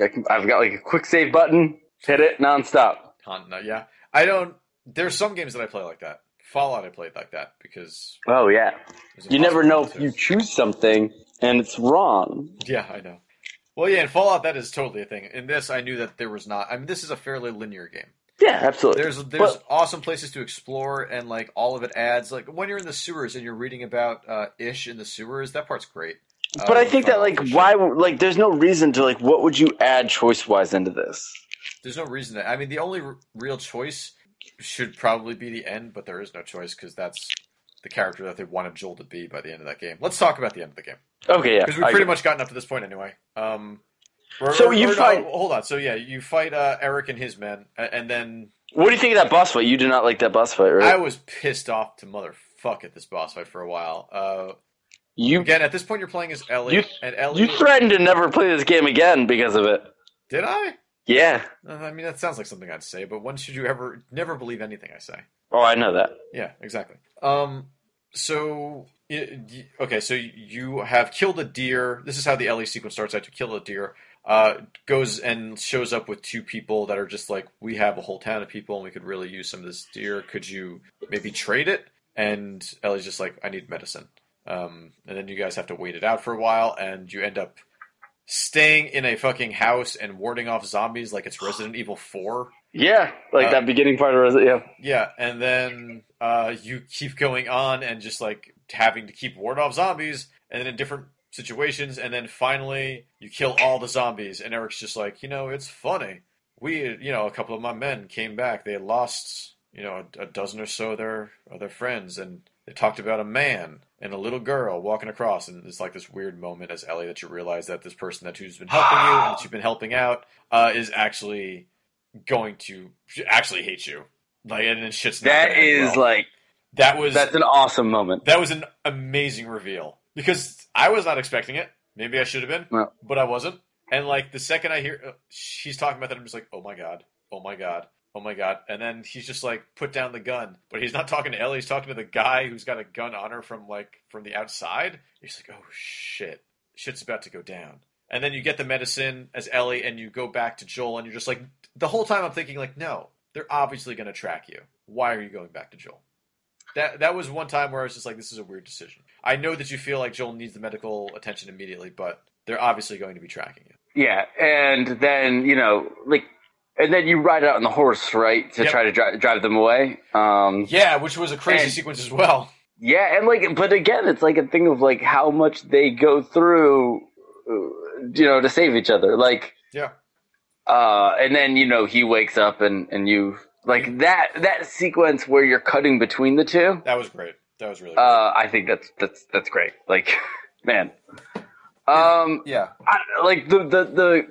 S2: I can- I've got like a quick save button. Hit it nonstop.
S1: Huh, no, yeah. I don't there's some games that I play like that. Fallout I played like that because
S2: Oh yeah.
S1: it was
S2: You never
S1: impossible
S2: know if
S1: to-
S2: you choose something and it's wrong.
S1: Yeah, I know. Well, yeah, in Fallout that is totally a thing. In this, I knew that there was not. I mean, this is a fairly linear game.
S2: Yeah, absolutely.
S1: There's there's
S2: Well-
S1: awesome places to explore, and like all of it adds. Like when you're in the sewers and you're reading about uh, Ish in the sewers, that part's great. Uh,
S2: but I
S1: with
S2: think that
S1: Fallout
S2: like
S1: for sure.
S2: why like there's no reason to like what would you add choice wise into this?
S1: There's no reason to. I mean, the only r- real choice should probably be the end, but there is no choice because that's the character that they wanted Joel to be by the end of that game. Let's talk about the end of the game.
S2: Okay, yeah.
S1: because
S2: I
S1: we've pretty
S2: get-
S1: much gotten up to this point anyway. Um, or-
S2: So
S1: or-
S2: you
S1: or no,
S2: fight-
S1: hold on. So yeah, you fight uh, Eric and his men, a- and then
S2: What do you think of that boss fight? You do not like that boss fight, right?
S1: I was pissed off to motherfuck at this boss fight for a while. Uh,
S2: you
S1: again, at this point, you're playing as Ellie,
S2: You-
S1: and Ellie.
S2: you threatened to never play this game again because of it.
S1: did I?
S2: Yeah.
S1: Uh, I mean, that sounds like something I'd say, but when should you ever never believe anything I say?
S2: Oh, I know that.
S1: Yeah, exactly. Um, so y- y- okay, so you have killed a deer. This is how the Ellie sequence starts out. You kill a deer. Uh, goes and shows up with two people that are just like, we have a whole town of people and we could really use some of this deer. Could you maybe trade it? And Ellie's just like, I need medicine. Um, and then you guys have to wait it out for a while, and you end up staying in a fucking house and warding off zombies like it's Resident Evil Four.
S2: Yeah, like
S1: Uh,
S2: that beginning part of Resident. Yeah.
S1: Yeah, and then uh, you keep going on and just like having to keep ward off zombies, and then in different situations, and then finally you kill all the zombies, and Eric's just like, you know, it's funny. We, you know, a couple of my men came back. They lost, you know, a, a dozen or so of their of their friends, and they talked about a man and a little girl walking across, and it's like this weird moment as Ellie that you realize that this person that who's been helping you and that you've been helping out uh, is actually going to actually hate you. Like, and then shit's not
S2: That
S1: gonna end
S2: is
S1: well.
S2: like
S1: that was
S2: that's an awesome moment.
S1: that was an amazing reveal because I was not expecting it. Maybe I should have been,
S2: No.
S1: but I wasn't. And like the second I hear uh, she's talking about that, I'm just like, oh my god, oh my god. Oh my god! And then he's just like, put down the gun. But he's not talking to Ellie. He's talking to the guy who's got a gun on her from like from the outside. He's like, oh shit, shit's about to go down. And then you get the medicine as Ellie, and you go back to Joel, and you're just like, the whole time I'm thinking like, no, they're obviously going to track you. Why are you going back to Joel? That that was one time where I was just like, this is a weird decision. I know that you feel like Joel needs the medical attention immediately, but they're obviously going to be tracking you.
S2: Yeah, and then you know, like, and then you ride out on the horse, right, to
S1: Yep.
S2: try to dri- drive them away. Um,
S1: Yeah, which was a crazy
S2: And-
S1: sequence as well.
S2: yeah, and like, but again, it's like a thing of like how much they go through, uh, you know, to save each other. Like,
S1: Yeah.
S2: uh, and then you know he wakes up and and you like that that sequence where you're cutting between the two.
S1: That was great. That was really. Great.
S2: Uh, I think that's that's that's great. Like, man. Um,
S1: yeah.
S2: I, like the the the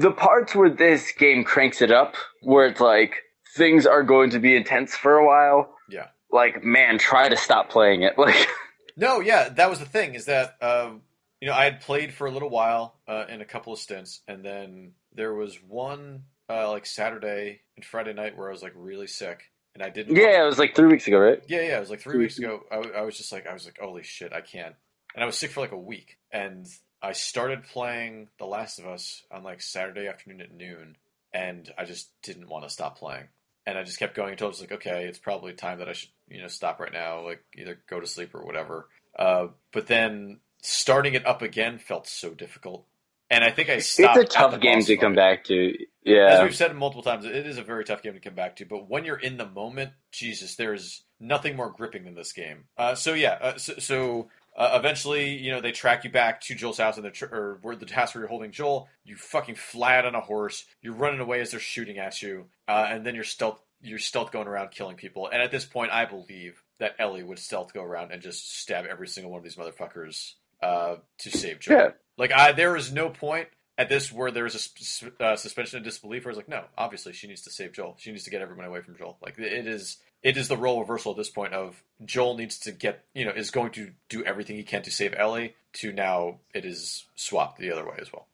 S2: the parts where this game cranks it up, where it's like things are going to be intense for a while.
S1: Yeah.
S2: Like, man, try to stop playing it. Like,
S1: No, yeah, that was the thing is that um, you know I had played for a little while uh, in a couple of stints, and then there was one uh, like Saturday and Friday night where I was like really sick, and I didn't.
S2: yeah, it was like three weeks ago, right?
S1: yeah, yeah. It was like three weeks ago. I, I was just like, I was like, holy shit, I can't. And I was sick for like a week, and I started playing The Last of Us on like Saturday afternoon at noon, and I just didn't want to stop playing. And I just kept going until I was like, okay, it's probably time that I should, you know, stop right now, like either go to sleep or whatever. Uh, but then starting it up again felt so difficult, and I think I stopped. at
S2: it's a
S1: the
S2: tough game
S1: boss
S2: to come
S1: fight.
S2: back to.
S1: As
S2: Yeah,
S1: we've said multiple times, it is a very tough game to come back to. But when you're in the moment, Jesus, there's nothing more gripping than this game. Uh, so yeah, uh, so, so uh, eventually, you know, they track you back to Joel's house and the tr- or where the house where you're holding Joel. You fucking fly out on a horse. You're running away as they're shooting at you, uh, and then you're stealth you're stealth going around killing people. And at this point, I believe that Ellie would stealth go around and just stab every single one of these motherfuckers uh, to save Joel.
S2: yeah.
S1: Like I, there is no point at this where there is a sus- uh, suspension of disbelief. Where it's like, no, obviously she needs to save Joel. She needs to get everyone away from Joel. Like it is, it is the role reversal at this point of Joel needs to get, you know, is going to do everything he can to save Ellie. To now, it is swapped the other way as well.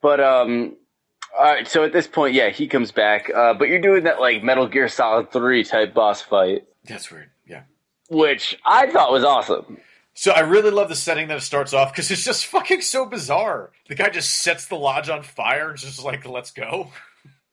S2: But um, all right. So at this point, yeah, he comes back. Uh, but you're doing that like Metal Gear Solid Three type boss fight,
S1: That's weird. Yeah.
S2: which I thought was awesome.
S1: So I really love the setting that it starts off because it's just fucking so bizarre. The guy just sets the lodge on fire and is just like, let's go.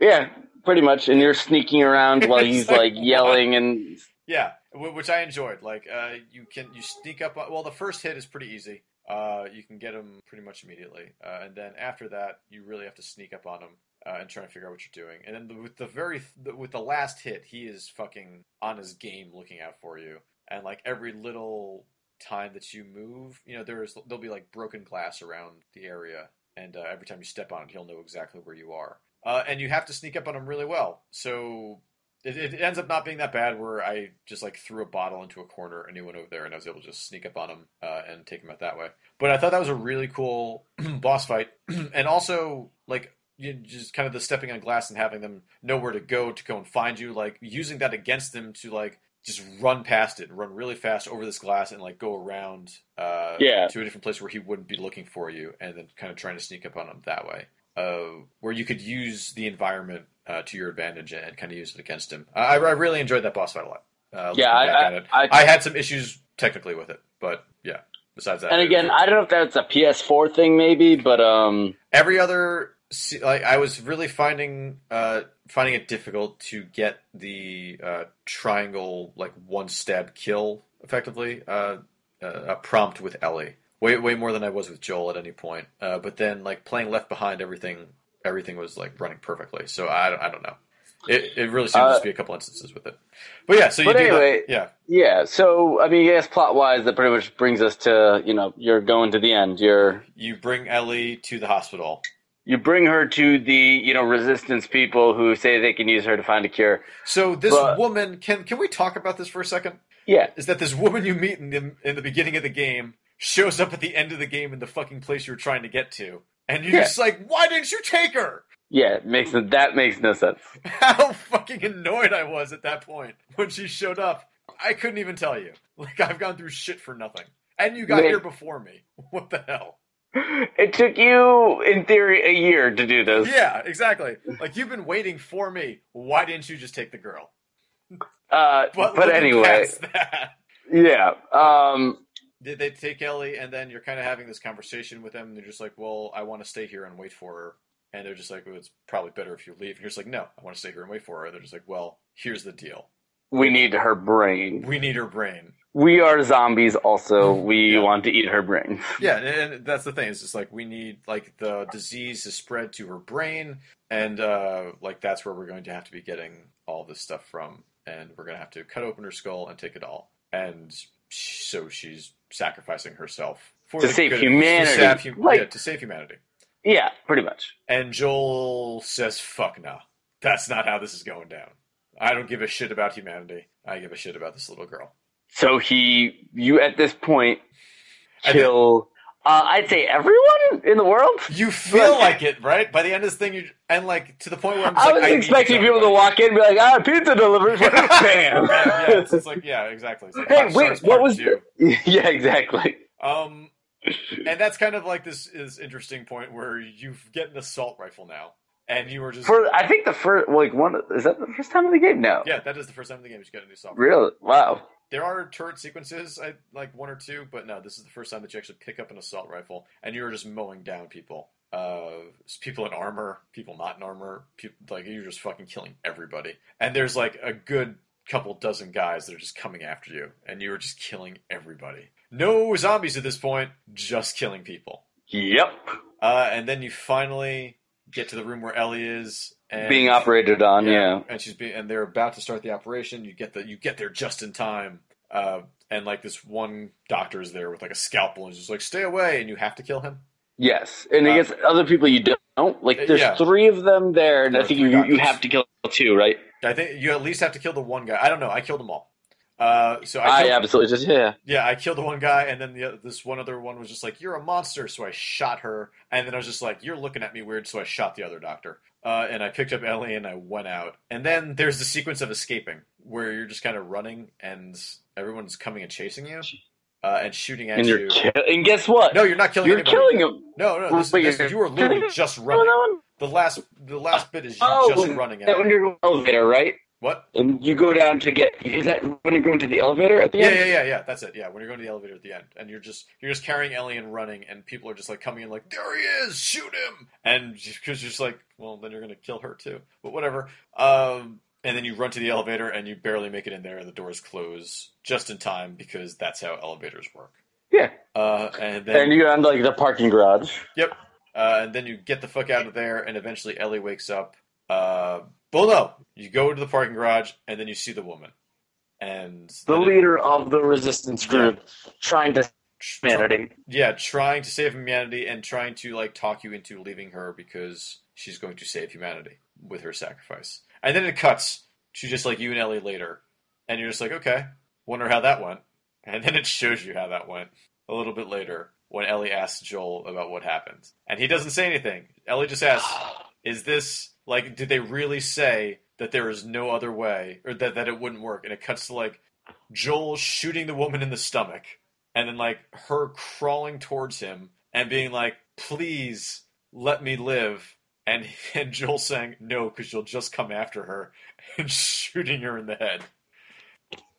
S2: Yeah, pretty much. And you're sneaking around while
S1: It's
S2: he's
S1: like,
S2: like yelling and
S1: Yeah, wh- which I enjoyed. Like, uh, you can you sneak up. on Well, the first hit is pretty easy. Uh, you can get them pretty much immediately, uh, and then after that, you really have to sneak up on them uh, and try and figure out what you're doing. And then the, with the very th- with the last hit, he is fucking on his game, looking out for you, and like every little time that you move, you know, there's there'll be like broken glass around the area, and uh, every time you step on it, he'll know exactly where you are. Uh, and you have to sneak up on him really well. So it, it ends up not being that bad where I just like threw a bottle into a corner and he went over there and I was able to just sneak up on him uh, and take him out that way. But I thought that was a really cool boss fight and also like you just kind of the stepping on glass and having them know where to go to go and find you, like using that against them to like just run past it, run really fast over this glass and like go around uh,
S2: Yeah.
S1: to a different place where he wouldn't be looking for you and then kind of trying to sneak up on him that way uh, where you could use the environment uh, to your advantage and kind of use it against him. I, I really enjoyed that boss fight a lot. Uh,
S2: yeah.
S1: looking back
S2: I,
S1: at it.
S2: I, I,
S1: I had some issues technically with it, but yeah. Besides that,
S2: and
S1: it
S2: again,
S1: was-
S2: I don't know if that's a PS4 thing, maybe, but um,
S1: every other se- like I was really finding uh, finding it difficult to get the uh, triangle like one stab kill effectively uh, uh, a prompt with Ellie way way more than I was with Joel at any point. Uh, but then like playing Left Behind, everything everything was like running perfectly. So I don't, I don't know. It, it really seems
S2: Uh,
S1: to just be a couple instances with it. But yeah, so you
S2: But
S1: do
S2: anyway-
S1: that. Yeah,
S2: yeah. So I mean, yes, plot wise, that pretty much brings us to you know you're going to the end. You're
S1: you bring Ellie to the hospital.
S2: you bring her to the you know resistance people who say they can use her to find a cure.
S1: So this
S2: But-
S1: woman can can we talk about this for a second?
S2: Yeah,
S1: is that this woman you meet in the in the beginning of the game shows up at the end of the game in the fucking place you were trying to get to, and you're
S2: Yeah.
S1: just like, why didn't you take her?
S2: yeah. It makes no- that makes no sense.
S1: How fucking annoyed I was at that point when she showed up. I couldn't even tell you. Like I've gone through shit for nothing, and you got
S2: Man.
S1: here before me. What the hell?
S2: It took you, in theory, a year to do this.
S1: Yeah, exactly. Like you've been waiting for me. Why didn't you just take the girl?
S2: Uh, but
S1: looking
S2: anyway,
S1: past that,
S2: yeah. Um,
S1: did they take Ellie? And then you're kind of having this conversation with them, and they're just like, "Well, I want to stay here and wait for her." And they're just like, well, "It's probably better if you leave." And you're just like, "No, I want to stay here and wait for her." And they're just like, "Well, here's the deal.
S2: we need her brain.
S1: We need her brain."
S2: We are zombies, also. We
S1: Oh, Yeah.
S2: want to eat her brain.
S1: Yeah, and, and that's the thing. It's just like we need like the disease is spread to her brain, and uh, like that's where we're going to have to be getting all this stuff from, and we're going to have to cut open her skull and take it all. And sh- so she's sacrificing herself for
S2: To
S1: the
S2: save
S1: good-
S2: humanity.
S1: To save, hu-
S2: Like-
S1: yeah, to save humanity.
S2: Yeah, pretty much.
S1: And Joel says, "Fuck nah, that's not how this is going down. I don't give a shit about humanity. I give a shit about this little girl."
S2: So he, you at this point,
S1: I think-
S2: kill. Uh, I'd say everyone in the world.
S1: You feel like it, right? By the end of this thing, you and like to the point where I'm just
S2: I
S1: like,
S2: was
S1: need
S2: expecting people to
S1: somebody."
S2: walk in and be like, "Ah, pizza delivery!" Bam.
S1: yeah, yeah, it's, it's like yeah, exactly. It's like
S2: Hey,
S1: Hot
S2: wait,
S1: Stars
S2: what
S1: Part
S2: was
S1: Two.
S2: yeah, exactly.
S1: Um, and that's kind of like this is interesting point where you get an assault rifle now, and you were just
S2: For I think the first, like one, is that the first time of the game? No,
S1: yeah, that is the first time in the game you get a new assault. Rifle.
S2: really. Wow.
S1: There are turret sequences, I, like one or two, but no, this is the first time that you actually pick up an assault rifle, and you were just mowing down people. Uh, people in armor, people not in armor, people, like you're just fucking killing everybody. And there's like a good couple dozen guys that are just coming after you, and you were just killing everybody. No zombies at this point, just killing people.
S2: Yep.
S1: Uh, and then you finally get to the room where Ellie is, and
S2: Being operated on. Yeah.
S1: and she's being, and they're about to start the operation. You get the you get there just in time. Uh, and like this one doctor is there with like a scalpel and is just like, "Stay away!" and you have to kill him.
S2: Yes, and
S1: Uh,
S2: against other people you don't. Like there's
S1: yeah.
S2: three of them there, and
S1: There
S2: I
S1: are
S2: think you
S1: three
S2: you
S1: doctors.
S2: have to kill two, right?
S1: I think you at least have to kill the one guy. I don't know. I killed them all. Uh, so I,
S2: I,
S1: killed,
S2: absolutely just yeah.
S1: yeah, I killed the one guy, and then the, this one other one was just like, "You're a monster," so I shot her, and then I was just like, "You're looking at me weird," so I shot the other doctor, uh, and I picked up Ellie and I went out. And then there's the sequence of escaping where you're just kind of running, and everyone's coming and chasing you, uh, and shooting at
S2: And you're
S1: you.
S2: kill- and guess what?
S1: no, you're not killing.
S2: you're
S1: anybody.
S2: killing him.
S1: No, no, this,
S2: Wait,
S1: this-
S2: you're-
S1: you were literally just running. The last, the last bit is you
S2: Oh,
S1: just running. At
S2: That when
S1: it.
S2: you're going to the elevator, right?
S1: What?
S2: And you go down to get is that when you're going to the elevator at the
S1: Yeah,
S2: end?
S1: yeah, yeah, yeah. That's it. Yeah, when you're going to the elevator at the end, and you're just you're just carrying Ellie and running, and people are just like coming in, like there he is, shoot him, and because you're just like, well, then you're gonna kill her too, but whatever. Um, and then you run to the elevator, and you barely make it in there, and the doors close just in time because that's how elevators work.
S2: Yeah.
S1: Uh, and then
S2: And you're on like the parking garage.
S1: uh, and then you get the fuck out of there, and eventually Ellie wakes up. Uh, well, no, you go to the parking garage, and then you see the woman, and
S2: The
S1: then it-
S2: leader of the resistance group trying to
S1: tr-
S2: humanity.
S1: yeah, trying to save humanity and trying to like talk you into leaving her because she's going to save humanity with her sacrifice. And then it cuts to just like you and Ellie later, and you're just like, okay, wonder how that went. And then it shows you how that went a little bit later when Ellie asks Joel about what happened, and he doesn't say anything. Ellie just asks, "Is this like? Did they really say that there is no other way, or that that it wouldn't work?" And it cuts to like Joel shooting the woman in the stomach and then like her crawling towards him and being like, "Please let me live," and and Joel saying, "No, because you'll just come after her," and shooting her in the head.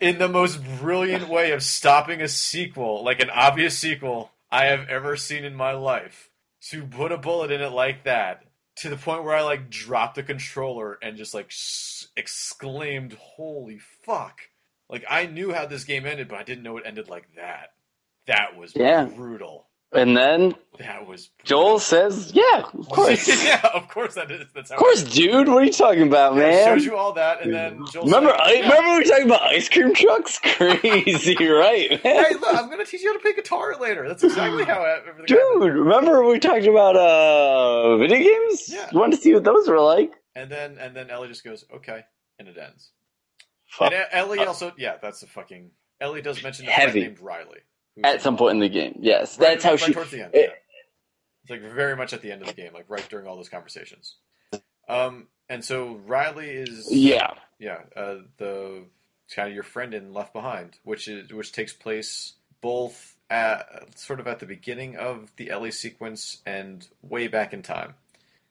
S1: In the most brilliant way of stopping a sequel, like an obvious sequel I have ever seen in my life, to put a bullet in it like that, to the point where I like dropped the controller and just like s- exclaimed, "Holy fuck!" Like I knew how this game ended, but I didn't know it ended like that. That was
S2: Yeah.
S1: brutal.
S2: And then
S1: That was
S2: Joel says, "Yeah, of course, of
S1: yeah, of course that is. That's how.
S2: course, dude. What are you talking about,
S1: it
S2: man?"
S1: shows you all that, and then Joel.
S2: Remember,
S1: like,
S2: I, remember we were talking about ice cream trucks? Crazy, right, man?
S1: Hey, look, I'm gonna teach you how to play guitar later. That's exactly how I, everything. happened.
S2: Dude, remember we talked about uh video games?
S1: Yeah.
S2: Wanted to see what those were like.
S1: And then and then Ellie just goes, okay, and it ends.
S2: Fuck. Uh,
S1: And E- Ellie also, yeah, that's a fucking. Ellie does mention a
S2: Heavy.
S1: friend named Riley. who's-
S2: At some point in the game, yes,
S1: right-
S2: that's how
S1: right
S2: she.
S1: towards the end.
S2: it-
S1: yeah. It's like very much at the end of the game, like right during all those conversations. Um, and so Riley is
S2: Yeah,
S1: yeah, uh, the it's kind of your friend in Left Behind, which is which takes place both at, sort of at the beginning of the Ellie sequence and way back in time,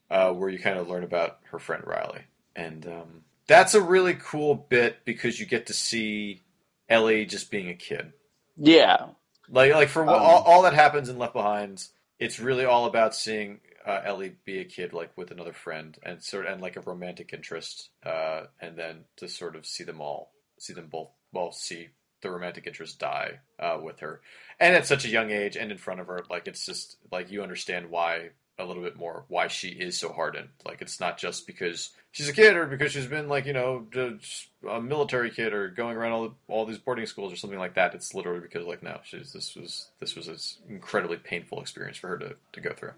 S1: uh, where you kind of learn about her friend Riley, and um, that's a really cool bit because you get to see Ellie just being a kid.
S2: Yeah.
S1: Like like for wh-
S2: Um,
S1: all, all that happens in Left Behind, it's really all about seeing uh, Ellie be a kid, like with another friend, and sort and like a romantic interest, uh, and then to sort of see them all, see them both, well, see the romantic interest die uh, with her, and at such a young age, and in front of her, like it's just like you understand why a little bit more why she is so hardened. Like it's not just because she's a kid or because she's been like you know just a military kid or going around all all these boarding schools or something like that. It's literally because like no, she's this was this was an incredibly painful experience for her to, to go through.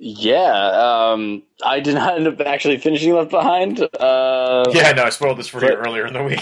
S2: Yeah. Um, I did not end up actually finishing Left Behind. Uh,
S1: Yeah, no, I spoiled this for you
S2: But-
S1: earlier in the week.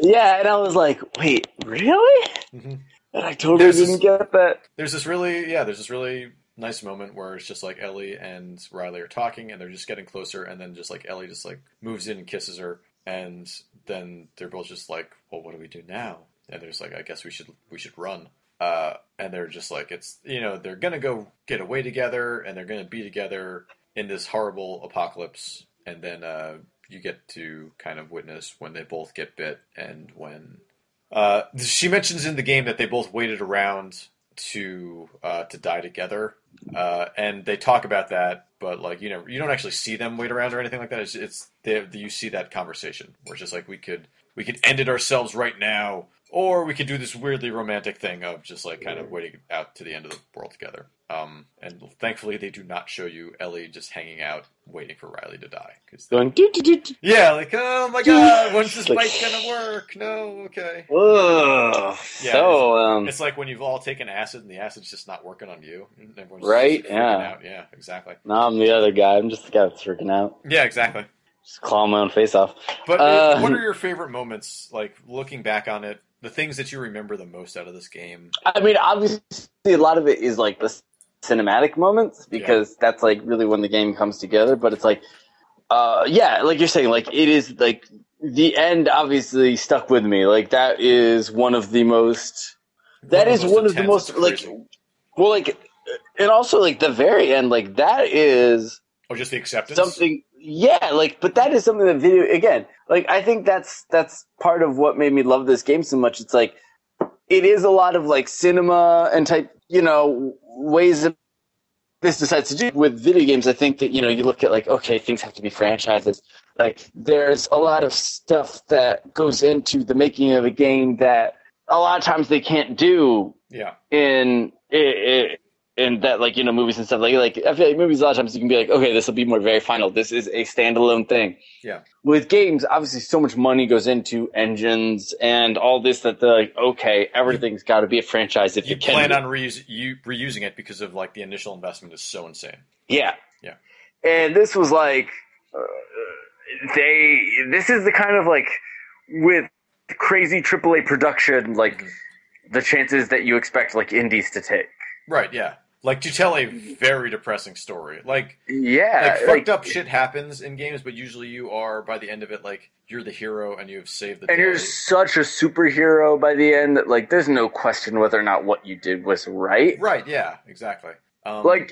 S2: yeah, and I was like, wait, really? And I totally
S1: Mm-hmm. There's
S2: didn't
S1: this-
S2: get that.
S1: there's this really yeah there's this really nice moment where it's just like ellie and riley are talking and they're just getting closer and then just like ellie just like moves in and kisses her and then they're both just like well what do we do now and they're just like i guess we should we should run uh and they're just like it's you know they're gonna go get away together and they're gonna be together in this horrible apocalypse and then uh you get to kind of witness when they both get bit and when uh, she mentions in the game that they both waited around to uh, to die together, uh, and they talk about that. But like you know, you don't actually see them wait around or anything like that. It's, it's they, you see that conversation where it's just like we could we could end it ourselves right now, or we could do this weirdly romantic thing of just like kind of waiting out to the end of the world together. Um, and thankfully, they do not show you Ellie just hanging out waiting for Riley to die because
S2: Going, doo doo doo. doo.
S1: yeah, like oh my god, when's this
S2: Like-
S1: bike gonna work? No, okay.
S2: Ugh.
S1: Yeah,
S2: so, um,
S1: It's like when you've all taken acid and the acid's just not working on you. And everyone's
S2: Right,
S1: Just freaking
S2: yeah.
S1: Out. Yeah. Exactly.
S2: now I'm the other guy. I'm just the guy that's freaking out.
S1: Yeah. Exactly.
S2: Just clawing my own face off.
S1: But
S2: Uh,
S1: what are your favorite moments? Like looking back on it, the things that you remember the most out of this game.
S2: I mean, obviously, a lot of it is like the cinematic moments because that's like really when the game comes together. But it's like, uh, yeah, like you're saying, like it is like the end. Obviously, stuck with me. Like that is one of the most. That is one of the
S1: intense,
S2: most
S1: it's
S2: like.
S1: crazy.
S2: Well, like, and also like the very end. Like that is
S1: Oh, just the acceptance.
S2: something yeah like but that is something that video again like i think that's that's part of what made me love this game so much it's like it is a lot of like cinema and type you know ways that this decides to do with video games i think that you know you look at like okay things have to be franchises like there's a lot of stuff that goes into the making of a game that a lot of times they can't do
S1: Yeah.
S2: in in, in that like you know movies and stuff like like I feel like movies a lot of times you can be like okay this will be more very final this is a standalone thing
S1: Yeah.
S2: with games obviously so much money goes into engines and all this that they're like okay everything's got to be a franchise if
S1: You
S2: it can
S1: plan
S2: be.
S1: on reuse, you reusing it because of like the initial investment is so insane.
S2: Yeah.
S1: Yeah.
S2: And this was like uh, they this is the kind of like with crazy AAA production like
S1: Mhm.
S2: the chances that you expect like indies to take.
S1: Right. Yeah. Like to tell a very depressing story. Like
S2: Yeah.
S1: like,
S2: like-
S1: fucked up shit happens in games, but usually you are by the end of it like you're the hero and you have saved the
S2: and
S1: day.
S2: you're such a superhero by the end that like there's no question whether or not what you did was right.
S1: Right? Yeah, exactly. Um,
S2: Like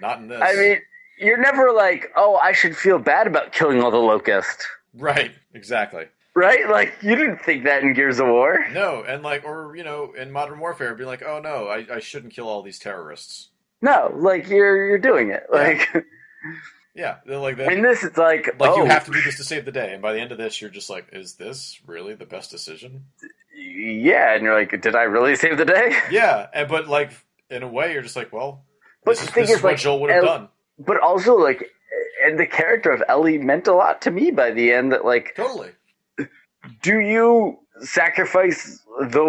S1: not in this.
S2: I mean, you're never like, oh, I should feel bad about killing all the locusts,
S1: right? Exactly.
S2: right? Like you didn't think that in Gears of War.
S1: No, and like, or you know, in Modern Warfare, be like, oh no, I, I shouldn't kill all these terrorists.
S2: No, like you're you're doing it.
S1: Yeah.
S2: Like
S1: Yeah, they're like that.
S2: in this, it's like,
S1: like
S2: oh,
S1: you have to do this to save the day, and by the end of this, you're just like, is this really the best decision?
S2: yeah, and you're like, did I really save the day?
S1: Yeah, and but like in a way, you're just like, well,
S2: But
S1: this
S2: the
S1: is,
S2: thing
S1: this is,
S2: is,
S1: what
S2: like,
S1: Joel would have
S2: El-
S1: done.
S2: But also, like, and the character of Ellie meant a lot to me by the end. That like,
S1: Totally.
S2: do you sacrifice the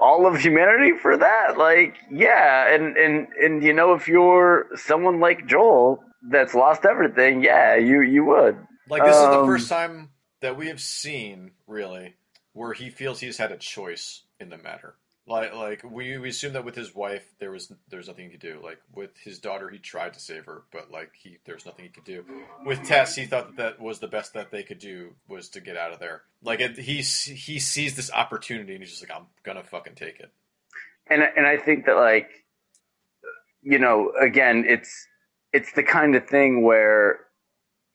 S2: all of humanity for that like yeah and and and you know if you're someone like joel that's lost everything yeah you you would
S1: Like this is the
S2: Um,
S1: first time that we have seen really where he feels he's had a choice in the matter. Like like we, we assume that with his wife there was there's nothing he could do. Like with his daughter he tried to save her, but like he there's nothing he could do. With Tess he thought that, that was the best that they could do was to get out of there. Like it, he s- he sees this opportunity and he's just like I'm gonna fucking take it.
S4: and and I think that like you know again it's it's the kind of thing where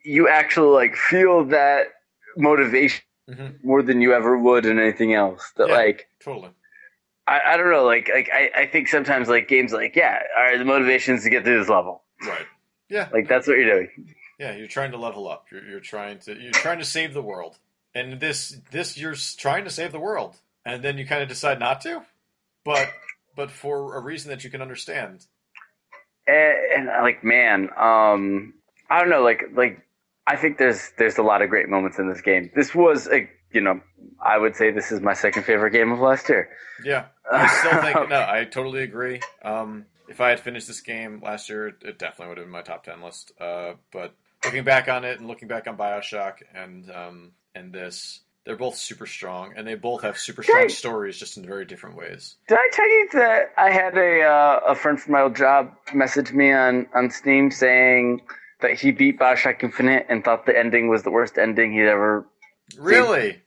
S4: you actually like feel that motivation
S1: Mhm.
S4: more than you ever would in anything else that
S1: Yeah.
S4: like
S1: Totally.
S4: I, I don't know like like I, I think sometimes like games like yeah all right the motivation is to get through this level
S1: Right. Yeah.
S4: like that's what you're doing
S1: Yeah, you're trying to level up. You're, you're trying to you're trying to save the world, and this this you're s- trying to save the world, and then you kind of decide not to, but but for a reason that you can understand.
S4: and, and like man um i don't know like like i think there's there's a lot of great moments in this game this was a you know i would say this is my second favorite game of last year Uh,
S1: Yeah, I still think no. I totally agree. Um, if I had finished this game last year, it- it definitely would have been my top ten list. Uh, but looking back on it and looking back on Bioshock and um, and this, they're both super strong, and they both have super strong
S4: Great.
S1: stories, just in very different ways.
S4: Did I tell you that I had a uh, a friend from my old job message me on, on Steam saying that he beat Bioshock Infinite and thought the ending was the worst ending he'd ever.
S1: Really?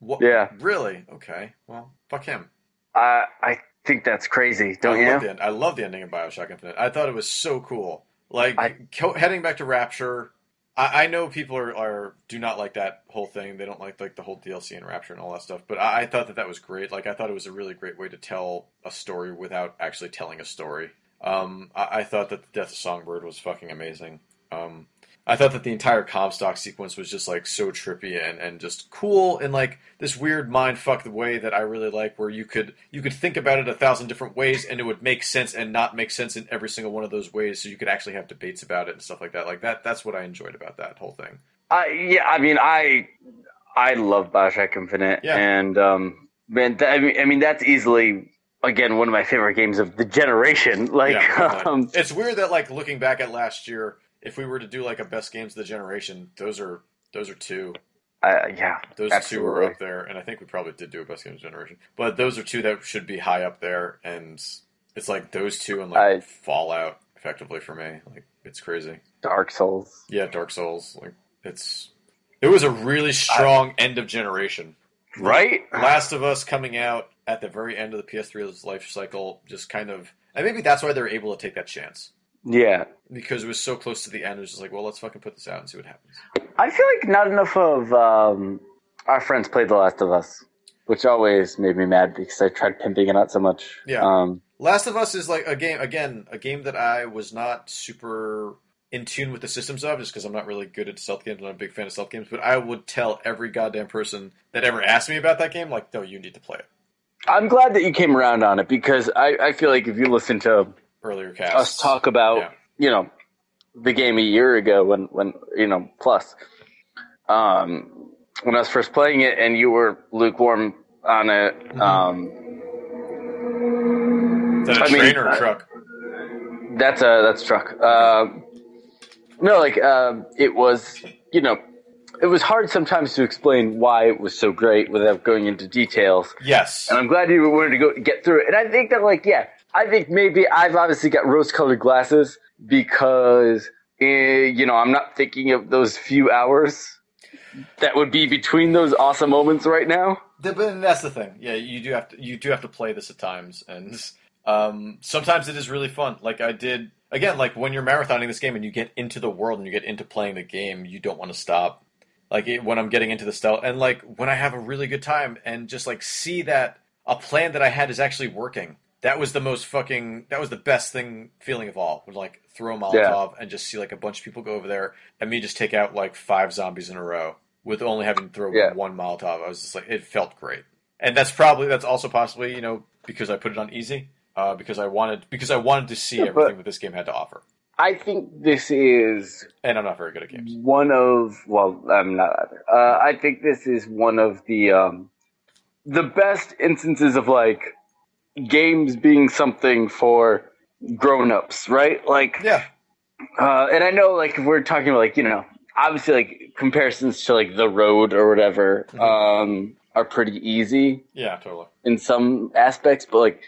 S1: What?
S4: Yeah.
S1: Really? Okay. Well, fuck him.
S4: I I think that's crazy, don't
S1: I
S4: you?
S1: Love the end. I love the ending of Bioshock Infinite. I thought it was so cool. Like
S4: I-
S1: co- heading back to Rapture. I, I know people are, are do not like that whole thing. They don't like like the whole DLC and Rapture and all that stuff. But I, I thought that that was great. Like I thought it was a really great way to tell a story without actually telling a story. Um, I, I thought that the Death of Songbird was fucking amazing. Um, I thought that the entire Comstock sequence was just like so trippy and, and just cool in like this weird mind fuck the way that I really like where you could you could think about it a thousand different ways and it would make sense and not make sense in every single one of those ways so you could actually have debates about it and stuff like that. Like that that's what I enjoyed about that whole thing.
S4: I yeah, I mean I I love Bioshock Infinite
S1: Yeah.
S4: and um man that, I mean I mean that's easily again one of my favorite games of the generation. Like
S1: Yeah,
S4: um
S1: It's weird that like looking back at last year, if we were to do like a best games of the generation, those are those are two.
S4: I, yeah.
S1: Those two are
S4: Absolutely.
S1: up there, and I think we probably did do a best games of the generation. But those are two that should be high up there, and it's like those two and like
S4: I-
S1: Fallout effectively for me. Like it's crazy.
S4: Dark Souls.
S1: Yeah, Dark Souls. Like it's it was a really strong end of generation.
S4: Right?
S1: Last of Us coming out at the very end of the PS3's life cycle, just kind of, and maybe that's why they're able to take that chance
S4: Yeah.
S1: because it was so close to the end. It was just like, well, let's fucking put this out and see what happens.
S4: I feel like not enough of um, our friends played The Last of Us, which always made me mad because I tried pimping it out so much.
S1: Yeah.
S4: Um,
S1: Last of Us is like a game again, a game that I was not super in tune with the systems of, just because I'm not really good at stealth games. I'm not a big fan of stealth games, but I would tell every goddamn person that ever asked me about that game, like, no, you need to play it.
S4: I'm glad that you came around on it because I, I feel like if you listen to
S1: Earlier cast,
S4: us talk about,
S1: Yeah.
S4: you know, the game a year ago when, when you know, plus, um, when I was first playing it and you were lukewarm on it,
S1: Mm-hmm.
S4: um,
S1: Is that a
S4: I mean,
S1: train or a
S4: uh,
S1: truck?
S4: That's a that's truck. Uh, no, like uh, it was, you know, it was hard sometimes to explain why it was so great without going into details.
S1: Yes.
S4: And I'm glad you wanted to go get through it. And I think that, like, yeah, I think maybe I've obviously got rose-colored glasses because, eh, you know, I'm not thinking of those few hours that would be between those awesome moments right now.
S1: Th- But that's the thing. Yeah, you do have to you do have to play this at times, and um, sometimes it is really fun. Like I did again, like when you're marathoning this game and you get into the world and you get into playing the game, you don't want to stop. Like it, when I'm getting into the stealth, and like when I have a really good time, and just like see that a plan that I had is actually working. That was the most fucking. That was the best thing feeling of all. Would like throw a Molotov and just see like a bunch of people go over there, and me just take out like five zombies in a row with only having to throw
S4: Yeah.
S1: one Molotov. I was just like, it felt great, and that's probably that's also possibly you know because I put it on easy, uh, because I wanted because I wanted to see
S4: Yeah, but-
S1: everything that this game had to offer,
S4: I think this is
S1: and I'm not very good at games.
S4: one of well i'm not either uh, i think this is one of the um, the best instances of like games being something for grown-ups right like
S1: Yeah,
S4: uh, and i know like if we're talking about like you know obviously like comparisons to like the road or whatever um, are pretty easy
S1: yeah, totally.
S4: in some aspects but like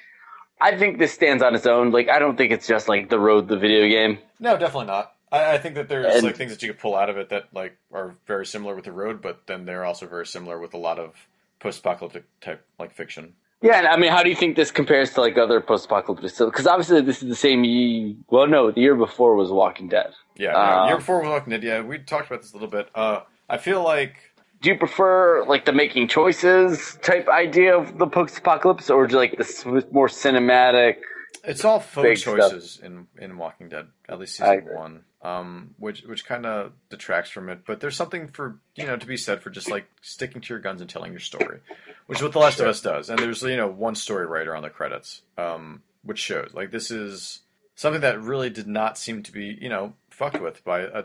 S4: i think this stands on its own like i don't think it's just like the road the video game
S1: No, definitely not. I, I think that there's
S4: And-
S1: like things that you could pull out of it that like are very similar with the road, but then they're also very similar with a lot of post-apocalyptic type like fiction.
S4: Yeah, and I mean, how do you think this compares to like other post-apocalyptic? Because obviously, this is the same. ye- Well, no, the year before was Walking Dead.
S1: Yeah, no,
S4: Um,
S1: year before we walked in, yeah, we talked about this a little bit. Uh, I feel like
S4: Do you prefer like the making choices type idea of the post-apocalypse, or do you like the smooth- more cinematic?
S1: It's all folk
S4: big stuff.
S1: choices in in Walking Dead, at least
S4: I
S1: season
S4: agree.
S1: one, um, which which kind of detracts from it. But there's something for you know to be said for just like sticking to your guns and telling your story, which is what The Last of Us does. And there's you know one story writer on the credits, um, which shows like this is something that really did not seem to be you know fucked with by a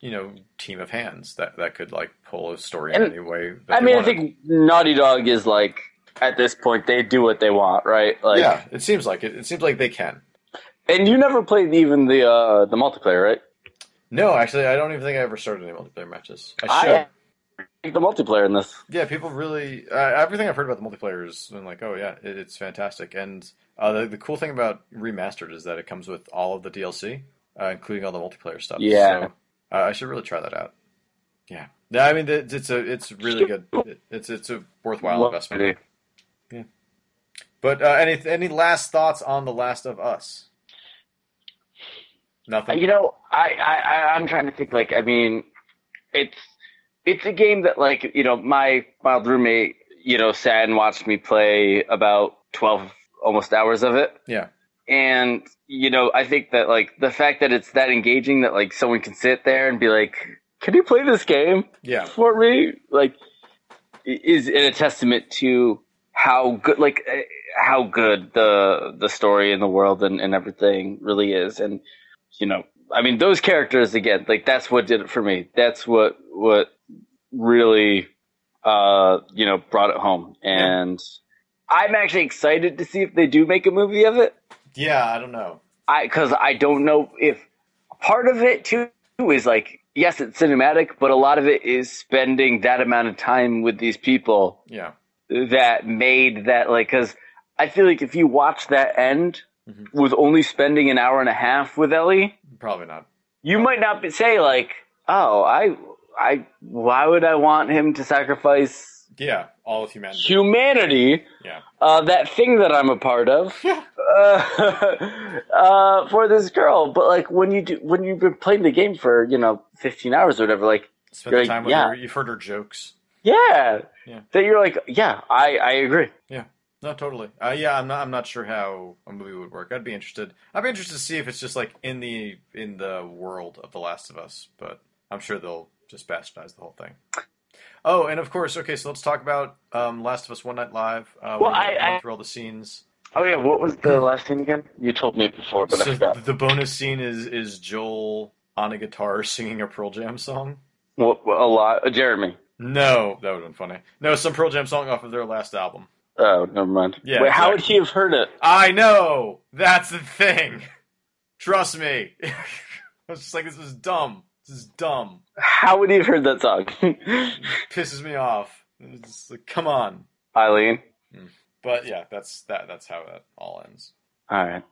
S1: you know team of hands that that could like pull a story in
S4: And-
S1: any way. That
S4: I
S1: they
S4: mean, I
S1: wanted.
S4: think Naughty Dog is like at this point they do what they want, right? Like,
S1: yeah, it seems like it. It seems like they can.
S4: and you never played even the uh, the multiplayer, right?
S1: No, actually, I don't even think I ever started any multiplayer matches. I
S4: I-
S1: should.
S4: The multiplayer in this.
S1: Yeah, people really. Uh, everything I've heard about the multiplayer is been like, oh yeah, it, it's fantastic. And uh, the, the cool thing about remastered is that it comes with all of the DLC, uh, including all the multiplayer stuff.
S4: Yeah.
S1: so, uh, I should really try that out. Yeah, yeah. I mean, it's it's a it's really good. It, it's it's a worthwhile investment. But uh, any any last thoughts on The Last of Us? Nothing.
S4: Uh, You know, I, I I- I'm trying to think. Like, I mean, it's it's a game that like you know my my old roommate you know sat and watched me play about twelve almost hours of it.
S1: Yeah.
S4: And you know, I think that like the fact that it's that engaging that like someone can sit there and be like, "Can you play this game
S1: Yeah,
S4: for me?" Like, i- is it a testament to how good like eh, how good the the story and the world and, and everything really is and you know i mean those characters again like that's what did it for me that's what what really uh you know brought it home and i'm actually excited to see if they do make a movie of it
S1: yeah. I don't know.
S4: I because I don't know if part of it too is like yes, it's cinematic, but a lot of it is spending that amount of time with these people
S1: Yeah,
S4: that made that like because I feel like if you watch that end
S1: Mhm.
S4: with only spending an hour and a half with Ellie,
S1: probably not.
S4: you might not be, say like, oh, I, I, why would I want him to sacrifice
S1: Yeah, all of humanity.
S4: humanity,
S1: Yeah.
S4: uh, that thing that I'm a part of,
S1: Yeah.
S4: uh, uh, for this girl. But like when you do, when you've been playing the game for you know 15 hours or whatever, like
S1: Spend the
S4: Great,
S1: time with
S4: yeah.
S1: her. You've heard her jokes.
S4: yeah,
S1: Yeah.
S4: that you're like yeah, I I agree.
S1: No, totally. Uh, yeah, I'm not. I'm not sure how a movie would work. I'd be interested. I'd be interested to see if it's just like in the in the world of The Last of Us, but I'm sure they'll just bastardize the whole thing. Oh, and of course, okay. So let's talk about um, Last of Us One Night Live. Uh,
S4: Well,
S1: we
S4: I-
S1: went
S4: I-
S1: through all the scenes.
S4: Oh yeah, what was the last thing again? You told me before, but I
S1: So
S4: forgot.
S1: the bonus scene is is Joel on a guitar singing a Pearl Jam song.
S4: What, what- a lot, uh, Jeremy.
S1: No, that would have been funny. No, some Pearl Jam song off of their last album.
S4: Oh, never mind.
S1: Yeah,
S4: Wait, how would he have heard it?
S1: I know. That's the thing. Trust me. I was just like, this is dumb. This is dumb.
S4: How would he have heard that song?
S1: Pisses me off. It's just like, come on.
S4: Eileen.
S1: But yeah, that's that. That's how that all ends.
S4: All right,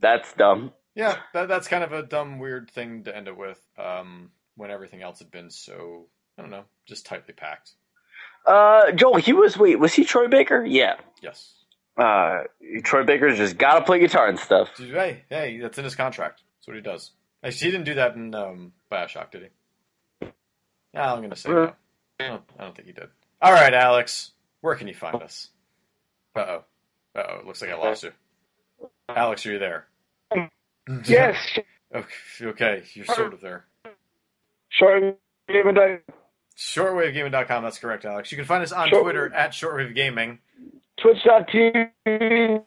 S4: that's dumb.
S1: Yeah, that, that's kind of a dumb, weird thing to end it with. Um, when everything else had been so, I don't know, just tightly packed.
S4: Uh, Joel, he was wait, was he Troy Baker? Yeah.
S1: Yes.
S4: uh, Troy Baker's just gotta play guitar and stuff.
S1: Dude, Hey, hey, that's in his contract. That's what he does. Actually, he didn't do that in um, Bioshock, did he? No, I'm gonna say no. I don't, I don't think he did. All right, Alex, where can you find us? Uh oh, uh oh, looks like I lost you. Alex, are you there?
S3: Yes,
S1: okay, okay, you're sort of there.
S3: sure. Even though
S1: Shortwavegaming.com. That's correct, Alex. You can find us on
S3: Short-
S1: Twitter at shortwavegaming.
S3: twitch.tv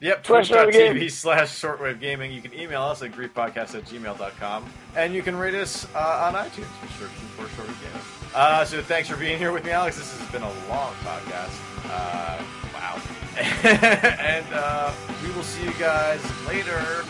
S1: Yep,
S3: Slash
S1: twitch.tv
S3: shortwave.
S1: slash shortwave gaming. You can email us at griefpodcast at gmail.com. And you can rate us uh, on iTunes for searching for shortwave gaming. Uh, so thanks for being here with me, Alex. This has been a long podcast. Uh, wow. and uh, we will see you guys later.